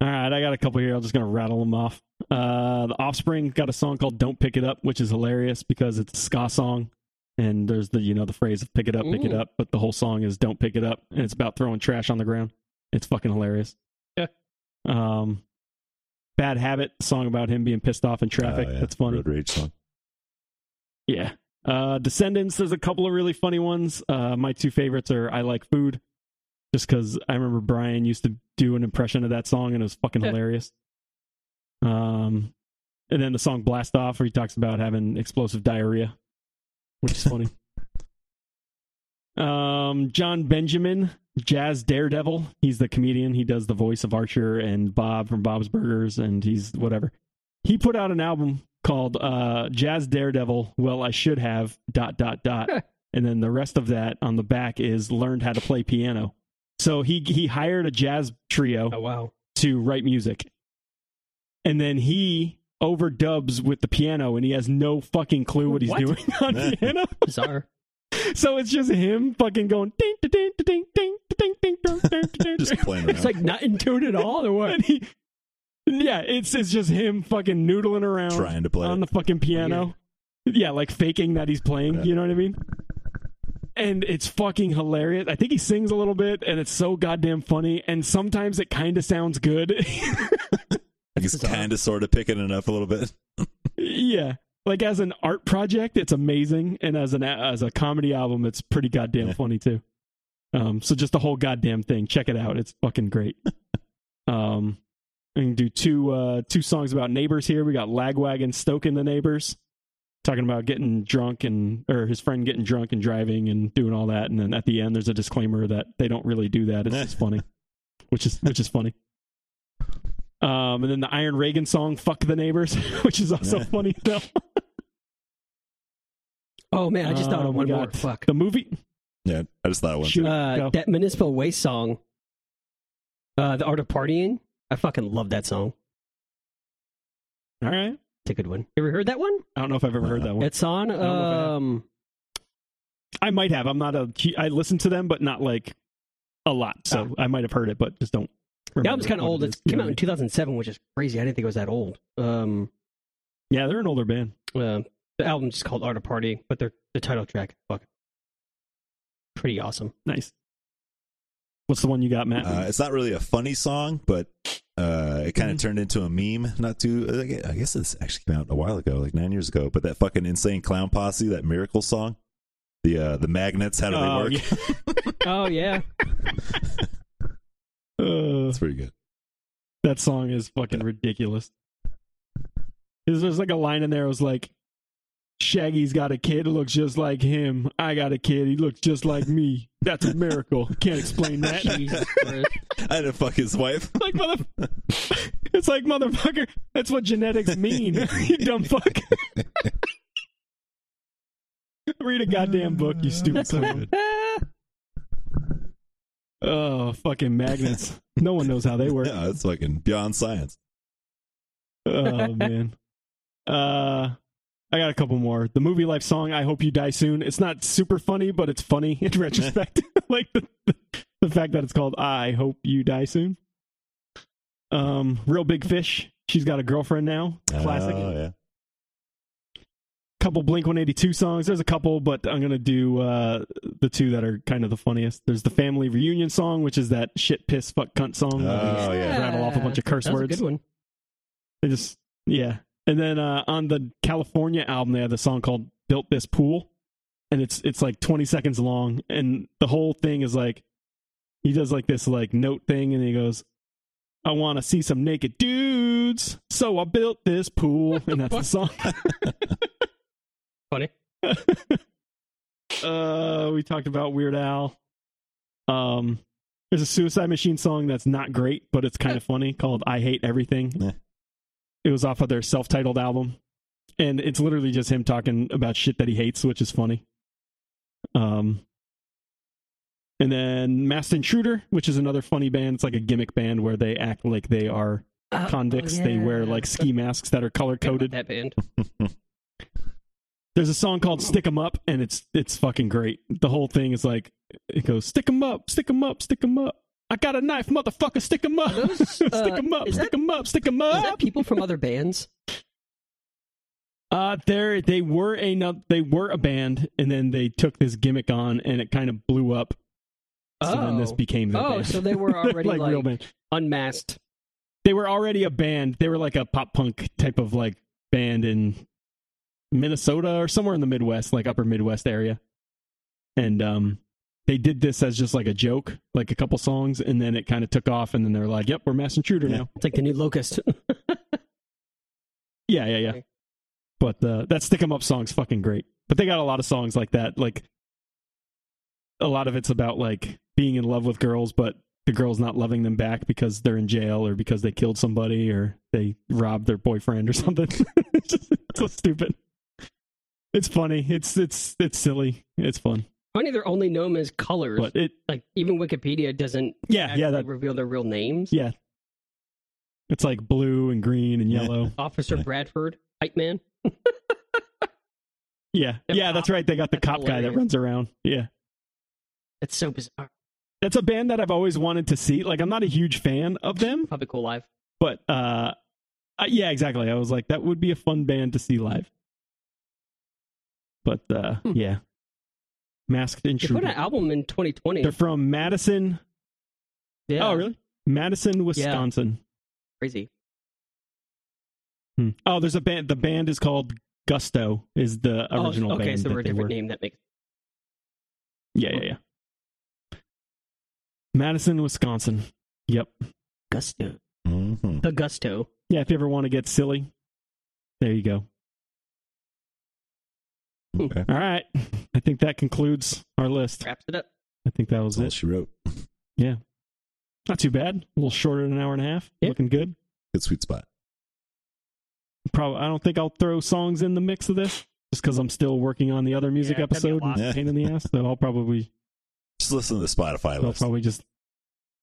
Speaker 3: All right, I got a couple here. I'm just gonna rattle them off. Uh, the Offspring got a song called "Don't Pick It Up," which is hilarious because it's a ska song, and there's the you know the phrase of "pick it up, pick it
Speaker 2: Ooh.
Speaker 3: up," but the whole song is "Don't pick it up," and it's about throwing trash on the ground. It's fucking hilarious.
Speaker 2: Yeah.
Speaker 3: Um, Bad Habit song about him being pissed off in traffic.
Speaker 4: Oh, yeah.
Speaker 3: That's funny.
Speaker 4: Road rage song.
Speaker 3: Yeah. Uh, Descendants, there's a couple of really funny ones. Uh, my two favorites are I Like Food, just because I remember Brian used to do an impression of that song and it was fucking
Speaker 2: Yeah.
Speaker 3: hilarious. Um, and then the song Blast Off, where he talks about having explosive diarrhea, which is funny. um, John Benjamin, Jazz Daredevil. He's the comedian. He does the voice of Archer and Bob from Bob's Burgers, and he's whatever he put out an album called uh, Jazz Daredevil. Well, I should have dot dot dot, and then the rest of that on the back is learned how to play piano. So he he hired a jazz trio
Speaker 2: Oh wow.
Speaker 3: to write music. And then he overdubs with the piano and he has no fucking clue what he's
Speaker 2: What?
Speaker 3: doing on piano.
Speaker 2: Bizarre.
Speaker 3: So it's just him fucking going ding ding ding ding ding ding ding ding ding
Speaker 4: Just playing around.
Speaker 2: It's like not in tune at all or what?
Speaker 3: and he, yeah, it's it's just him fucking noodling around
Speaker 4: trying to play.
Speaker 3: on
Speaker 4: it.
Speaker 3: the fucking piano. Yeah, like faking that he's playing.
Speaker 4: Yeah.
Speaker 3: You know what I mean? And it's fucking hilarious. I think he sings a little bit, and it's so goddamn funny. And sometimes it kind of sounds good.
Speaker 4: He's kind of sort of picking it up a little bit.
Speaker 3: yeah, like as an art project, it's amazing, and as an as a comedy album, it's pretty goddamn
Speaker 4: Yeah.
Speaker 3: funny too. Um, so just the whole goddamn thing, check it out. It's fucking great. um, I can do two uh two songs about neighbors here. We got Lagwagon stoking the neighbors, talking about getting drunk and or his friend getting drunk and driving and doing all that. And then at the end, there's a disclaimer that they don't really do that. It's just funny, which is which is funny. Um, and then the Iron Reagan song "Fuck the Neighbors," which is also
Speaker 4: Yeah.
Speaker 3: funny. though.
Speaker 2: Oh man, I just thought
Speaker 3: Uh,
Speaker 2: of
Speaker 3: we
Speaker 2: one more.
Speaker 3: got
Speaker 2: Fuck.
Speaker 3: The movie,
Speaker 4: Yeah, I just thought I
Speaker 3: Shoot.
Speaker 4: wanted.
Speaker 2: Uh,
Speaker 3: Go.
Speaker 2: that municipal waste song. Uh, the art of partying. I fucking love that song.
Speaker 3: all right.
Speaker 2: It's a good one. You ever heard that one?
Speaker 3: I don't know if I've ever heard that one.
Speaker 2: It's on.
Speaker 3: don't know if I have.
Speaker 2: Um,
Speaker 3: I might have. I'm not a. I listen to them, but not like a lot, so
Speaker 2: Ah.
Speaker 3: I might have heard it, but just don't.
Speaker 2: The
Speaker 3: remember
Speaker 2: album's kind of
Speaker 3: what
Speaker 2: old.
Speaker 3: it
Speaker 2: It
Speaker 3: is, you
Speaker 2: came
Speaker 3: know
Speaker 2: out
Speaker 3: what I
Speaker 2: in 2007, which is crazy. I didn't think it was that old. Um,
Speaker 3: mean? Yeah, they're an older band.
Speaker 2: uh, the album's just called Art of Party, but their the title track, is fucking pretty awesome.
Speaker 3: Nice. What's the one you got, Matt?
Speaker 4: Uh, it's not really a funny song, but uh, it kind of
Speaker 3: Mhm.
Speaker 4: turned into a meme. Not too. uh, I gue- I guess this actually came out a while ago, like nine years ago. But that fucking insane clown posse, that miracle song, the uh, the magnets. How do they
Speaker 3: Oh,
Speaker 4: work?
Speaker 3: yeah.
Speaker 2: Oh yeah,
Speaker 3: Uh,
Speaker 4: That's pretty good.
Speaker 3: that song is fucking ridiculous. There's, there's like a line in there. It was like, Shaggy's got a kid who looks just like him. I got a kid. He looks just like me. That's a miracle. Can't explain that.
Speaker 2: Jesus Christ.
Speaker 4: I didn't fuck his wife.
Speaker 3: like mother it's like motherfucker that's what genetics mean you dumb fuck read a goddamn book you stupid
Speaker 4: So
Speaker 3: clown.
Speaker 4: good.
Speaker 3: oh fucking magnets no one knows how they work
Speaker 4: Yeah, it's fucking beyond science.
Speaker 3: oh man uh i got a couple more the movie life song i hope you die soon it's not super funny but it's funny in retrospect like the, the, the fact that it's called i hope you die soon um real big fish she's got a girlfriend now classic
Speaker 4: Oh, yeah.
Speaker 3: couple Blink 182 songs. There's a couple, but I'm gonna do uh, the two that are kind of the funniest. There's the family reunion song, which is that shit piss fuck cunt song.
Speaker 4: Oh, yeah.
Speaker 3: rattle off a bunch of curse
Speaker 2: That was
Speaker 3: words.
Speaker 2: A good one.
Speaker 3: They just yeah. And then uh, on the California album, they had the song called "Built This Pool," and it's it's like 20 seconds long, and the whole thing is like he does like this like note thing, and he goes. I want to see some naked dudes, so I built this pool, and that's the song.
Speaker 2: Funny.
Speaker 3: uh we talked about weird al um there's a suicide machine song that's not great but it's kind of funny called i hate everything
Speaker 4: Yeah.
Speaker 3: it was off of their self-titled album and it's literally just him talking about shit that he hates which is funny um and then masked intruder which is another funny band it's like a gimmick band where they act like they are
Speaker 2: Uh,
Speaker 3: convicts
Speaker 2: oh,
Speaker 3: they wear
Speaker 2: yeah.
Speaker 3: like ski masks that are color
Speaker 2: Forgot about
Speaker 3: coded
Speaker 2: That band.
Speaker 3: there's a song called "Stick 'Em Up" and it's it's fucking great. The whole thing is like it goes "Stick 'Em Up, Stick 'Em Up, Stick 'Em Up." I got a knife, motherfucker. Stick 'Em Up,
Speaker 2: Are those,
Speaker 3: Stick 'Em
Speaker 2: uh,
Speaker 3: up,
Speaker 2: is
Speaker 3: Stick 'Em up, Stick 'Em
Speaker 2: Is that
Speaker 3: up.
Speaker 2: people from other bands?
Speaker 3: Uh, there they were a no- they were a band, and then they took this gimmick on, and it kind of blew up. So then this
Speaker 2: Oh.
Speaker 3: became the
Speaker 2: Oh,
Speaker 3: band.
Speaker 2: so they were already
Speaker 3: like, real
Speaker 2: like-
Speaker 3: band.
Speaker 2: Unmasked.
Speaker 3: They were already a band. They were like a pop punk type of like band in Minnesota or somewhere in the Midwest, like upper Midwest area. And um they did this as just like a joke, like a couple songs, and then it kind of took off and then they're like, Yep, we're Mass Intruder
Speaker 4: Yeah.
Speaker 3: now.
Speaker 2: It's like the new Locust.
Speaker 3: Yeah, yeah, yeah.
Speaker 2: Okay.
Speaker 3: But uh, that stick 'em up song's fucking great. But they got a lot of songs like that. Like a lot of it's about like being in love with girls, but the girls not loving them back because they're in jail or because they killed somebody or they robbed their boyfriend or something. it's just it's so stupid. It's funny. It's it's it's silly. It's fun.
Speaker 2: Funny, they're only known as colors.
Speaker 3: But it
Speaker 2: Like even Wikipedia doesn't
Speaker 3: yeah,
Speaker 2: actually
Speaker 3: yeah, that
Speaker 2: reveal their real names.
Speaker 3: Yeah. it's like blue and green and
Speaker 4: Yeah.
Speaker 3: yellow.
Speaker 2: Officer Bradford, hype man.
Speaker 3: Yeah.
Speaker 2: The
Speaker 3: Yeah, that's
Speaker 2: cop.
Speaker 3: right. They got the
Speaker 2: That's
Speaker 3: cop guy that
Speaker 2: hilarious.
Speaker 3: runs around. Yeah.
Speaker 2: That's so bizarre.
Speaker 3: that's a band that I've always wanted to see. Like, I'm not a huge fan of them,
Speaker 2: Probably cool live.
Speaker 3: but uh, uh, yeah, exactly. I was like, that would be a fun band to see live. But uh,
Speaker 2: Hmm.
Speaker 3: yeah, Masked
Speaker 2: They put an
Speaker 3: Intruder.
Speaker 2: album in 2020.
Speaker 3: They're from Madison.
Speaker 2: yeah,
Speaker 3: Oh, really? Madison, Wisconsin.
Speaker 2: Crazy.
Speaker 3: Hmm. Oh, there's a band. The band is called Gusto. Is the original
Speaker 2: oh, okay,
Speaker 3: band
Speaker 2: so
Speaker 3: that
Speaker 2: we're a
Speaker 3: they were.
Speaker 2: different name. That makes
Speaker 3: Yeah, yeah, yeah. Madison, Wisconsin. Yep.
Speaker 2: Gusto.
Speaker 4: Mhm.
Speaker 2: The Gusto.
Speaker 3: Yeah, if you ever want to get silly, there you go.
Speaker 4: Okay.
Speaker 3: All right. I think that concludes our list.
Speaker 2: Wraps it up.
Speaker 3: I think that was
Speaker 4: That's all
Speaker 3: it.
Speaker 4: she wrote.
Speaker 3: Not too bad. A little shorter than an hour and a half.
Speaker 2: Yeah.
Speaker 3: Looking good.
Speaker 4: Good sweet spot.
Speaker 3: Probably. I don't think I'll throw songs in the mix of this just because I'm still working on the other music
Speaker 2: Yeah, that'd be a
Speaker 3: episode.
Speaker 2: lot.
Speaker 3: and Pain in the ass. So I'll probably.
Speaker 4: Just listen to the Spotify
Speaker 3: I'll
Speaker 4: list.
Speaker 3: probably just.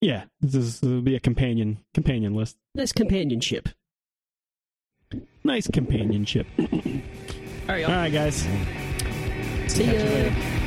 Speaker 3: Yeah, this is, this will be a companion companion list.
Speaker 2: Nice companionship.
Speaker 3: Nice companionship.
Speaker 2: All right, y'all.
Speaker 3: All right, guys.
Speaker 2: See ya.
Speaker 3: later.